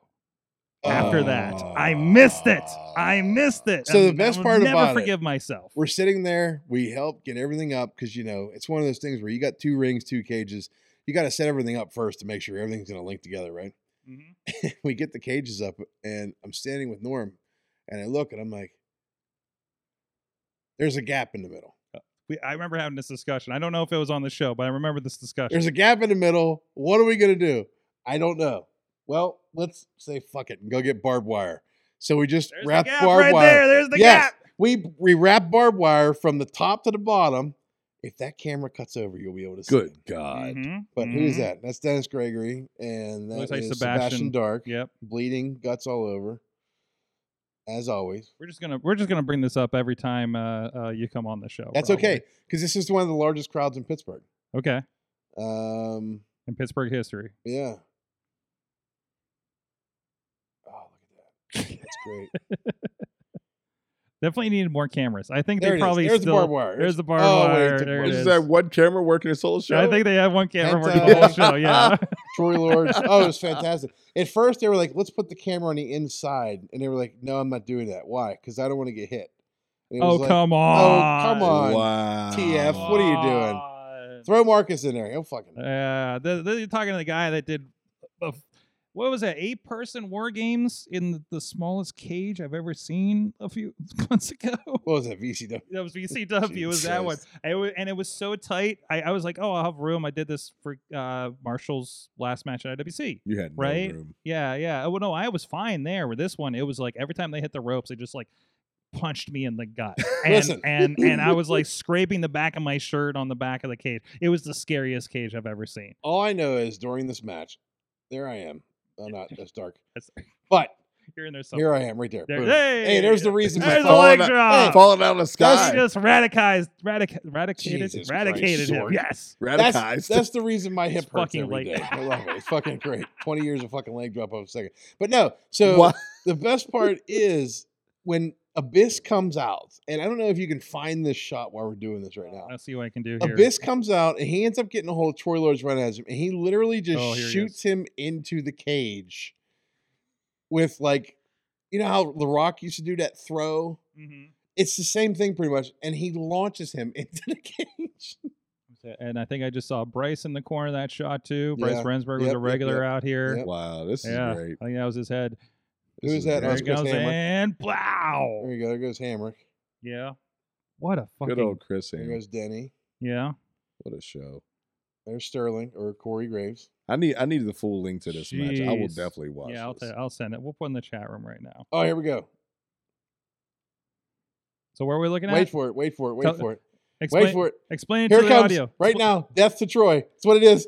Speaker 2: After that, I missed it. I missed it.
Speaker 6: So the
Speaker 2: And I
Speaker 6: best
Speaker 2: will
Speaker 6: part
Speaker 2: never
Speaker 6: about it-
Speaker 2: forgive myself.
Speaker 6: We're sitting there. We help get everything up because you know it's one of those things where you got two rings, two cages. You got to set everything up first to make sure everything's going to link together, right?
Speaker 2: Mhm.
Speaker 6: we get the cages up and I'm standing with Norm and I look and I'm like, there's a gap in the middle.
Speaker 2: We, I remember having this discussion. I don't know if it was on the show, but I remember this discussion.
Speaker 6: There's a gap in the middle. What are we going to do? I don't know. Well, let's say fuck it and go get barbed wire. So we just
Speaker 2: There's the
Speaker 6: wrap
Speaker 2: gap
Speaker 6: barbed
Speaker 2: right
Speaker 6: wire.
Speaker 2: there. There's the
Speaker 6: Yes.
Speaker 2: gap.
Speaker 6: We we wrap barbed wire from the top to the bottom. If that camera cuts over, you'll be able to see.
Speaker 5: Good
Speaker 6: it.
Speaker 5: God.
Speaker 2: Mhm,
Speaker 6: But who's
Speaker 2: mhm.
Speaker 6: that? That's Dennis Gregory and that
Speaker 2: Looks
Speaker 6: is
Speaker 2: like
Speaker 6: Sebastian.
Speaker 2: Sebastian.
Speaker 6: Dark.
Speaker 2: Yep.
Speaker 6: Bleeding, guts all over. As always.
Speaker 2: We're just gonna we're just gonna bring this up every time uh, uh, you come on the show.
Speaker 6: That's
Speaker 2: probably.
Speaker 6: okay because this is one of the largest crowds in Pittsburgh.
Speaker 2: Okay.
Speaker 6: Um,
Speaker 2: In Pittsburgh history.
Speaker 6: yeah. Oh, look at that! That's great.
Speaker 2: Definitely needed more cameras. I think
Speaker 6: There it
Speaker 2: they
Speaker 6: is.
Speaker 2: probably
Speaker 6: There's the
Speaker 2: still
Speaker 6: barbed wire.
Speaker 2: There's the barbed
Speaker 6: Oh, wait,
Speaker 2: wire.
Speaker 6: it's a
Speaker 2: there
Speaker 6: bar-
Speaker 2: it
Speaker 5: Is
Speaker 2: is.
Speaker 5: that one camera working his whole show?
Speaker 2: I think they have one camera
Speaker 6: That's,
Speaker 2: working the whole
Speaker 6: uh,
Speaker 2: show. Yeah.
Speaker 6: Troy Lords. Oh, it was fantastic. At first, they were like, "Let's put the camera on the inside," and they were like, "No, I'm not doing that. Why? Because I don't want to get hit." And it
Speaker 2: oh
Speaker 6: was like,
Speaker 2: come
Speaker 6: "Oh,
Speaker 2: on.
Speaker 6: come on.
Speaker 5: Wow.
Speaker 6: TF, what are you doing? Throw Marcus in there. He'll fucking.
Speaker 2: Uh, Yeah, th- th- you're talking to the guy that did, uh, what was that, eight person war games in the, the smallest cage I've ever seen a few months ago.
Speaker 6: What was that? VCW.
Speaker 2: That was VCW. Was that one?
Speaker 6: Jesus.
Speaker 2: And It was, and it was so tight. I, I was like, oh, I'll have room. I did this for uh, Marshall's last match at IWC.
Speaker 5: You had no
Speaker 2: Right?
Speaker 5: room.
Speaker 2: Yeah, yeah. Well, no, I was fine there. With this one, it was like every time they hit the ropes, they just like punched me in the gut, and
Speaker 6: Listen.
Speaker 2: and and I was like scraping the back of my shirt on the back of the cage. It was the scariest cage I've ever seen.
Speaker 6: All I know is during this match, there I am. Oh, not that's dark.
Speaker 2: That's-
Speaker 6: But
Speaker 2: You're in there somewhere.
Speaker 6: here I am, right there.
Speaker 2: There-
Speaker 6: Boom.
Speaker 2: hey,
Speaker 6: Hey, there's the reason.
Speaker 2: there's
Speaker 6: for
Speaker 2: a
Speaker 6: fall.
Speaker 2: leg
Speaker 5: out-
Speaker 2: drop.
Speaker 5: Falling out of the
Speaker 2: That's
Speaker 5: sky.
Speaker 2: just radicized, radic- eradicated,
Speaker 6: Jesus Christ,
Speaker 2: eradicated him.
Speaker 6: Zorg.
Speaker 2: Yes.
Speaker 6: That's,
Speaker 5: Radicized.
Speaker 6: that's the reason my hip
Speaker 2: It's
Speaker 6: hurts
Speaker 2: fucking
Speaker 6: every
Speaker 2: like-
Speaker 6: day. I love it. It's fucking great. Twenty years of fucking leg drop off a second. But no, so
Speaker 5: What?
Speaker 6: the best part is when Abyss comes out, and I don't know if you can find this shot while we're doing this right now.
Speaker 2: I'll see what I can do here.
Speaker 6: Abyss comes out and he ends up getting a hold of Troy Lord's run as him, and he literally just
Speaker 2: Oh, here he
Speaker 6: shoots him into the cage with like, you know how The Rock used to do that throw.
Speaker 2: Mhm.
Speaker 6: It's the same thing pretty much, and he launches him into the cage.
Speaker 2: And I think I just saw Bryce in the corner of that shot too. Bryce
Speaker 6: Yeah.
Speaker 2: Rensburg
Speaker 6: Yep,
Speaker 2: was a
Speaker 6: yep,
Speaker 2: regular
Speaker 6: yep.
Speaker 2: out here.
Speaker 6: Yep.
Speaker 5: Wow, this
Speaker 2: Yeah,
Speaker 5: is great.
Speaker 2: I think that was his head.
Speaker 5: This
Speaker 6: Who is that?
Speaker 5: great.
Speaker 6: That was Mm.
Speaker 2: There goes
Speaker 6: Chris Hamrick.
Speaker 2: and
Speaker 6: There
Speaker 2: blow.
Speaker 6: you go. There goes Hammer.
Speaker 2: Yeah. What a fucking
Speaker 5: Good old Chris
Speaker 6: There
Speaker 5: Ham.
Speaker 6: goes Denny.
Speaker 2: yeah.
Speaker 5: What a show.
Speaker 6: There's Sterling or Corey Graves.
Speaker 5: I need I need the full link to this match. I will
Speaker 2: Jeez.
Speaker 5: definitely watch.
Speaker 2: yeah, I'll,
Speaker 5: this.
Speaker 2: i I'll send it. We'll put it in the chat room right now.
Speaker 6: Oh, here we go.
Speaker 2: So where are we looking at?
Speaker 6: Wait for it. Wait for it.
Speaker 2: Tell-
Speaker 6: Wait for it.
Speaker 2: explain,
Speaker 6: Wait for it.
Speaker 2: Explain it
Speaker 6: Here
Speaker 2: to
Speaker 6: it
Speaker 2: the
Speaker 6: comes.
Speaker 2: audio.
Speaker 6: Right now. Death to Troy. That's what it is.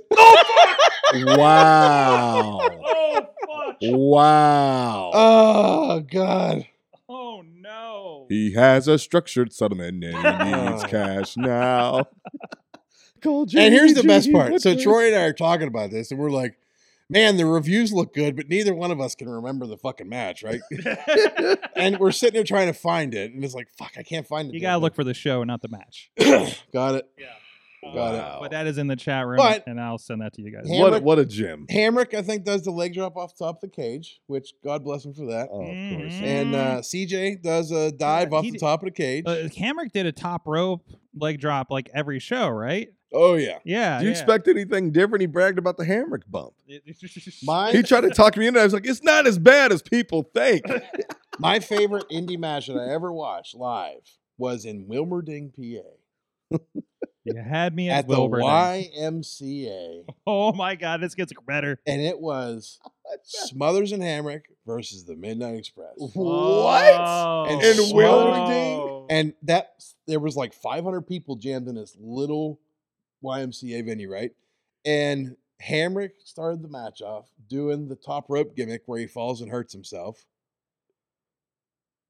Speaker 5: Wow.
Speaker 2: Oh fuck!
Speaker 5: wow.
Speaker 6: Oh God.
Speaker 2: Oh no!
Speaker 5: he has a structured settlement and he needs
Speaker 6: Oh.
Speaker 5: cash now.
Speaker 6: And here's the best part. So Troy and I are talking about this, and we're like, "Man, the reviews look good, but neither one of us can remember the fucking match, right?" and we're sitting there trying to find it, and it's like, "Fuck, I can't find it."
Speaker 2: you gotta look for the show, not the match.
Speaker 6: Got it. Got
Speaker 5: Wow.
Speaker 2: But that is in the chat room,
Speaker 6: But-
Speaker 2: and I'll send that to you guys.
Speaker 6: Ham-
Speaker 5: What
Speaker 6: Hammer-
Speaker 5: what a gem.
Speaker 6: Hamrick, I think, does the leg drop off top of the cage, which God bless him for that.
Speaker 5: Oh, of course.
Speaker 2: Mhm.
Speaker 6: And uh, CJ does a dive
Speaker 2: Yeah,
Speaker 6: off
Speaker 2: he
Speaker 6: the
Speaker 2: did-
Speaker 6: top of the cage.
Speaker 2: Uh, Hamrick did a top rope leg drop like every show, right?
Speaker 6: oh yeah.
Speaker 2: Yeah.
Speaker 5: Do you
Speaker 2: yeah.
Speaker 5: expect anything different? He bragged about the hammock bump.
Speaker 6: My
Speaker 5: He tried to talk me into it. I was like, it's not as bad as people think.
Speaker 6: my favorite indie match that I ever watched live was in Wilmerding, PA,
Speaker 2: you had me at,
Speaker 6: at the
Speaker 2: Wilburn.
Speaker 6: YMCA,
Speaker 2: Oh my god, this gets better.
Speaker 6: and it was Smothers and Hamrick versus the Midnight Express.
Speaker 2: Oh.
Speaker 6: And
Speaker 5: In
Speaker 6: Wilmerding? And that there was like 500 people jammed in this little YMCA venue, right? And Hamrick started the match off doing the top rope gimmick where he falls and hurts himself.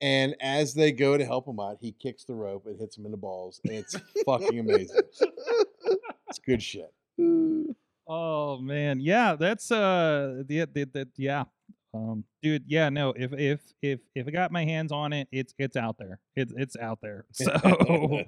Speaker 6: And as they go to help him out, he kicks the rope and hits him in the balls. And it's fucking amazing. It's good shit.
Speaker 2: Oh man, yeah, that's uh, the, the, the yeah, um, dude, yeah, no, if if if if I got my hands on it, it's it's out there, it's it's out there. So,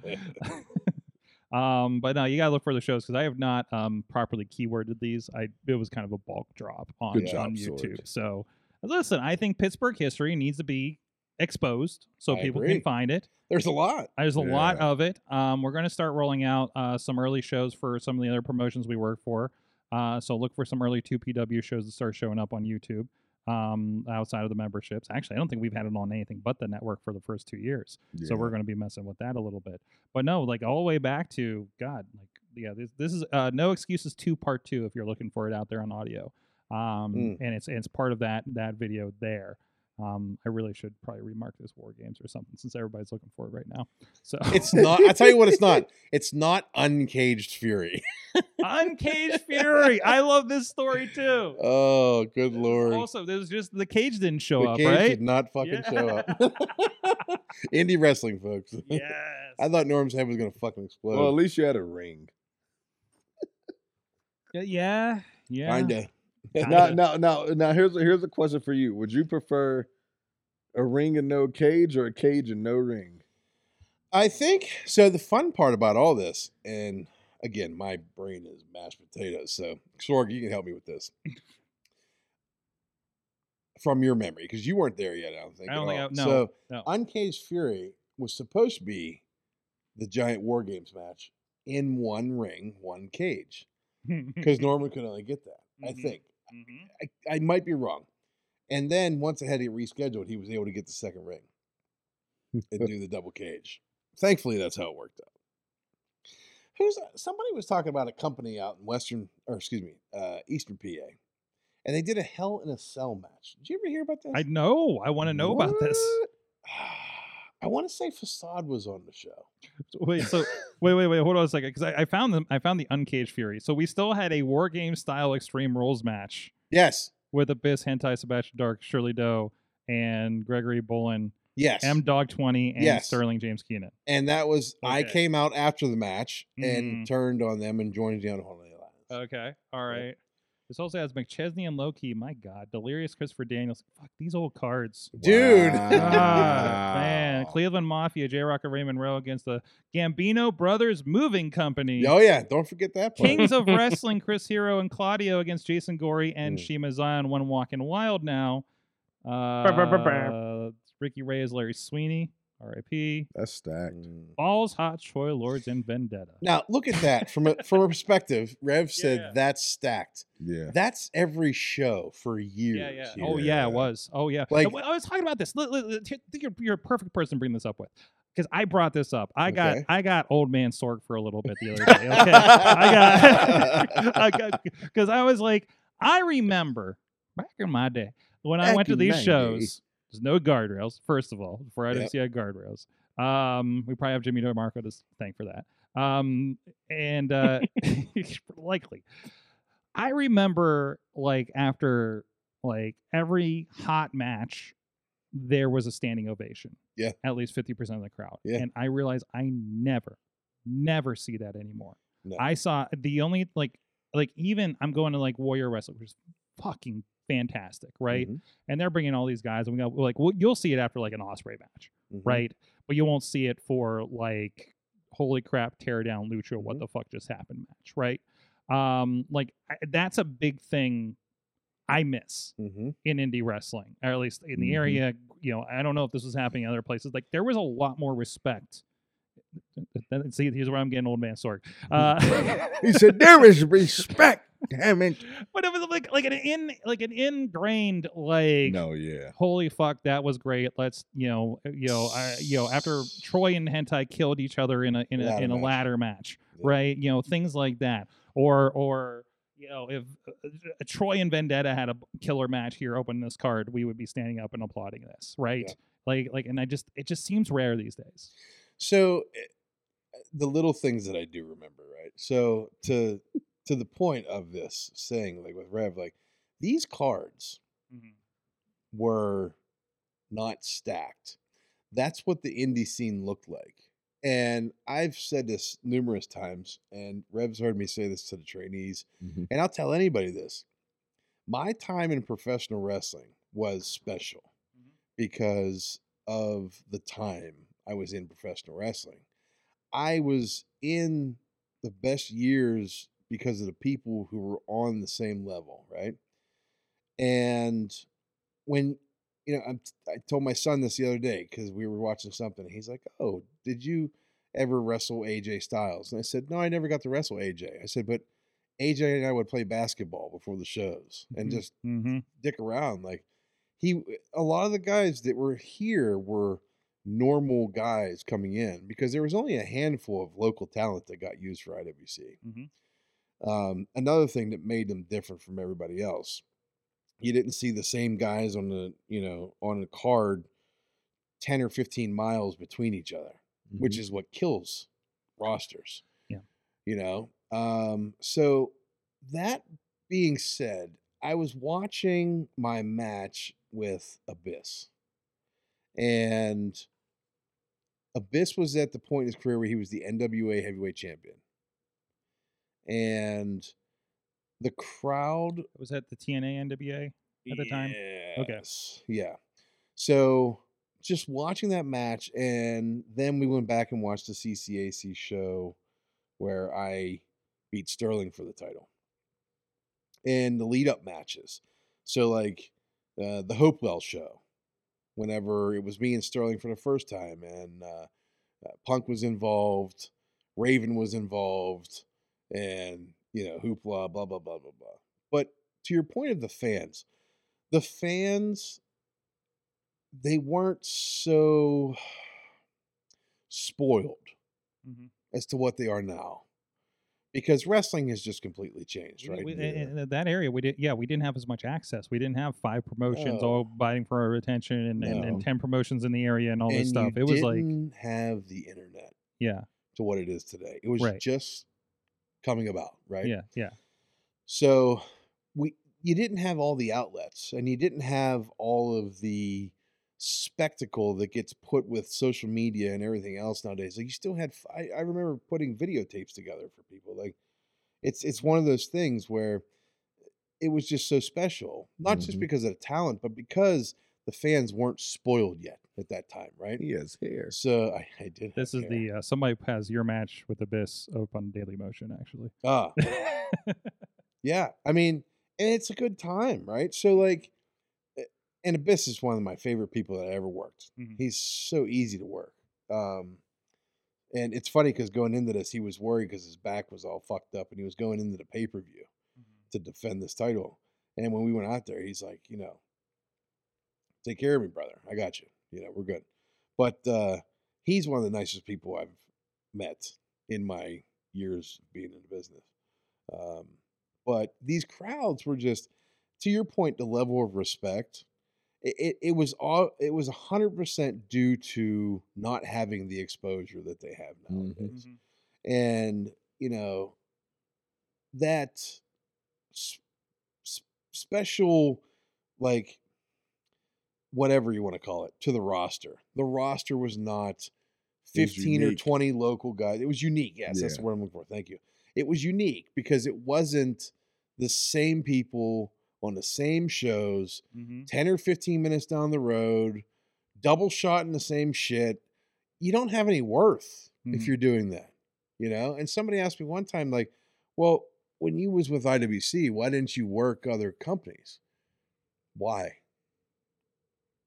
Speaker 2: Um, but no, you gotta look for the shows because I have not um properly keyworded these. I it was kind of a bulk drop on,
Speaker 5: Good job,
Speaker 2: on
Speaker 5: Sorg.
Speaker 2: YouTube. So listen, I think Pittsburgh history needs to be exposed so
Speaker 6: I
Speaker 2: people
Speaker 6: agree.
Speaker 2: can find it.
Speaker 6: There's a lot.
Speaker 2: There's a lot
Speaker 5: Yeah.
Speaker 2: of it. Um, we're going to start rolling out uh, some early shows for some of the other promotions we work for. Uh, so look for some early 2PW shows that start showing up on YouTube um, outside of the memberships. Actually, I don't think we've had it on anything but the network for the first two years. So we're going to be messing with that a little bit. But no, like all the way back to God, like yeah, this this is uh, no excuses two part two if you're looking for it out there on audio. Um,
Speaker 6: Mm.
Speaker 2: and it's and it's part of that that video there. Um, I really should probably remark this war games or something since everybody's looking for it right now. So
Speaker 6: It's not. I tell you what, it's not. It's not uncaged fury.
Speaker 2: uncaged fury. I love this story too.
Speaker 6: Oh, good
Speaker 2: This is
Speaker 6: lord!
Speaker 2: Also, there's just the cage didn't show
Speaker 6: the
Speaker 2: up,
Speaker 6: cage
Speaker 2: right?
Speaker 6: did not fucking
Speaker 2: Yeah.
Speaker 6: show up. Indie wrestling, folks.
Speaker 2: Yes.
Speaker 6: I thought Norm's head was gonna fucking explode.
Speaker 5: Well, at least you had a ring.
Speaker 2: Y- yeah. Yeah.
Speaker 6: Kinda.
Speaker 5: Now, now, now, now. Here's a, here's a question for you. Would you prefer a ring and no cage, or a cage and no ring?
Speaker 6: I think so. The fun part about all this, and again, my brain is mashed potatoes. So, Sorg, you can help me with this from your memory because you weren't there yet. I don't think.
Speaker 2: I
Speaker 6: at
Speaker 2: don't think
Speaker 6: all.
Speaker 2: I- no,
Speaker 6: So,
Speaker 2: no.
Speaker 6: Uncaged Fury was supposed to be the giant War Games match in one ring, one cage, because
Speaker 2: Mm-hmm.
Speaker 6: Norman could only get that. I
Speaker 2: Mhm.
Speaker 6: think
Speaker 2: Mhm.
Speaker 6: I, I might be wrong. And then once it had it rescheduled, he was able to get the second ring and do the double cage. Thankfully, that's how it worked out. Who's uh, somebody was talking about a company out in Western, or excuse me, uh, Eastern PA, and they did a Hell in a Cell match. Did you ever hear about this?
Speaker 2: I know. I want to know about this.
Speaker 6: What? I want to say Facade was on the show.
Speaker 2: So- Wait, so wait, wait, wait. Hold on a second, because I, I found them. I found the Uncaged Fury. So we still had a war game style Extreme Rules match
Speaker 6: Yes,
Speaker 2: with Abyss, Hentai, Sebastian Dark, Shirley Doe, and Gregory Bolin,
Speaker 6: yes,
Speaker 2: M Dog Twenty, and
Speaker 6: Yes.
Speaker 2: Sterling James Keenan.
Speaker 6: and that was I
Speaker 2: Okay.
Speaker 6: came out after the match
Speaker 2: Mm. Oh,
Speaker 6: and turned on them and joined the Unholy Alliance. Oh,
Speaker 2: Okay, all
Speaker 6: Yeah.
Speaker 2: right. This also has McChesney and Loki. My God, Delirious Christopher Daniels. Fuck these old cards.
Speaker 6: Dude.
Speaker 2: God, man,
Speaker 5: Wow.
Speaker 2: Cleveland Mafia, J Rock and Raymond Rowe against the Gambino Brothers Moving Company.
Speaker 6: Oh yeah, don't forget that part.
Speaker 2: Kings of Wrestling, Chris Hero and Claudio against Jason Gory and
Speaker 6: Mm.
Speaker 2: Shima Zion, one walking wild now.
Speaker 4: brr, brr, brr.
Speaker 2: Uh, Ricky Reyes, Larry Sweeney, RIP.
Speaker 5: That's stacked.
Speaker 2: Balls Hot, Troy Lords, and Vendetta.
Speaker 6: Now look at that from a from a perspective. Rev said
Speaker 2: Yeah.
Speaker 6: that's stacked.
Speaker 5: Yeah.
Speaker 6: That's every show for years.
Speaker 2: Yeah, yeah.
Speaker 6: here.
Speaker 2: Oh, yeah, it was. Oh, yeah.
Speaker 6: Like-
Speaker 2: Like, I was talking about this. Look, look, look, t- think you're, you're a perfect person to bring this up with. Because I brought this up. I got
Speaker 6: Okay.
Speaker 2: I got old man Sorg for a little bit the other day. Okay. I got I got because I was like, I remember back in my day when I
Speaker 6: Back
Speaker 2: went to
Speaker 6: in
Speaker 2: these
Speaker 6: my day.
Speaker 2: shows, there's no guardrails, first of all, before I
Speaker 6: Yep.
Speaker 2: didn't see had guardrails. Um, we probably have Jimmy DeMarco to s- thank for that. Um, and uh, likely, I remember like after like every hot match, there was a standing ovation.
Speaker 6: Yeah.
Speaker 2: at least fifty percent of the crowd.
Speaker 6: Yeah.
Speaker 2: and I realized I never, never see that anymore.
Speaker 6: No.
Speaker 2: I saw the only like like even I'm going to like Warrior Wrestling, which is fucking fantastic, right?
Speaker 6: Mhm,
Speaker 2: And they're bringing all these guys, and we got like well, you'll see it after like an Osprey match
Speaker 6: mhm.
Speaker 2: right? But you won't see it for like, holy crap, tear down Lucha, what the fuck just happened match, right? Um, like I, that's a big thing I miss
Speaker 6: Mhm.
Speaker 2: in indie wrestling, or at least in the
Speaker 5: Mhm.
Speaker 2: area. You know, I don't know if this was happening in other places. Like there was a lot more respect. See, here's where I'm getting old man sorg. Uh,
Speaker 5: He said there is respect. Damn it.
Speaker 2: but it was like like an in like an ingrained like
Speaker 5: No, yeah.
Speaker 2: holy fuck that was great let's you know uh, you know I, you know after troy and hentai killed each other in a in a
Speaker 6: Ladder
Speaker 2: in a
Speaker 6: match.
Speaker 2: ladder match
Speaker 6: Yeah.
Speaker 2: right you know things like that or or you know if uh, troy and vendetta had a b- killer match here open this card we would be standing up and applauding this right
Speaker 6: Yeah.
Speaker 2: like like and i just it just seems rare these days
Speaker 6: So eh, the little things that I do remember, right? So to to the point of this saying, like with Rev, like these cards
Speaker 2: Mm-hmm.
Speaker 6: were not stacked. That's what the indie scene looked like. And I've said this numerous times, and Rev's heard me say this to the trainees,
Speaker 5: Mhm.
Speaker 6: and I'll tell anybody this. My time in professional wrestling was special
Speaker 2: Mhm.
Speaker 6: because of the time I was in professional wrestling. I was in the best years because of the people who were on the same level, right? And when you know, I'm, I told my son this the other day because we were watching something. He's like, "Oh, did you ever wrestle AJ Styles?" And I said, "No, I never got to wrestle AJ." I said, "But AJ and I would play basketball before the shows and just
Speaker 2: Mm-hmm.
Speaker 6: dick around. Like he, a lot of the guys that were here were normal guys coming in because there was only a handful of local talent that got used for IWC.
Speaker 2: Mhm.
Speaker 6: Um, another thing that made them different from everybody else, you didn't see the same guys on the you know on a card, ten or fifteen miles between each other which is what kills rosters.
Speaker 2: Yeah.
Speaker 6: You know, um, so that being said, I was watching my match with Abyss. And Abyss was at the point in his career where he was the NWA heavyweight champion. And the crowd
Speaker 2: Was that the TNA NWA? at the time? Okay.
Speaker 6: Yes. Yeah. So just watching that match, and then we went back and watched the CCAC show where I beat Sterling for the title and the lead up matches. So, like uh, the Hopewell show, whenever it was me and Sterling for the first time, and uh, uh, Punk was involved, Raven was involved, and, you know, Hoopla, blah, blah, blah, blah, blah. But to your point of the fans, the fans they weren't so spoiled
Speaker 2: Mhm.
Speaker 6: as to what they are now because wrestling has just completely changed
Speaker 2: We-
Speaker 6: right
Speaker 2: we-
Speaker 6: Yeah.
Speaker 2: in- in that area, we did. Yeah, we didn't have as much access. We didn't have five promotions
Speaker 6: No.
Speaker 2: all biting for our attention, and, and, and
Speaker 6: No.
Speaker 2: ten promotions in the area, and all
Speaker 6: And
Speaker 2: this stuff.
Speaker 6: you
Speaker 2: It was like,
Speaker 6: didn't have the internet
Speaker 2: yeah,
Speaker 6: to what it is today it was
Speaker 2: Right.
Speaker 6: just coming about right
Speaker 2: yeah, yeah.
Speaker 6: So we you didn't have all the outlets and you didn't have all of the spectacle that gets put with social media and everything else nowadays. Like you still had f- I, I remember putting videotapes together for people. Like it's it's one of those things where it was just so special. Not just
Speaker 2: Mm-hmm.
Speaker 5: Mhm.
Speaker 6: because of the talent, but because the fans weren't spoiled yet at that time, right?
Speaker 5: He is here.
Speaker 6: So I, I did. have
Speaker 2: This is
Speaker 6: hair.
Speaker 2: the uh, somebody has your match with Abyss up on Daily Motion, actually.
Speaker 6: ah Yeah, I mean, and it's a good time, right? So like, eh, and Abyss is one of my favorite people that I ever worked.
Speaker 2: Mhm.
Speaker 6: He's so easy to work. Um, and it's funny because going into this, he was worried because his back was all fucked up, and he was going into the pay per view to defend this title. And when we went out there, he's like, you know, take care of me, brother. I got you. You know, we're good. But uh, he's one of the nicest people I've met in my years of being in the business. Um, but these crowds were just, to your point, the level of respect. It, it, it was all it was hundred percent due to not having the exposure that they have
Speaker 5: Mhm.
Speaker 2: Mm-hmm.
Speaker 6: nowadays, and you know that s- s- special like whatever you want to call it to the roster. The roster was not
Speaker 5: It was
Speaker 6: 15 or
Speaker 5: unique.
Speaker 6: 20 local guys. It was unique. Yes, that's the
Speaker 5: Yeah.
Speaker 6: word I'm looking for. Thank you. It was unique because it wasn't the same people on the same shows, 10 or 15 minutes down the road, double shot in the same shit. You don't have any worth
Speaker 2: Mhm.
Speaker 6: if you're doing that, you know? And somebody asked me one time, like, well, when you was with IWC, why didn't you work other companies? Why?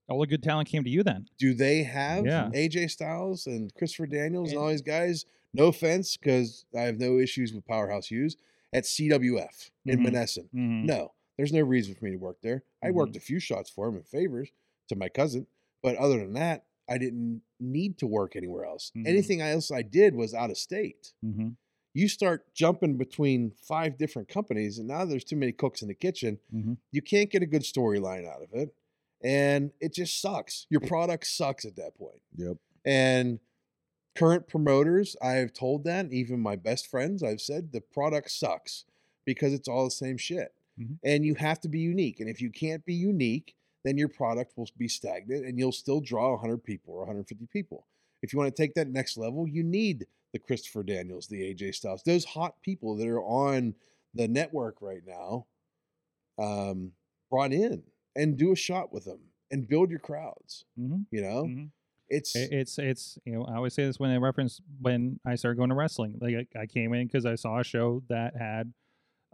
Speaker 2: All the good talent came to you then.
Speaker 6: do they have
Speaker 2: Yeah.
Speaker 6: AJ Styles and Christopher Daniels and all these guys? No offense, because I have no issues with Powerhouse Hughes at CWF in
Speaker 2: Mhm.
Speaker 6: Menneson. No, there's no reason for me to work there. I worked a few shots for him in favors to my cousin, but other than that, I didn't need to work anywhere else.
Speaker 2: Mhm.
Speaker 6: Anything else I did was out of state.
Speaker 2: Mhm.
Speaker 6: You start jumping between five different companies, and now there's too many cooks in the kitchen
Speaker 2: Mhm.
Speaker 6: you can't get a good storyline out of it and it just sucks your product sucks at that point
Speaker 5: Yep.
Speaker 6: and current promoters i've told that even my best friends i've said the product sucks because it's all the same shit
Speaker 2: Mhm.
Speaker 6: and you have to be unique and if you can't be unique then your product will be stagnant and you'll still draw 100 people or 150 people if you want to take that next level you need the christopher daniels the aj styles those hot people that are on the network right now um, brought in and do a shot with them and build your crowds
Speaker 2: Mhm.
Speaker 6: you know
Speaker 2: Mhm.
Speaker 6: It's
Speaker 2: It- It's it's you know I always say this when I reference when I started going to wrestling. Like I, I came in because I saw a show that had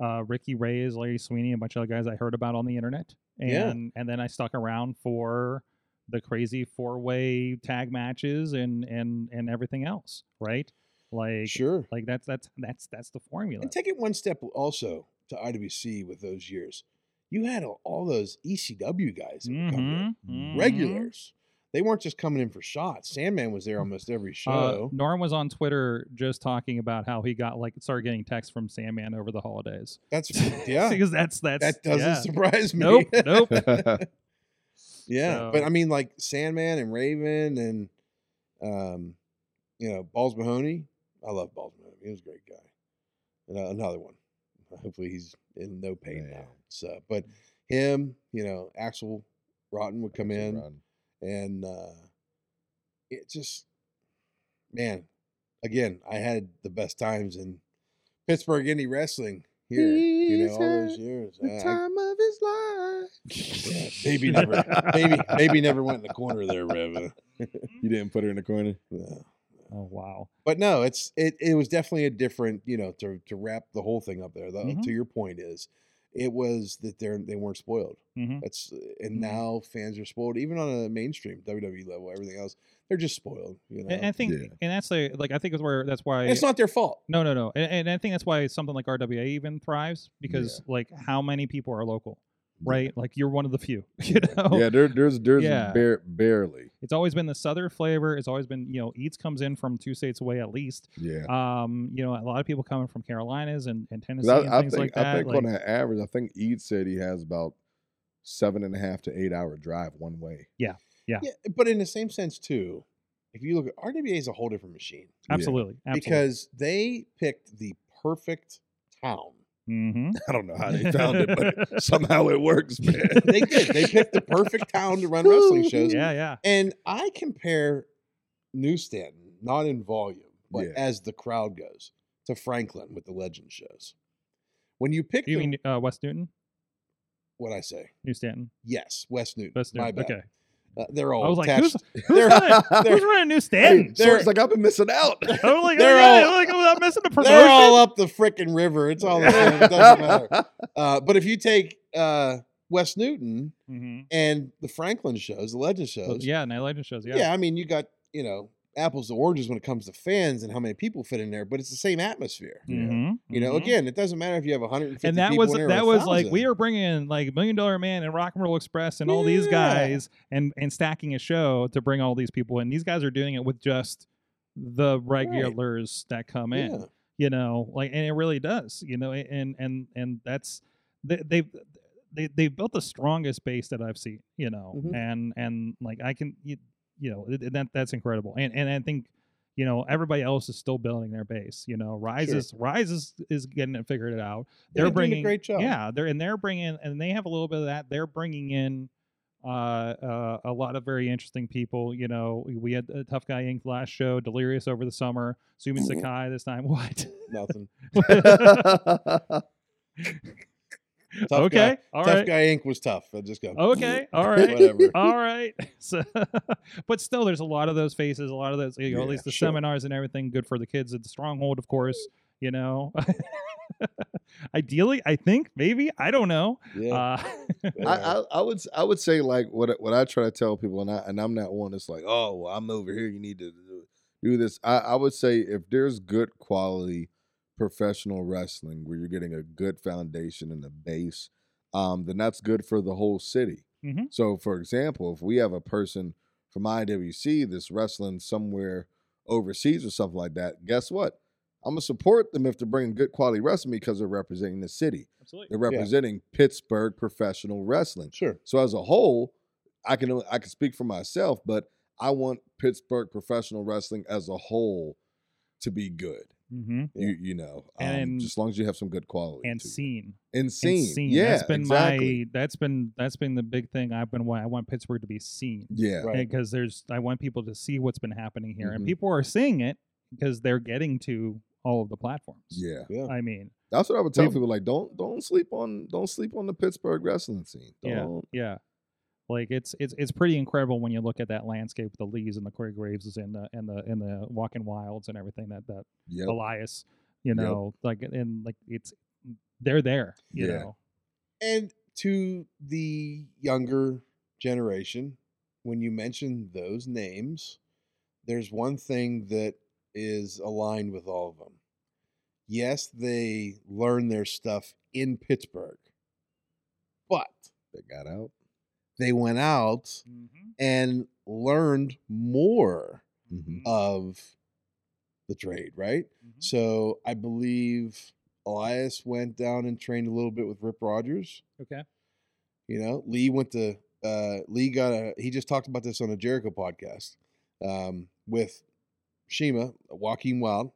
Speaker 2: uh, Ricky Reyes, Larry Sweeney, and a bunch of other guys I heard about on the internet, and
Speaker 6: Yeah.
Speaker 2: and then I stuck around for the crazy four way tag matches and and and everything else. Right? Like
Speaker 6: sure.
Speaker 2: like that's that's that's that's the formula.
Speaker 6: And take it one step also to IWC with those years. You had all- all those ECW guys that were coming in,
Speaker 2: Mhm, mhm.
Speaker 6: regulars. They weren't just coming in for shots. Sandman was there almost every
Speaker 2: Uh,
Speaker 6: show.
Speaker 2: Norm was on Twitter just talking about how he got like started getting texts from Sandman over the holidays.
Speaker 6: That's yeah.
Speaker 2: because that's that's
Speaker 6: that doesn't
Speaker 2: yeah.
Speaker 6: surprise me.
Speaker 2: Nope, nope.
Speaker 6: yeah, but
Speaker 2: So-
Speaker 6: I mean, like Sandman and Raven and, um, you know, Balls Mahoney. I love Balls Mahoney. He was a great guy. And, uh, another one. Hopefully, he's in no pain
Speaker 5: Yeah.
Speaker 6: now. So, but him, you know, Axel Rotten would come in,
Speaker 5: Run.
Speaker 6: and uh, it just, man, again, I had the best times in Pittsburgh indie wrestling here. you know, all those years.
Speaker 5: The
Speaker 6: I- I-
Speaker 5: time of his life.
Speaker 6: yeah, baby never, baby, baby never went in the corner there, Rev. uh,
Speaker 5: You didn't put her in the corner.
Speaker 6: Yeah.
Speaker 2: Oh wow.
Speaker 6: But no, it's it. It was definitely a different, you know, to to wrap the whole thing up there. Though,
Speaker 2: Mhm.
Speaker 6: to your point is, it was that they're they weren't spoiled.
Speaker 2: Mhm.
Speaker 6: That's
Speaker 2: Mhm.
Speaker 6: and now fans are spoiled, even on a mainstream WWE level. Everything else, they're just spoiled. You know,
Speaker 2: And I think,
Speaker 5: Oh, Yeah.
Speaker 2: and that's the like I think is where that's why
Speaker 6: And it's not their fault.
Speaker 2: no no no, and, and I think that's why something like RWA even thrives because like how many people are local, right? Like you're one of the few. You know,
Speaker 5: Yeah, there, there's there's
Speaker 2: Yeah.
Speaker 5: bare- barely.
Speaker 2: it's always been the southern flavor. It's always been you know Eats comes in from two states away at least.
Speaker 5: Yeah.
Speaker 2: Um, you know a lot of people coming from Carolinas and, and Tennessee
Speaker 5: 'Cause I,
Speaker 2: and
Speaker 5: I
Speaker 2: things
Speaker 5: think
Speaker 2: like that.
Speaker 5: I think
Speaker 2: like,
Speaker 5: on an average, I think Eid said he has about seven and a half to eight hour drive one way.
Speaker 6: Yeah, but in the same sense too, if you look at RWA is a whole different machine
Speaker 5: Yeah.
Speaker 2: absolutely, absolutely.
Speaker 6: because they picked the perfect town.
Speaker 2: hmm
Speaker 5: I don't know how they found it, but somehow it works, man.
Speaker 6: They did. They picked the perfect town to run wrestling shows.
Speaker 2: yeah yeah
Speaker 6: And I compare New Stanton, not in volume, but
Speaker 5: Yeah.
Speaker 6: as the crowd goes, to Franklin with the legend shows. When you pick
Speaker 2: you
Speaker 6: the-
Speaker 2: mean uh, West Newton
Speaker 6: what I say,
Speaker 2: New Stanton
Speaker 6: yes, West Newton.
Speaker 2: West
Speaker 6: my
Speaker 2: Newton
Speaker 6: bad.
Speaker 2: okay
Speaker 6: Uh, they're all
Speaker 2: I was like
Speaker 6: attached.
Speaker 2: who's who's running,
Speaker 5: Hey,
Speaker 2: who's running New Stanton
Speaker 5: so it's like I've been missing out.
Speaker 2: I'm like,
Speaker 6: They're
Speaker 2: oh, yeah,
Speaker 6: all-
Speaker 2: like, I'm not missing a promotion.
Speaker 6: they're all up the frickin' river. It's all the same. It doesn't matter. Uh, but if you take uh, West Newton
Speaker 2: Mhm.
Speaker 6: and the Franklin shows, the legend shows,
Speaker 2: Yeah, Night Legend shows. Yeah.
Speaker 6: yeah. I mean, you got, you know, apples to oranges when it comes to fans and how many people fit in there, but it's the same atmosphere.
Speaker 2: Mhm,
Speaker 6: You know,
Speaker 2: mhm.
Speaker 6: again, it doesn't matter if you have 150
Speaker 2: And that
Speaker 6: people
Speaker 2: was
Speaker 6: in there or
Speaker 2: that was like
Speaker 6: 1,000.
Speaker 2: we are bringing in like Million Dollar Man and Rock and Roll Express and all these
Speaker 6: Yeah.
Speaker 2: guys and and stacking a show to bring all these people in. These guys are doing it with just the regulars that come in.
Speaker 6: Yeah.
Speaker 2: You know, like and it really does. You know, and and and that's they they've they they built the strongest base that I've seen. You know,
Speaker 6: Mhm.
Speaker 2: and and like I can you, you know it- that that's incredible. And and I think you know everybody else is still building their base. You know, Rise
Speaker 6: Sure.
Speaker 2: is Rise is, is getting it figured out.
Speaker 6: They're
Speaker 2: They're,
Speaker 6: doing a
Speaker 2: bringing
Speaker 6: great job.
Speaker 2: Yeah, they're and they're bringing and they have a little bit of that. They're bringing in. Uh, uh, a lot of very interesting people. You know, we had a tough guy Inc. last show, Delirious over the summer, Sumin
Speaker 6: Mm-hmm.
Speaker 2: Sakai this time. What?
Speaker 6: Nothing. Tough
Speaker 2: okay,
Speaker 6: Guy,
Speaker 2: all
Speaker 6: tough
Speaker 2: right.
Speaker 6: guy Inc. was tough. I just go. "Mm,
Speaker 2: Okay, all right.
Speaker 6: Whatever.
Speaker 2: All right. So, but still, there's a lot of those faces, a lot of those, you know, at
Speaker 5: Yeah,
Speaker 2: least the
Speaker 5: sure.
Speaker 2: seminars and everything, good for the kids at the stronghold, of course, you know. Ideally, I think, maybe, I don't know.
Speaker 6: Yeah.
Speaker 2: Uh,
Speaker 5: I, I, I would s- I would say like what I- what I try to tell people, and I and I'm not one that's like, oh, well, I'm over here. You need to do- do this. I, I would say if there's good quality professional wrestling where you're getting a good foundation and a base, um, then that's good for the whole city.
Speaker 2: Mhm.
Speaker 5: So, for example, if we have a person from IWC that's wrestling somewhere overseas or something like that, guess what? I'm gonna support them if they're bringing good quality wrestling because they're representing the city.
Speaker 2: Absolutely.
Speaker 5: They're representing Pittsburgh professional wrestling.
Speaker 6: sure.
Speaker 5: So as a whole, I can I can speak for myself, but I want Pittsburgh professional wrestling as a whole to be good.
Speaker 2: Mm-hmm.
Speaker 5: You you know, um,
Speaker 2: And-
Speaker 5: just as long as you have some good quality
Speaker 2: And
Speaker 5: to it.
Speaker 2: seen.
Speaker 5: and
Speaker 2: And
Speaker 5: seen,
Speaker 2: seen.
Speaker 5: yeah,
Speaker 2: that's been
Speaker 5: exactly.
Speaker 2: my, that's been, that's been the big thing I've been, wa- I want Pittsburgh to be seen.
Speaker 5: yeah,
Speaker 6: Right.
Speaker 2: because there's I want people to see what's been happening here, and
Speaker 5: Mhm.
Speaker 2: people are seeing it because they're getting to all of the platforms.
Speaker 5: yeah.
Speaker 6: Yeah.
Speaker 2: I mean,
Speaker 5: That's what I would tell
Speaker 2: We've-
Speaker 5: people. Like, don't don't sleep on don't sleep on the Pittsburgh wrestling scene.
Speaker 2: yeah,
Speaker 5: Don't,
Speaker 2: yeah. Like it's it's it's pretty incredible when you look at that landscape with the Lees and the Corey Graves and the and the and the Walking Wilds and everything that that
Speaker 5: Yep.
Speaker 2: Elias, you
Speaker 5: Yep.
Speaker 2: know, like and like it's they're there, you
Speaker 5: Yeah.
Speaker 2: know.
Speaker 6: And to the younger generation, when you mention those names, there's one thing that is aligned with all of them. Yes, they learn their stuff in Pittsburgh, but
Speaker 5: They got out.
Speaker 6: they went out
Speaker 2: Mm-hmm.
Speaker 6: and learned more
Speaker 5: Mhm.
Speaker 6: of the trade, right?
Speaker 2: Mhm.
Speaker 6: So I believe Elias went down and trained a little bit with Rip Rogers.
Speaker 2: Okay.
Speaker 6: You know, Lee went to uh, Lee got a. He just talked about this on a Jericho podcast um, with Shima Joaquin Wild.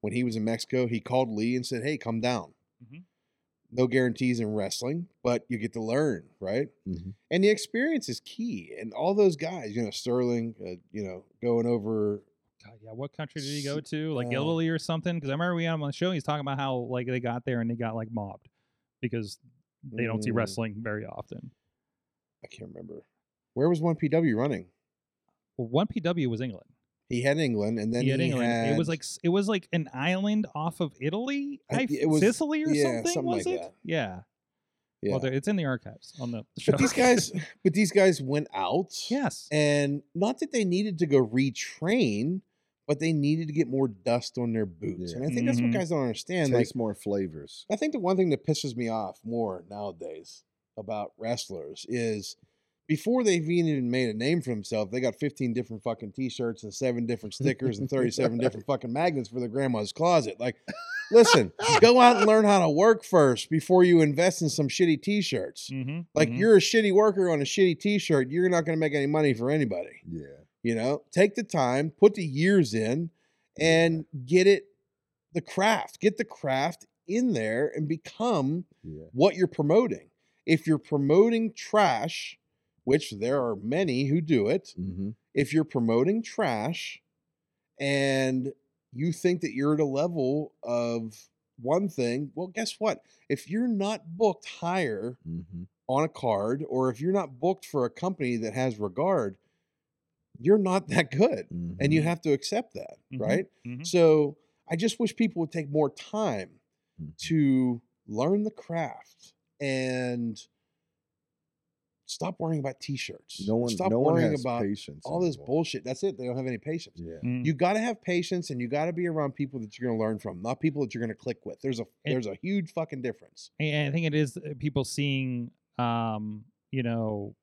Speaker 6: When he was in Mexico, he called Lee and said, "Hey, come down."
Speaker 2: Mhm.
Speaker 6: No guarantees in wrestling, but you get to learn, right?
Speaker 2: Mm.
Speaker 5: Mhm.
Speaker 6: And the experience is key. And all those guys, you know, Sterling, uh, you know, going over
Speaker 2: God, yeah. What country did he go
Speaker 6: S-
Speaker 2: to? Like
Speaker 6: uh,
Speaker 2: Italy or something? Because I remember we had him on the show. He's talking about how like they got there and they got like mobbed because they don't see
Speaker 6: Mm.
Speaker 2: wrestling very often.
Speaker 6: I can't remember. Where was one PW running?
Speaker 2: Well, one PW was England.
Speaker 6: He had England, and then
Speaker 2: He had England. It was
Speaker 6: had-
Speaker 2: like s- it was like an island off of Italy,
Speaker 6: I-
Speaker 2: I,
Speaker 6: it was-
Speaker 2: Sicily or
Speaker 6: yeah,
Speaker 2: something.
Speaker 6: something
Speaker 2: was
Speaker 6: like
Speaker 2: it?
Speaker 6: that.
Speaker 2: Yeah.
Speaker 6: yeah.
Speaker 2: Well, there- it's in the archives on the show.
Speaker 6: but these guys, but these guys went out,
Speaker 2: yes.
Speaker 6: and not that they needed to go retrain, but they needed to get more dust on their boots,
Speaker 5: Yeah.
Speaker 6: and I think that's what
Speaker 2: Mhm.
Speaker 6: guys don't understand.
Speaker 5: Taste
Speaker 6: Like,
Speaker 5: more flavors.
Speaker 6: I think the one thing that pisses me off more nowadays about wrestlers is before they've even made a name for themselves, they got 15 different fucking t-shirts and seven different stickers and 37 different fucking magnets for their grandma's closet. Like, listen, go out and learn how to work first before you invest in some shitty t-shirts.
Speaker 2: Mm-hmm.
Speaker 6: Like you're a shitty worker on a shitty t-shirt, you're not going to make any money for anybody
Speaker 5: Yeah.
Speaker 6: you know take the time put the years in
Speaker 5: Yeah.
Speaker 6: and get it the craft get the craft in there and become
Speaker 5: Yeah.
Speaker 6: what you're promoting if you're promoting trash which there are many who do it
Speaker 5: Mm-hmm.
Speaker 6: if you're promoting trash and you think that you're at a level of one thing well guess what if you're not booked higher
Speaker 5: Mm-hmm.
Speaker 6: on a card or if you're not booked for a company that has regard you're not that good and
Speaker 5: mm-hmm,
Speaker 6: you have to accept that,
Speaker 2: Mhm.
Speaker 6: right?
Speaker 2: Mhm.
Speaker 6: So I just wish people would take more time
Speaker 5: Mhm.
Speaker 6: to learn the craft and stop worrying about t-shirts.
Speaker 5: No one.
Speaker 6: stop
Speaker 5: no one
Speaker 6: worrying
Speaker 5: has
Speaker 6: about
Speaker 5: patience.
Speaker 6: all this
Speaker 5: anymore.
Speaker 6: bullshit. That's it. They don't have any patience.
Speaker 5: Yeah.
Speaker 2: Mm.
Speaker 6: You got to have patience, and you got to be around people that you're going to learn from, not people that you're going to click with. There's a
Speaker 2: And-
Speaker 6: there's a huge fucking difference.
Speaker 2: And I think it is uh, people seeing, um, you know,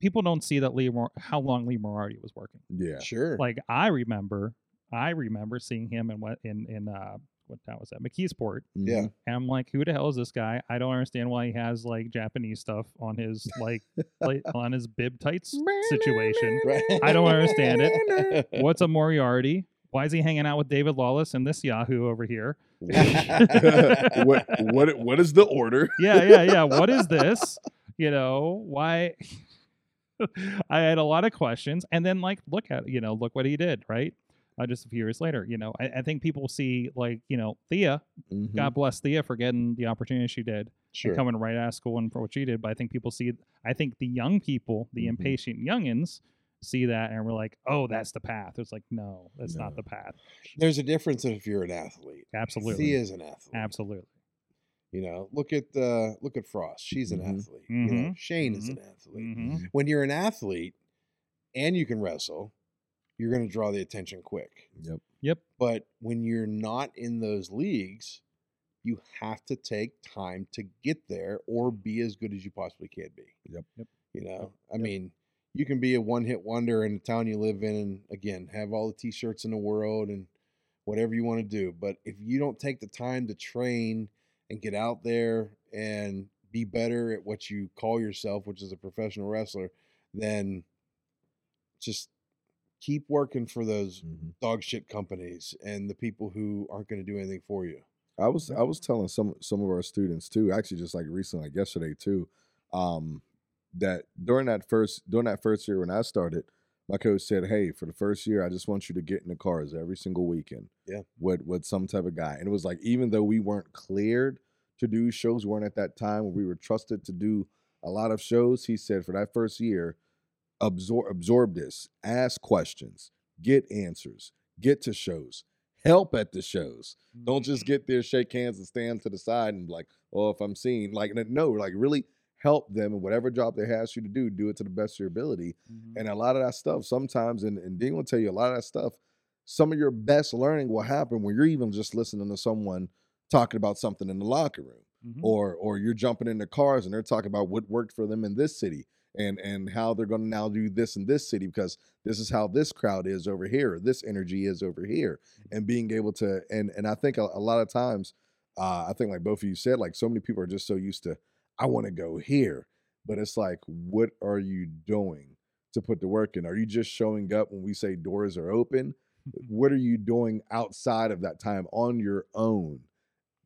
Speaker 2: people don't see that Lee Mor- how long Lee Moriarty was working.
Speaker 5: Yeah.
Speaker 6: Sure.
Speaker 2: Like I remember, I remember seeing him in what in in uh what town was that McKeesport,
Speaker 6: Yeah.
Speaker 5: Mhm.
Speaker 2: and I'm like, who the hell is this guy? I don't understand why he has like Japanese stuff on his like like on his bib tights situation.
Speaker 6: Right?
Speaker 2: I don't understand it. What's a Moriarty? Why is he hanging out with David Lawless and this Yahoo over here?
Speaker 5: what what what is the order?
Speaker 2: yeah, yeah, yeah. What is this? You know, why? I had a lot of questions, and then like, look at you know, look what he did, right? Uh, just a few years later, you know, I, I think people see like, you know, Thea.
Speaker 5: Mhm.
Speaker 2: God bless Thea for getting the opportunity she did,
Speaker 6: Mm-hmm. Sure.
Speaker 2: and coming right out of school and for what she did. But I think people see, I think the young people, the
Speaker 6: Mm-hmm.
Speaker 5: Mhm.
Speaker 2: impatient youngins, see that and we're like, oh, that's the path. It's like, no, that's not
Speaker 5: No.
Speaker 2: the path.
Speaker 6: There's a difference if you're an athlete.
Speaker 2: Absolutely,
Speaker 6: Thea is an athlete.
Speaker 2: absolutely.
Speaker 6: You know, look at uh, look at Frost. She's an
Speaker 5: Mhm.
Speaker 6: athlete. You know,
Speaker 2: Mhm.
Speaker 6: Shane is an athlete.
Speaker 5: Mm-hmm.
Speaker 2: hmm
Speaker 6: When you're an athlete and you can wrestle, you're going to draw the attention quick.
Speaker 5: Yep.
Speaker 2: Yep.
Speaker 6: But when you're not in those leagues, you have to take time to get there or be as good as you possibly can be.
Speaker 5: Yep.
Speaker 2: Yep.
Speaker 6: You know, I mean, you can be a one-hit wonder in the town you live in, and again, have all the t-shirts in the world and whatever you want to do. But if you don't take the time to train and get out there and be better at what you call yourself, which is a professional wrestler, then just keep working for those
Speaker 5: Mhm.
Speaker 6: dog shit companies and the people who aren't going to do anything for you.
Speaker 5: I was I was telling some some of our students too, actually just like recently, like yesterday too, um, that during that first during that first year when I started, my coach said, "Hey, for the first year, I just want you to get in the cars every single weekend,
Speaker 6: Yeah.
Speaker 5: with with some type of guy." And it was like, even though we weren't cleared to do shows, we weren't at that time where we were trusted to do a lot of shows. He said for that first year, absorb absorb this, ask questions, get answers, get to shows, help at the shows. Don't just get there, shake hands, and stand to the side and be like, oh, if I'm seen, like n- no, like really help them in whatever job they ask you to do, do it to the best of your ability. And a lot of that stuff sometimes, and, and Dean will tell you a lot of that stuff, some of your best learning will happen when you're even just listening to someone talking about something in the locker room.
Speaker 2: Mhm.
Speaker 5: Or or you're jumping into cars and they're talking about what worked for them in this city and and how they're gonna now do this in this city because this is how this crowd is over here, or this energy is over here. And being able to and and I think a, a lot of times, uh, I think like both of you said, like so many people are just so used to I want to go here. But it's like, what are you doing to put the work in? Are you just showing up when we say doors are open? what are you doing outside of that time on your own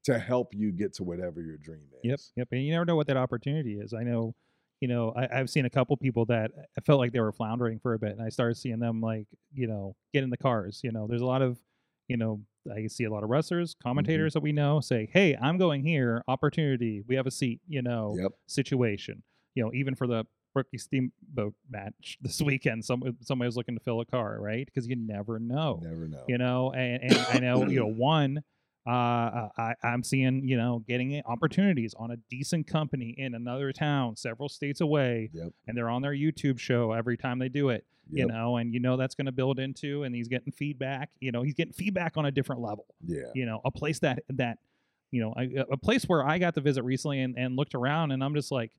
Speaker 5: to help you get to whatever your dream is?
Speaker 2: Yep, yep. And you never know what that opportunity is. I know, you know, I, I've seen a couple people that uh, I felt like they were floundering for a bit, and I started seeing them like, you know, get in the cars. You know, there's a lot of, you know, I see a lot of wrestlers,
Speaker 5: Mm-hmm.
Speaker 2: commentators that we know say, "Hey, I'm going here. Opportunity. We have a seat." You know,
Speaker 5: Yep.
Speaker 2: situation. You know, even for the rookie steamboat match this weekend, some somebody was looking to fill a car, right? Because you never know
Speaker 5: Never know.
Speaker 2: you know and, and i know you know one uh uh, I, i'm seeing you know getting i- opportunities on a decent company in another town several states away
Speaker 5: Yep.
Speaker 2: and they're on their youtube show every time they do it you
Speaker 5: Yep.
Speaker 2: know and you know that's going to build into and he's getting feedback you know he's getting feedback on a different level
Speaker 5: Yeah.
Speaker 2: you know a place that that you know a, a place where i got to visit recently and, and looked around and i'm just like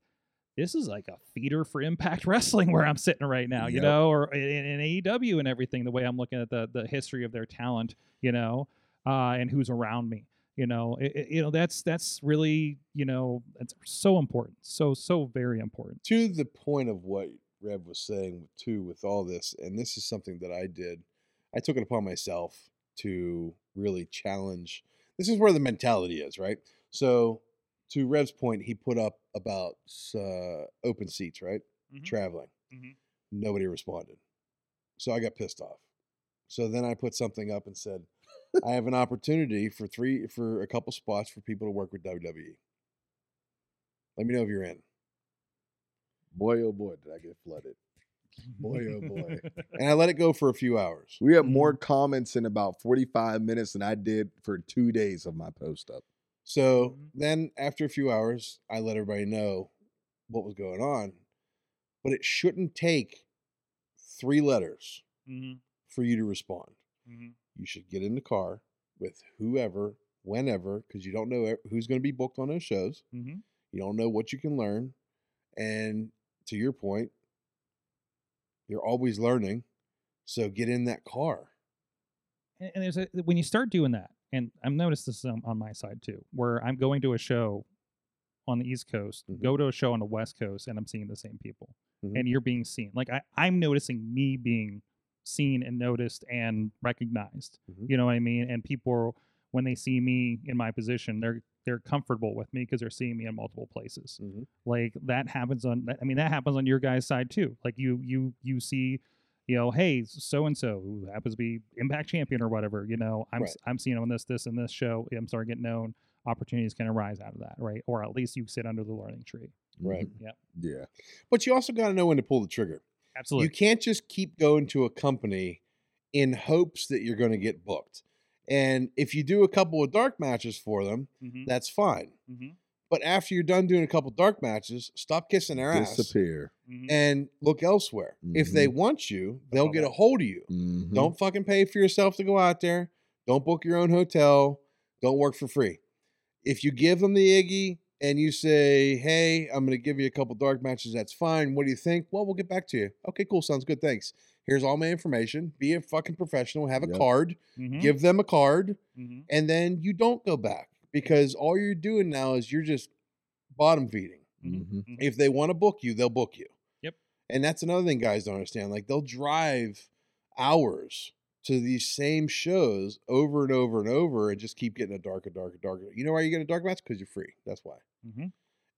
Speaker 2: this is like a feeder for impact wrestling where i'm sitting right now you
Speaker 5: Yep.
Speaker 2: know or in, in aew and everything the way i'm looking at the the history of their talent you know uh and who's around me you know it, it- you know that's that's really you know it's so important so so very important
Speaker 6: to the point of what Rev was saying too with all this, and this is something that I did. I took it upon myself to really challenge. This is where the mentality is, right? So, to Rev's point, he put up about uh, open seats, right?
Speaker 2: Mhm.
Speaker 6: Traveling.
Speaker 2: Mhm.
Speaker 6: Nobody responded. So I got pissed off. So then I put something up and said, I have an opportunity for three for a couple spots for people to work with WWE. Let me know if you're in.
Speaker 5: Boy, oh boy, did I get flooded.
Speaker 2: Mm-hmm.
Speaker 5: Boy, oh boy.
Speaker 6: and I let it go for a few hours.
Speaker 5: We have more comments in about 45 minutes than I did for two days of my post up.
Speaker 6: So
Speaker 2: Mhm.
Speaker 6: then, after a few hours, I let everybody know what was going on. But it shouldn't take three letters
Speaker 2: Mhm,
Speaker 6: for you to respond.
Speaker 2: mhm,
Speaker 6: You should get in the car with whoever, whenever, because you don't know e, who's going to be booked on those shows.
Speaker 2: mhm.
Speaker 6: You don't know what you can learn. And to your point, you're always learning. So get in that car.
Speaker 2: and, and there's a when you start doing that and i've noticed this on, on my side too where i'm going to a show on the east coast
Speaker 6: Mhm.
Speaker 2: go to a show on the west coast and i'm seeing the same people
Speaker 6: Mhm.
Speaker 2: and you're being seen like I, i'm noticing me being seen and noticed and recognized
Speaker 6: Mhm.
Speaker 2: you know what i mean and people when they see me in my position they're they're comfortable with me because they're seeing me in multiple places
Speaker 6: Mhm.
Speaker 2: like that happens on that- i mean that happens on your guys side too like you you you see you know hey so and so who happens to be impact champion or whatever you know i'm s- i'm seeing on this this and this show i'm starting to get known opportunities can arise out of that right or at least you sit under the learning tree
Speaker 6: Right.
Speaker 5: Mhm.
Speaker 2: Yep.
Speaker 5: Yeah.
Speaker 6: But you also got to know when to pull the trigger.
Speaker 2: absolutely
Speaker 6: You can't just keep going to a company in hopes that you're going to get booked. And if you do a couple of dark matches for them,
Speaker 2: Mhm,
Speaker 6: that's fine.
Speaker 2: mhm,
Speaker 6: But after you're done doing a couple dark matches, stop kissing their ass
Speaker 5: Disappear.
Speaker 2: mhm.
Speaker 6: and look elsewhere. If they want you, they'll
Speaker 2: all
Speaker 6: get a
Speaker 2: that.
Speaker 6: hold of you.
Speaker 5: Mhm.
Speaker 6: Don't fucking pay for yourself to go out there. Don't book your own hotel. Don't work for free. If you give them the Iggy and you say, hey, I'm going to give you a couple dark matches, that's fine. What do you think? Well, we'll get back to you. Okay, cool. Sounds good. Thanks. Here's all my information. Be a fucking professional. Have a
Speaker 5: Yep.
Speaker 6: card.
Speaker 2: Mhm,
Speaker 6: Give them a card.
Speaker 2: mhm.
Speaker 6: And then you don't go back because all you're doing now is you're just bottom feeding.
Speaker 2: mm-hmm,
Speaker 5: Mhm.
Speaker 6: If they want to book you, they'll book you.
Speaker 2: Yep.
Speaker 6: And that's another thing guys don't understand. Like they'll drive hours to these same shows over and over and over and just keep getting a darker, darker, darker. You know why you get a dark match? Because you're free. That's why.
Speaker 2: Mhm.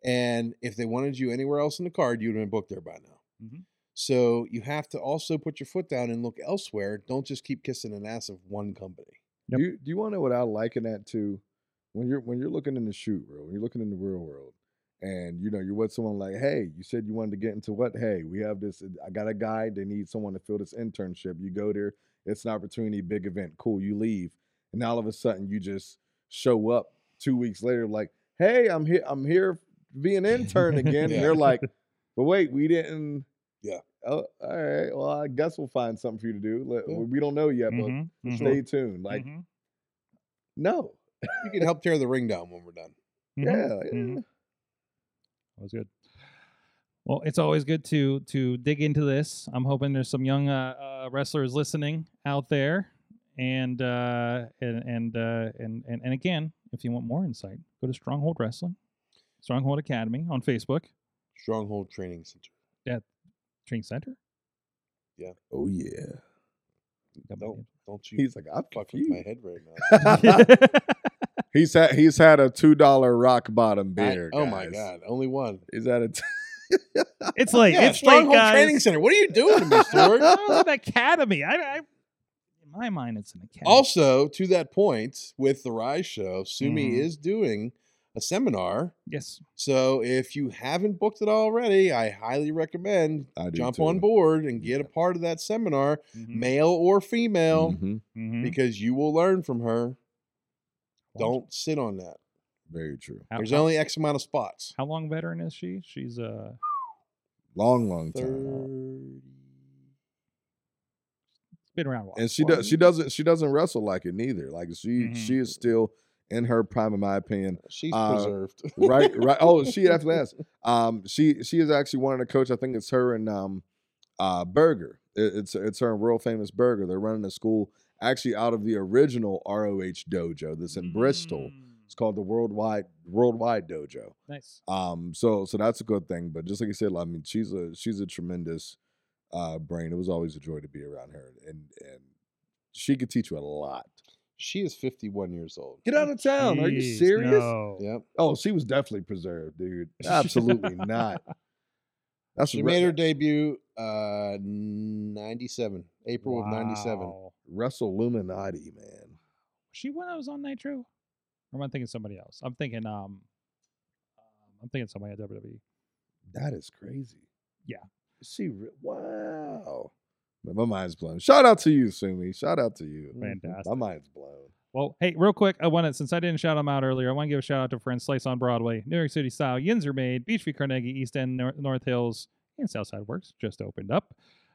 Speaker 6: And if they wanted you anywhere else in the card, you'd have been booked there by now.
Speaker 5: Mm-hmm.
Speaker 2: Mhm.
Speaker 6: So you have to also put your foot down and look elsewhere. Don't just keep kissing an ass of one company.
Speaker 2: Yep.
Speaker 5: Do you, do you want to know what I liken that to? When you're when you're looking in the shoot world, when you're looking in the real world, and you know you're with someone like hey you said you wanted to get into what hey we have this i got a guy they need someone to fill this internship you go there it's an opportunity big event cool you leave and all of a sudden you just show up two weeks later like hey i'm here i'm here to be an intern again and
Speaker 6: Yeah.
Speaker 5: they're like but wait we didn't
Speaker 6: Yeah.
Speaker 5: oh all right well i guess we'll find something for you to do Let-
Speaker 6: Yeah. Mm-hmm,
Speaker 5: we don't know yet but
Speaker 2: Mhm, mhm,
Speaker 5: stay tuned like
Speaker 2: mhm,
Speaker 5: no
Speaker 6: You can help tear the ring down when we're done.
Speaker 2: mhm.
Speaker 5: yeah, yeah.
Speaker 6: Mm-hmm.
Speaker 2: Mhm. That was good. Well, it's always good to to dig into this. I'm hoping there's some young uh, uh, wrestlers listening out there, and uh, and and, uh, and and and again, if you want more insight, go to Stronghold Wrestling, Stronghold Academy on Facebook,
Speaker 6: Stronghold Training Center.
Speaker 2: Training Center.
Speaker 5: oh yeah
Speaker 6: Don't don't you
Speaker 5: he's like i'm
Speaker 6: fuck with my
Speaker 5: confused
Speaker 6: head right now.
Speaker 5: He's had he's had a two dollar rock bottom
Speaker 6: I-
Speaker 5: beer.
Speaker 6: oh my
Speaker 5: guys.
Speaker 6: god, only one.
Speaker 5: Is that a t-
Speaker 2: it's late.
Speaker 6: yeah,
Speaker 2: it's late,
Speaker 6: Stronghold
Speaker 2: guys.
Speaker 6: Training Center. What are you doing to me, Stuart?
Speaker 2: I was an academy. I, I, in my mind, it's an academy.
Speaker 6: also, to that point, with the Rise Show, Sumi
Speaker 5: Mm-hmm.
Speaker 2: Mhm.
Speaker 6: is doing a seminar.
Speaker 2: yes.
Speaker 6: So if you haven't booked it already, I highly recommend
Speaker 5: I do
Speaker 6: jump
Speaker 5: too. Mm-hmm.
Speaker 6: on board and get a part of that seminar,
Speaker 2: Mm-hmm.
Speaker 6: male or female,
Speaker 5: Mhm.
Speaker 2: Mhm.
Speaker 6: because you will learn from her. Don't sit on that.
Speaker 5: Very true.
Speaker 2: How-
Speaker 6: There's
Speaker 2: how-
Speaker 6: only X amount of spots.
Speaker 2: How long veteran is she? She's uh
Speaker 5: Long, long time.
Speaker 6: Thirty.
Speaker 2: been around a while.
Speaker 5: And she does she doesn't she doesn't wrestle like it neither. Like she
Speaker 2: Mhm.
Speaker 5: she is still in her prime, in my opinion.
Speaker 6: She's
Speaker 5: Uh,
Speaker 6: preserved.
Speaker 5: Right, right. Oh, she after last. Um, she she is actually one of the coach. I think it's her and um, uh, Burger. It- it's it's her and world famous Burger. They're running a school actually out of the original ROH dojo that's in
Speaker 6: Mm.
Speaker 5: Bristol.
Speaker 2: Mm.
Speaker 5: It's called the Worldwide Worldwide Dojo.
Speaker 2: Nice.
Speaker 5: Um, so so that's a good thing. But just like you said, I mean, she's a she's a tremendous uh brain. It was always a joy to be around her, and and she could teach you a lot.
Speaker 6: she is 51 years old.
Speaker 5: Get out of town. Are you
Speaker 2: Jeez,
Speaker 5: serious?
Speaker 2: no.
Speaker 6: Yep.
Speaker 5: Oh, she was definitely preserved, dude. Absolutely not. That's
Speaker 6: She
Speaker 5: re-
Speaker 6: made her debut uh 97, April of 97.
Speaker 2: Wow.
Speaker 5: Russell Luminati, man.
Speaker 2: She when I was on Nitro. Or am I thinking somebody else? I'm thinking um, um, I'm thinking somebody at E. WWE.
Speaker 5: That is crazy.
Speaker 2: Yeah.
Speaker 5: She re- wow. Man, my mind's blown. Shout out to you, Sumi. Shout out to you. Mm-hmm. My
Speaker 2: Fantastic.
Speaker 5: mind's blown.
Speaker 2: Well, hey, real quick, I want to since I didn't shout them out earlier, I want to give a shout out to friends Slice on Broadway, New York City style, Yinzer Made, Beachview, Carnegie, East End, Nor- North Hills, and Southside Works just opened up.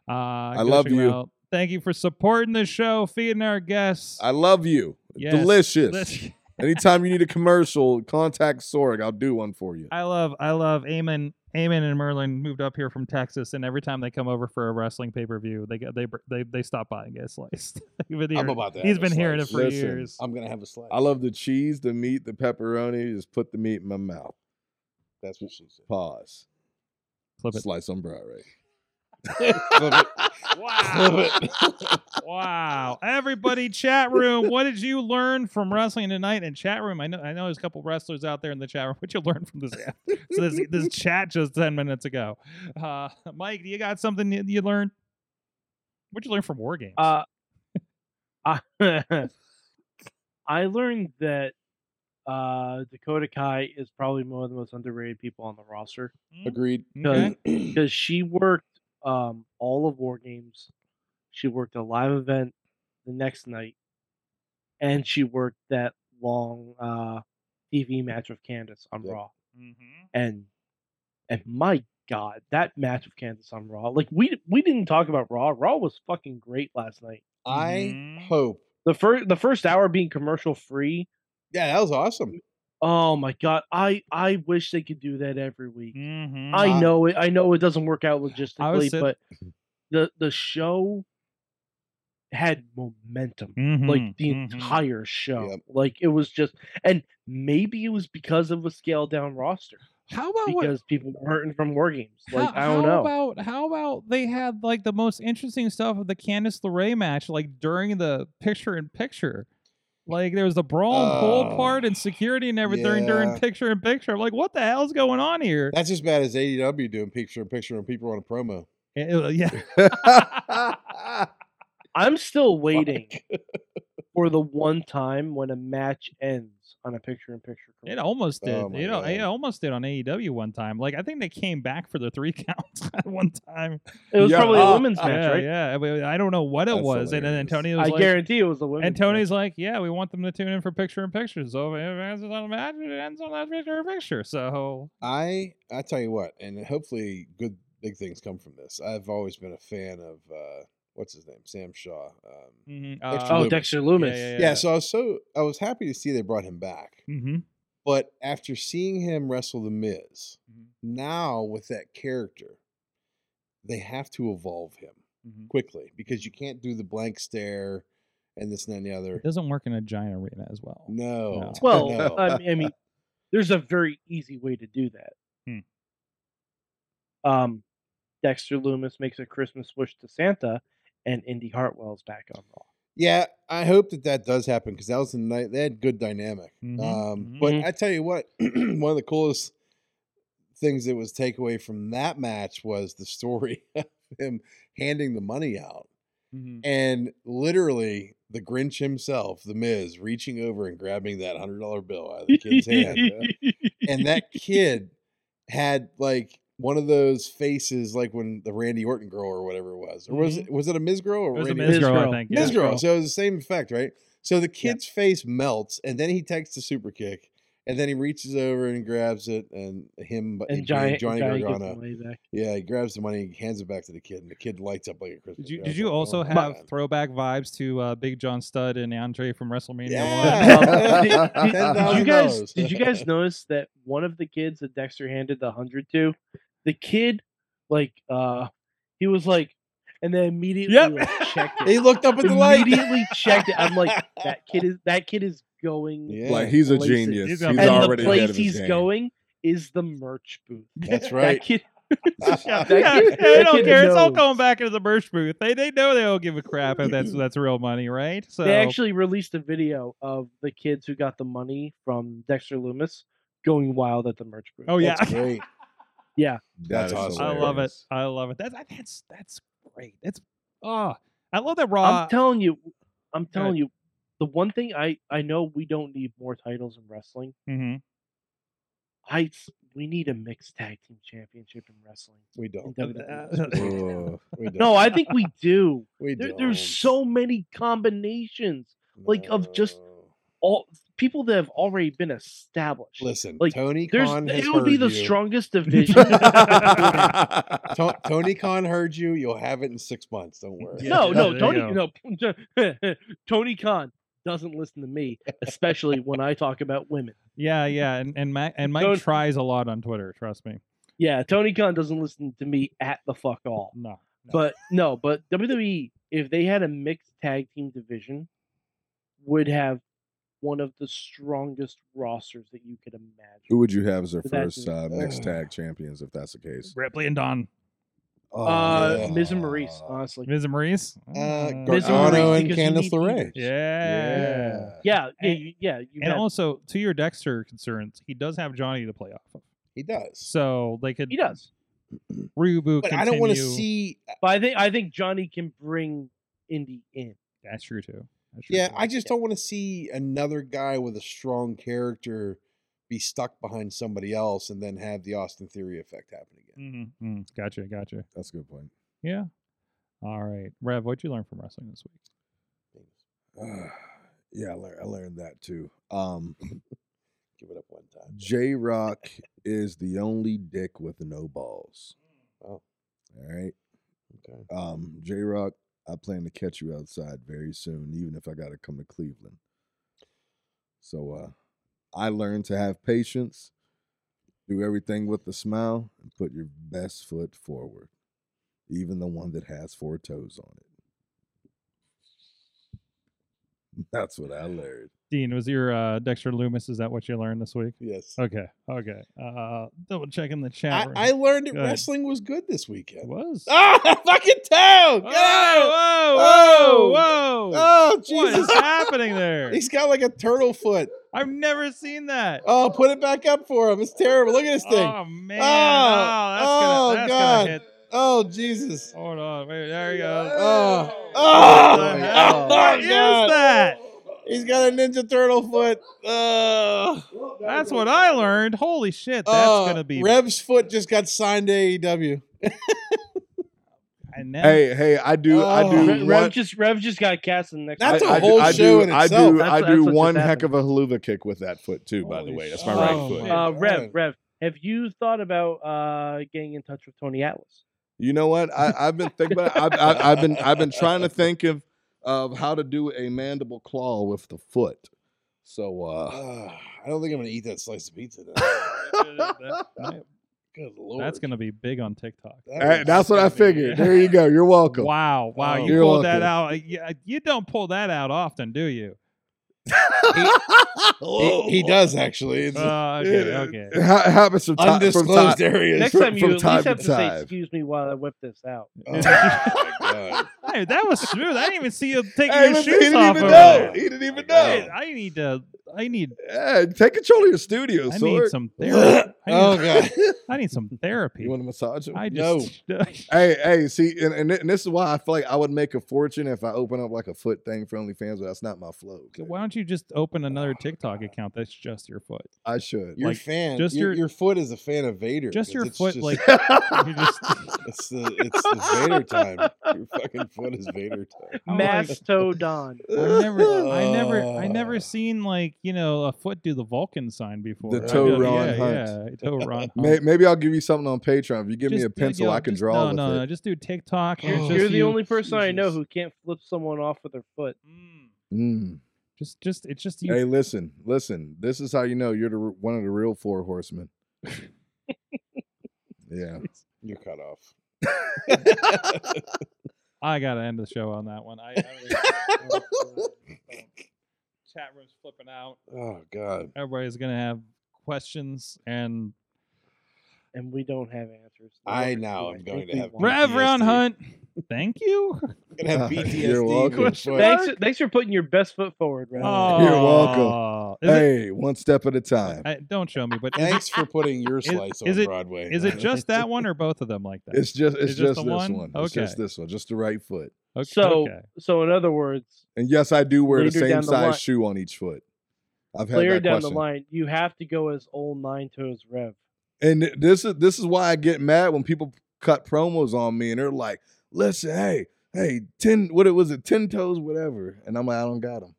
Speaker 2: Uh, I
Speaker 5: love you.
Speaker 2: Thank you for supporting the show, feeding our guests.
Speaker 5: I love you.
Speaker 2: Yes.
Speaker 5: Delicious.
Speaker 2: Let's-
Speaker 5: Anytime you need a commercial, contact Sorg. I'll do one for you.
Speaker 2: I love I love Eamon Eamon and Merlin moved up here from Texas, and every time they come over for a wrestling pay per view, they get they br- they they stop by and get sliced. They've been
Speaker 6: I'm
Speaker 2: hearing-
Speaker 6: about to
Speaker 2: he's
Speaker 6: have a
Speaker 2: been hearing it
Speaker 6: slice.
Speaker 2: for
Speaker 5: Listen,
Speaker 2: years.
Speaker 6: I'm going to have a slice.
Speaker 5: I love the cheese, the meat, the pepperoni. Just put the meat in my mouth.
Speaker 6: That's what she said.
Speaker 5: Pause.
Speaker 2: Flip it.
Speaker 5: Slice on Broadway.
Speaker 6: Clip
Speaker 2: Wow. wow. Everybody chat room, what did you learn from wrestling tonight in chat room? I know I know there's a couple wrestlers out there in the chat room. What you learn from this so this this chat just 10 minutes ago. Uh Mike, do you got something you, you learned? What'd you learn from War Games?
Speaker 4: Uh, I, I learned that uh, Dakota Kai is probably one of the most underrated people on the roster
Speaker 2: Mm,
Speaker 6: it. Agreed.
Speaker 4: uh,
Speaker 2: okay.
Speaker 4: because she worked um, all of War Games. She worked a live event the next night, and she worked that long uh, TV match with Candace on
Speaker 6: Yep.
Speaker 4: Raw.
Speaker 2: Mhm.
Speaker 4: and and my god, that match with Candace on Raw. Like we we didn't talk about Raw. Raw was fucking great last night.
Speaker 6: I
Speaker 2: Mhm.
Speaker 6: hope.
Speaker 4: The first the first hour being commercial free.
Speaker 6: Yeah, that was awesome.
Speaker 4: Oh my god, I I wish they could do that every week.
Speaker 2: Mhm.
Speaker 4: I
Speaker 6: I-
Speaker 4: know it. I know it doesn't work out logistically,
Speaker 2: sit-
Speaker 4: but the the show had momentum.
Speaker 2: Mhm,
Speaker 4: Like the
Speaker 2: mhm.
Speaker 4: entire show,
Speaker 6: Yep.
Speaker 4: like it was just, and maybe it was because of a scaled down roster
Speaker 2: How about what?
Speaker 4: because people weren't from war games. Like
Speaker 2: how,
Speaker 4: I don't
Speaker 2: how
Speaker 4: know.
Speaker 2: about how about they had like the most interesting stuff of the Candice LeRae match, like during the picture in picture. Like there was the brawl and
Speaker 6: Oh,
Speaker 2: pole part and security and everything during-
Speaker 6: yeah.
Speaker 2: during picture in picture. I'm like, what the hell's going on here?
Speaker 6: That's as bad as AEW doing picture in picture and people on a promo.
Speaker 2: It- it- yeah.
Speaker 4: I'm still waiting for the one time when a match ends on a picture in picture.
Speaker 2: It almost did.
Speaker 6: Oh my
Speaker 2: you know, it
Speaker 6: God.
Speaker 2: almost did on AEW one time. Like I think they came back for the three counts at one time.
Speaker 4: It was
Speaker 5: Yeah.
Speaker 4: probably
Speaker 5: Oh,
Speaker 4: a women's
Speaker 2: Yeah,
Speaker 4: match, right?
Speaker 2: yeah. I, mean, I don't know what it
Speaker 6: That's
Speaker 2: was, and then
Speaker 6: hilarious.
Speaker 2: Antonio
Speaker 4: I
Speaker 2: was like,
Speaker 4: guarantee it was a women's.
Speaker 2: and
Speaker 4: match.
Speaker 2: Tony's like, yeah, we want them to tune in for picture in picture. So if it ends on a match, it ends on that picture in picture. So
Speaker 6: I I tell you what, and hopefully good big things come from this. I've always been a fan of uh what's his name, Sam Shaw. Um,
Speaker 2: mhm,
Speaker 6: Extra
Speaker 2: uh,
Speaker 4: Oh,
Speaker 6: Loomis.
Speaker 4: Dexter Loomis.
Speaker 2: Yeah,
Speaker 6: yeah. so I was so I was happy to see they brought him back,
Speaker 2: mhm.
Speaker 6: but after seeing him wrestle the Miz,
Speaker 2: Mhm.
Speaker 6: now with that character, they have to evolve him
Speaker 2: Mhm.
Speaker 6: quickly because you can't do the blank stare and this and that and the other.
Speaker 2: It doesn't work in a giant arena as well.
Speaker 6: No,
Speaker 2: No.
Speaker 4: Well,
Speaker 6: no.
Speaker 4: I mean- I mean, there's a very easy way to do that.
Speaker 2: Hmm.
Speaker 4: Um, Dexter Loomis makes a Christmas wish to Santa, and Indy Hartwell's back on Raw.
Speaker 6: Yeah, I hope that that does happen because that was the night they had good dynamic.
Speaker 2: Mhm,
Speaker 6: Um,
Speaker 2: mhm.
Speaker 6: But I tell you what, one of the coolest things that was takeaway from that match was the story of him handing the money out
Speaker 2: Mhm.
Speaker 6: and literally the Grinch himself, the Miz, reaching over and grabbing that hundred dollar bill out of the kid's hand and that kid had like one of those faces, like when the Randy Orton girl or whatever it was, or was it was it a Miz girl or
Speaker 2: Mm-hmm. It was a
Speaker 6: Randy
Speaker 2: Miz
Speaker 4: Miz
Speaker 2: girl, I
Speaker 4: girl.
Speaker 2: think.
Speaker 6: Miz
Speaker 2: yeah.
Speaker 6: girl. So it was the same effect, right? So the kid's face melts, and then he takes the super kick, and then he reaches over and grabs it, and him but
Speaker 4: and
Speaker 6: being
Speaker 4: Giant,
Speaker 6: Johnny
Speaker 4: Giant gives
Speaker 6: Gargano,
Speaker 4: him way back.
Speaker 6: yeah, he grabs the money, he hands it back to the kid, and the kid lights up like a Christmas.
Speaker 2: Did you,
Speaker 6: tree. I
Speaker 2: did
Speaker 6: was
Speaker 2: you
Speaker 6: like,
Speaker 2: also
Speaker 6: "Oh my
Speaker 2: have
Speaker 6: God."
Speaker 2: throwback vibes to uh, Big John Studd and Andre from WrestleMania
Speaker 4: Oh,
Speaker 6: Yeah.
Speaker 2: One?
Speaker 4: Um, did, did you guys
Speaker 6: $10,000.
Speaker 4: did you guys notice that one of the kids that Dexter handed the hundred to, the kid, like uh, he was like, and then immediately
Speaker 2: Yep.
Speaker 4: like, checked
Speaker 6: He
Speaker 4: it.
Speaker 6: looked up at the light.
Speaker 4: immediately checked it. I'm like, that kid is that kid is going.
Speaker 6: Yeah.
Speaker 5: Like he's a
Speaker 4: places.
Speaker 5: genius.
Speaker 2: He's
Speaker 5: He's,
Speaker 2: gonna-
Speaker 4: and
Speaker 5: already
Speaker 4: the place
Speaker 5: ahead of his
Speaker 4: he's
Speaker 5: game.
Speaker 4: going is the merch booth.
Speaker 6: That's right.
Speaker 4: That kid,
Speaker 2: yeah,
Speaker 4: That
Speaker 2: yeah,
Speaker 4: kid-
Speaker 2: yeah, they
Speaker 4: that
Speaker 2: don't
Speaker 4: kid
Speaker 2: care. It's all
Speaker 4: knows.
Speaker 2: going back into the merch booth. They they know they don't give a crap if that's that's real money, right? So
Speaker 4: They actually released a video of the kids who got the money from Dexter Loomis going wild at the merch booth.
Speaker 2: oh yeah,
Speaker 6: That's great. That's
Speaker 5: That is
Speaker 6: awesome.
Speaker 2: I love it.
Speaker 5: hilarious.
Speaker 2: I love it. That's that's that's great. That's oh, I love that raw.
Speaker 4: I'm telling you, I'm
Speaker 2: uh, ahead.
Speaker 4: telling you, the one thing I I know we don't need more titles in wrestling.
Speaker 2: Mhm.
Speaker 4: I s- we need a mixed tag team championship in wrestling.
Speaker 6: We
Speaker 4: in
Speaker 6: don't.
Speaker 4: WWE.
Speaker 5: Oh,
Speaker 6: We don't.
Speaker 4: no, I think we do.
Speaker 6: we
Speaker 4: There-
Speaker 6: don't.
Speaker 4: there's so many combinations. like, of just-
Speaker 6: No.
Speaker 4: All people that have already been established.
Speaker 6: listen.
Speaker 4: like,
Speaker 6: Tony
Speaker 4: There's,
Speaker 6: Khan has
Speaker 4: it would be
Speaker 6: heard
Speaker 4: the
Speaker 6: you.
Speaker 4: strongest division.
Speaker 6: To- Tony Khan heard you. You'll have it in six months. Don't worry.
Speaker 2: Yeah,
Speaker 4: no,
Speaker 2: yeah,
Speaker 4: no,
Speaker 2: there you
Speaker 4: Tony, no, Tony Khan doesn't listen to me, especially when I talk about women.
Speaker 2: Yeah, yeah, and and, Ma- and Mike
Speaker 4: Don't-
Speaker 2: tries a lot on Twitter. Trust me.
Speaker 4: Yeah, Tony Khan doesn't listen to me at the fuck all.
Speaker 2: No, no.
Speaker 4: But no, but WWE, if they had a mixed tag team division, would have one of the strongest rosters that you could
Speaker 5: Who
Speaker 4: imagine.
Speaker 5: would you have as their
Speaker 4: But that's-
Speaker 5: first uh, mixed
Speaker 6: Ugh.
Speaker 5: tag champions if that's the case?
Speaker 2: Ripley and Don,
Speaker 6: Oh,
Speaker 4: uh,
Speaker 6: yeah.
Speaker 4: Miz and Maurice, honestly.
Speaker 2: Ms. and Maurice, Mm.
Speaker 6: Uh,
Speaker 4: Miz and Maurice
Speaker 6: Gargano and
Speaker 4: Mm. because you
Speaker 6: Candice
Speaker 4: need
Speaker 6: LeRae.
Speaker 4: leaders.
Speaker 2: yeah.
Speaker 4: yeah, yeah,
Speaker 2: and-
Speaker 4: you- yeah. You
Speaker 2: And
Speaker 4: had-
Speaker 2: also, to your Dexter concerns, he does have Johnny to play off of,
Speaker 6: He does.
Speaker 2: so they could
Speaker 4: he does.
Speaker 2: reboot.
Speaker 6: But I don't want to
Speaker 2: continue-
Speaker 6: see.
Speaker 4: But I think I think Johnny can bring Indy in.
Speaker 2: That's true too. That's true,
Speaker 6: Yeah,
Speaker 2: too.
Speaker 6: I just don't want to see another guy with a strong character be stuck behind somebody else and then have the Austin Theory effect happen again.
Speaker 2: Mhm, mm, Gotcha, gotcha.
Speaker 5: That's a good point.
Speaker 2: Yeah. All right, Rev, what'd you learn from wrestling this week?
Speaker 5: Uh, yeah, I, lear- I learned that too. Um,
Speaker 6: Give it up one time.
Speaker 5: J Rock is the only dick with no balls.
Speaker 6: Oh.
Speaker 5: All right.
Speaker 6: Okay.
Speaker 5: Um, J Rock, I plan to catch you outside very soon, even if I got to come to Cleveland. So uh, I learned to have patience, do everything with a smile, and put your best foot forward, even the one that has four toes on it. That's what I learned.
Speaker 2: Dean, was your uh, Dexter Loomis? Is that what you learned this week?
Speaker 6: Yes.
Speaker 2: Okay, okay. Uh, double check in the chat.
Speaker 6: I,
Speaker 2: room.
Speaker 6: I learned that
Speaker 2: Go ahead.
Speaker 6: wrestling was good this
Speaker 2: It
Speaker 6: weekend.
Speaker 2: was.
Speaker 6: Ah, fucking toe! Get out!
Speaker 2: whoa, whoa, whoa!
Speaker 6: Oh,
Speaker 2: Oh! What is
Speaker 6: Jesus.
Speaker 2: happening there?
Speaker 6: He's got like a turtle foot.
Speaker 2: I've never seen that.
Speaker 6: Oh, put it back up for him. It's terrible. Look at this thing.
Speaker 2: Oh man! Oh,
Speaker 6: Oh, oh,
Speaker 2: that's gonna, that's
Speaker 6: God.
Speaker 2: gonna hit.
Speaker 6: Oh, Jesus.
Speaker 2: Hold on, wait, there you go.
Speaker 6: Oh, oh,
Speaker 2: What
Speaker 6: oh,
Speaker 2: the hell?
Speaker 6: my
Speaker 2: What is
Speaker 6: God.
Speaker 2: that?
Speaker 6: He's got a Ninja Turtle foot. Ugh.
Speaker 5: Oh.
Speaker 2: That's what I learned. Holy shit, that's
Speaker 6: Uh,
Speaker 2: gonna be.
Speaker 6: Rev's foot just got signed to E AEW.
Speaker 2: I know.
Speaker 5: Hey, hey, I do, I
Speaker 6: Oh.
Speaker 5: do.
Speaker 4: Rev,
Speaker 5: one-
Speaker 4: Rev just Rev just got cast in the next.
Speaker 6: That's
Speaker 5: I-
Speaker 6: a
Speaker 5: I do-
Speaker 6: whole
Speaker 5: I do-
Speaker 6: show in
Speaker 5: I do,
Speaker 6: itself.
Speaker 5: I
Speaker 4: That's-
Speaker 5: do
Speaker 4: that's what
Speaker 5: one
Speaker 4: just
Speaker 5: heck of a haluva kick with that foot too. by the
Speaker 2: Holy
Speaker 5: way, that's
Speaker 2: shit.
Speaker 5: my right
Speaker 6: Oh,
Speaker 5: foot.
Speaker 6: man.
Speaker 4: Uh, Rev,
Speaker 6: God.
Speaker 4: Rev, have you thought about uh, getting in touch with Tony Atlas?
Speaker 5: You know what? I, I've been thinking about. I've, I've, I've been I've been trying to think of of how to do a mandible claw with the foot. So uh
Speaker 6: Ugh, I don't think I'm gonna eat that slice of pizza. Now.
Speaker 4: uh,
Speaker 6: Good lord.
Speaker 2: that's gonna be big on TikTok.
Speaker 6: That
Speaker 5: eh,
Speaker 6: was
Speaker 5: that's what I
Speaker 6: disgusting.
Speaker 5: figured. There you go. You're welcome.
Speaker 2: Wow, wow,
Speaker 6: Oh.
Speaker 2: you
Speaker 5: You're
Speaker 2: pulled that out.
Speaker 5: welcome.
Speaker 2: Uh, yeah, You don't pull that out often, do you?
Speaker 6: He, he does actually. It's
Speaker 2: Uh, okay, okay.
Speaker 5: It ha- happens from time from time.
Speaker 6: undisclosed areas.
Speaker 4: Next
Speaker 5: from-
Speaker 4: time you
Speaker 5: from
Speaker 4: at
Speaker 5: time
Speaker 4: least have
Speaker 5: to
Speaker 4: to say,
Speaker 5: time.
Speaker 4: "Excuse me," while I whip this out.
Speaker 6: Oh, my God.
Speaker 2: Hey, that was smooth. I didn't even see you taking
Speaker 5: Hey,
Speaker 2: your
Speaker 5: listen,
Speaker 2: shoes
Speaker 5: he didn't
Speaker 2: off.
Speaker 5: even
Speaker 2: over
Speaker 5: know.
Speaker 2: there.
Speaker 5: He didn't even
Speaker 2: Hey,
Speaker 5: know.
Speaker 2: I need to. I need.
Speaker 5: Eh, take control of your studio,
Speaker 2: I need
Speaker 5: sword.
Speaker 2: some therapy. I
Speaker 6: Oh,
Speaker 2: need,
Speaker 6: God.
Speaker 2: I need some
Speaker 5: you
Speaker 2: therapy.
Speaker 5: want to massage him?
Speaker 2: I just.
Speaker 5: Hey, hey, see, and, and, thi- and this is why I feel like I would make a fortune if I open up like a foot thing for OnlyFans, but that's not my flow.
Speaker 2: Why don't you just open another TikTok account that's just your foot?
Speaker 5: I should.
Speaker 6: Your
Speaker 2: Like,
Speaker 6: fan,
Speaker 2: just
Speaker 6: your,
Speaker 2: your-
Speaker 6: your foot is a fan of Vader.
Speaker 2: Just
Speaker 6: 'cause
Speaker 2: your
Speaker 6: it's
Speaker 2: foot, like- You just
Speaker 6: it's the it's the Vader time. Your fucking foot is Vader time.
Speaker 2: I'm like-
Speaker 4: Mastodon.
Speaker 2: I never, I never, I
Speaker 6: Ah,
Speaker 5: Oh.
Speaker 2: never seen like you know a foot do the Vulcan sign before.
Speaker 5: The
Speaker 2: I
Speaker 5: toe
Speaker 2: feel-
Speaker 5: Ron
Speaker 2: yeah,
Speaker 5: Hunt.
Speaker 2: yeah, toe Ron.
Speaker 5: May,
Speaker 2: Hunt.
Speaker 5: maybe I'll give you something on Patreon. If you give me
Speaker 2: Um, Just
Speaker 5: a
Speaker 2: do-
Speaker 5: pencil,
Speaker 2: yo,
Speaker 5: I can
Speaker 2: just-
Speaker 5: draw
Speaker 2: No,
Speaker 5: with
Speaker 2: no,
Speaker 5: it.
Speaker 2: no, just do TikTok. and
Speaker 4: You're,
Speaker 2: it's
Speaker 6: Oh,
Speaker 4: you're
Speaker 2: just
Speaker 4: the
Speaker 2: you-
Speaker 4: only person I know
Speaker 6: Jesus.
Speaker 4: who can't flip someone off with their foot.
Speaker 2: Mm.
Speaker 5: Mm.
Speaker 2: Just, just it's just you.
Speaker 5: Hey, listen, listen. This is how you know you're the, r- one of the real four horsemen. yeah.
Speaker 6: You're cut off.
Speaker 2: I gotta end the show on that one. I, I don't
Speaker 4: uh,
Speaker 2: even- chat room's flipping out.
Speaker 6: Oh God.
Speaker 2: Everybody's gonna have questions and
Speaker 4: and we don't have answers.
Speaker 6: I
Speaker 4: Nor
Speaker 6: now
Speaker 4: do
Speaker 6: am
Speaker 4: I
Speaker 6: going
Speaker 4: think
Speaker 6: to
Speaker 4: we
Speaker 6: have
Speaker 4: want.
Speaker 2: Rev Ron
Speaker 6: PTSD.
Speaker 2: Hunt. Thank you.
Speaker 6: I'm gonna
Speaker 5: Uh,
Speaker 2: Ah,
Speaker 6: have PTSD.
Speaker 5: you're
Speaker 6: in my
Speaker 5: welcome.
Speaker 6: foot.
Speaker 4: Thanks, thanks for putting your best foot forward, Rev.
Speaker 2: Oh,
Speaker 5: welcome.
Speaker 2: Is it-
Speaker 5: hey, one step at a time.
Speaker 2: I- don't show me, but is it-
Speaker 6: Thanks for putting your slice
Speaker 2: is
Speaker 6: on
Speaker 2: it-
Speaker 6: Broadway.
Speaker 2: Is it just that one or both of them like that?
Speaker 5: It's just it's
Speaker 2: Is this
Speaker 5: just
Speaker 2: the
Speaker 5: this
Speaker 2: one?
Speaker 5: one. It's
Speaker 2: Okay.
Speaker 5: just this one. Just the right foot.
Speaker 2: okay.
Speaker 4: So,
Speaker 2: okay.
Speaker 4: so in other words,
Speaker 5: And yes, I do wear the
Speaker 4: Later
Speaker 5: same
Speaker 4: down the
Speaker 5: size
Speaker 4: line-
Speaker 5: shoe on each foot. I've had
Speaker 4: later
Speaker 5: that
Speaker 4: down
Speaker 5: question.
Speaker 4: the line, you have to go as old nine toes Rev.
Speaker 5: And th- this is this is why I get mad when people cut promos on me and they're like, "Listen, hey, hey, ten what it was it, ten toes, whatever." And I'm like, "I don't got them.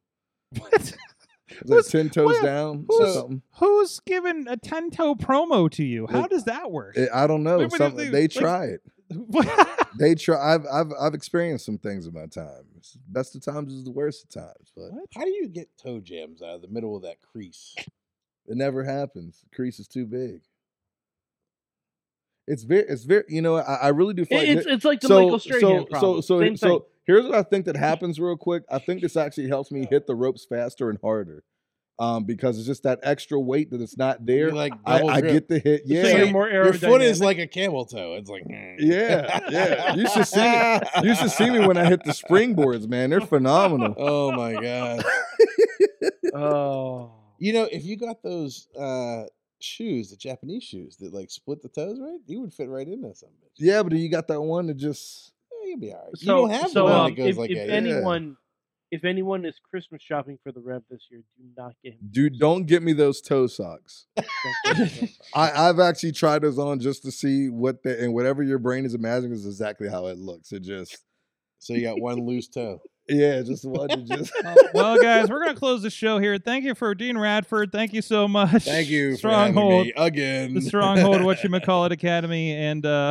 Speaker 2: what?
Speaker 5: Is
Speaker 2: Who's-
Speaker 5: it ten toes
Speaker 2: what-
Speaker 5: down or
Speaker 2: who's-
Speaker 5: something?"
Speaker 2: Who's giving a ten toe promo to you? How does that work?
Speaker 5: It- I don't know.
Speaker 2: Wait, wait,
Speaker 5: Some-
Speaker 2: wait,
Speaker 5: they
Speaker 2: like-
Speaker 5: try it. They try. I've I've I've experienced some things in my time. It's- Best of times is the worst of times, but
Speaker 2: What?
Speaker 6: How do you get toe jams out of the middle of that crease?
Speaker 5: it never happens. The crease is too big. It's very it's very you know I, I really do feel like
Speaker 4: It- it's,
Speaker 5: thi-
Speaker 4: it's like the Michael Strahan problem.
Speaker 5: So,
Speaker 4: Same
Speaker 5: so
Speaker 4: thing.
Speaker 5: here's what I think that happens real quick. I think this actually helps me hit the ropes faster and harder, um, because it's just that extra weight that it's not
Speaker 6: You're
Speaker 5: there.
Speaker 6: like
Speaker 5: I,
Speaker 6: double
Speaker 5: I
Speaker 6: grip.
Speaker 5: get the hit. Yeah,
Speaker 4: so you're more
Speaker 6: Your
Speaker 4: aerodynamic.
Speaker 6: foot is like a camel toe. It's like mm.
Speaker 5: Yeah, yeah. You should see- you should see me when I hit the springboards, man. They're phenomenal.
Speaker 6: Oh my god.
Speaker 4: oh,
Speaker 6: You know, if you got those uh shoes, the Japanese shoes that like split the toes, right? You would fit right into something.
Speaker 5: Yeah, but you got that one that just
Speaker 6: Yeah, you'd be all right.
Speaker 4: so
Speaker 6: you don't have
Speaker 4: so
Speaker 6: the one
Speaker 4: um,
Speaker 6: that goes
Speaker 4: if,
Speaker 6: like
Speaker 4: if
Speaker 6: that.
Speaker 5: any- Yeah.
Speaker 4: anyone, if anyone is Christmas shopping for the Rev this year, do not get him.
Speaker 5: dude. Don't get me those toe socks.
Speaker 4: don't get him that.
Speaker 5: I, I've actually tried those on just to see what the and whatever your brain is imagining is exactly how it looks. It just
Speaker 6: So you got one loose toe.
Speaker 5: yeah, just what it just.
Speaker 2: Uh, well, guys, we're gonna close the show here. Thank you for Dean Radford. Thank you so much.
Speaker 6: Thank you
Speaker 2: Stronghold,
Speaker 6: for having me again.
Speaker 2: the Stronghold, what you call it, Academy, and uh,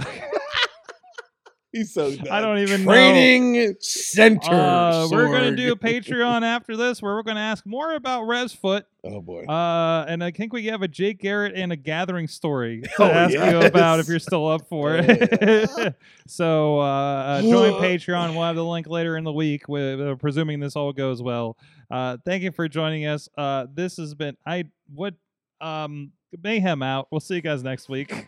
Speaker 5: He's so. Done.
Speaker 2: I don't even know.
Speaker 6: training center.
Speaker 2: Uh, we're gonna
Speaker 6: Sorg.
Speaker 2: do a Patreon after this, where we're gonna ask more about Rev's foot,
Speaker 6: Oh boy.
Speaker 2: uh, and I think we have a Jake Garrett and a Gathering story to
Speaker 5: Oh,
Speaker 2: ask you about if
Speaker 5: yes.
Speaker 2: you're still up for
Speaker 6: Oh,
Speaker 2: it. so uh, uh, join Patreon. We'll have the link later in the week, with, uh, presuming this all goes well. Uh, thank you for joining us. Uh, this has been I what um mayhem out. We'll see you guys next week.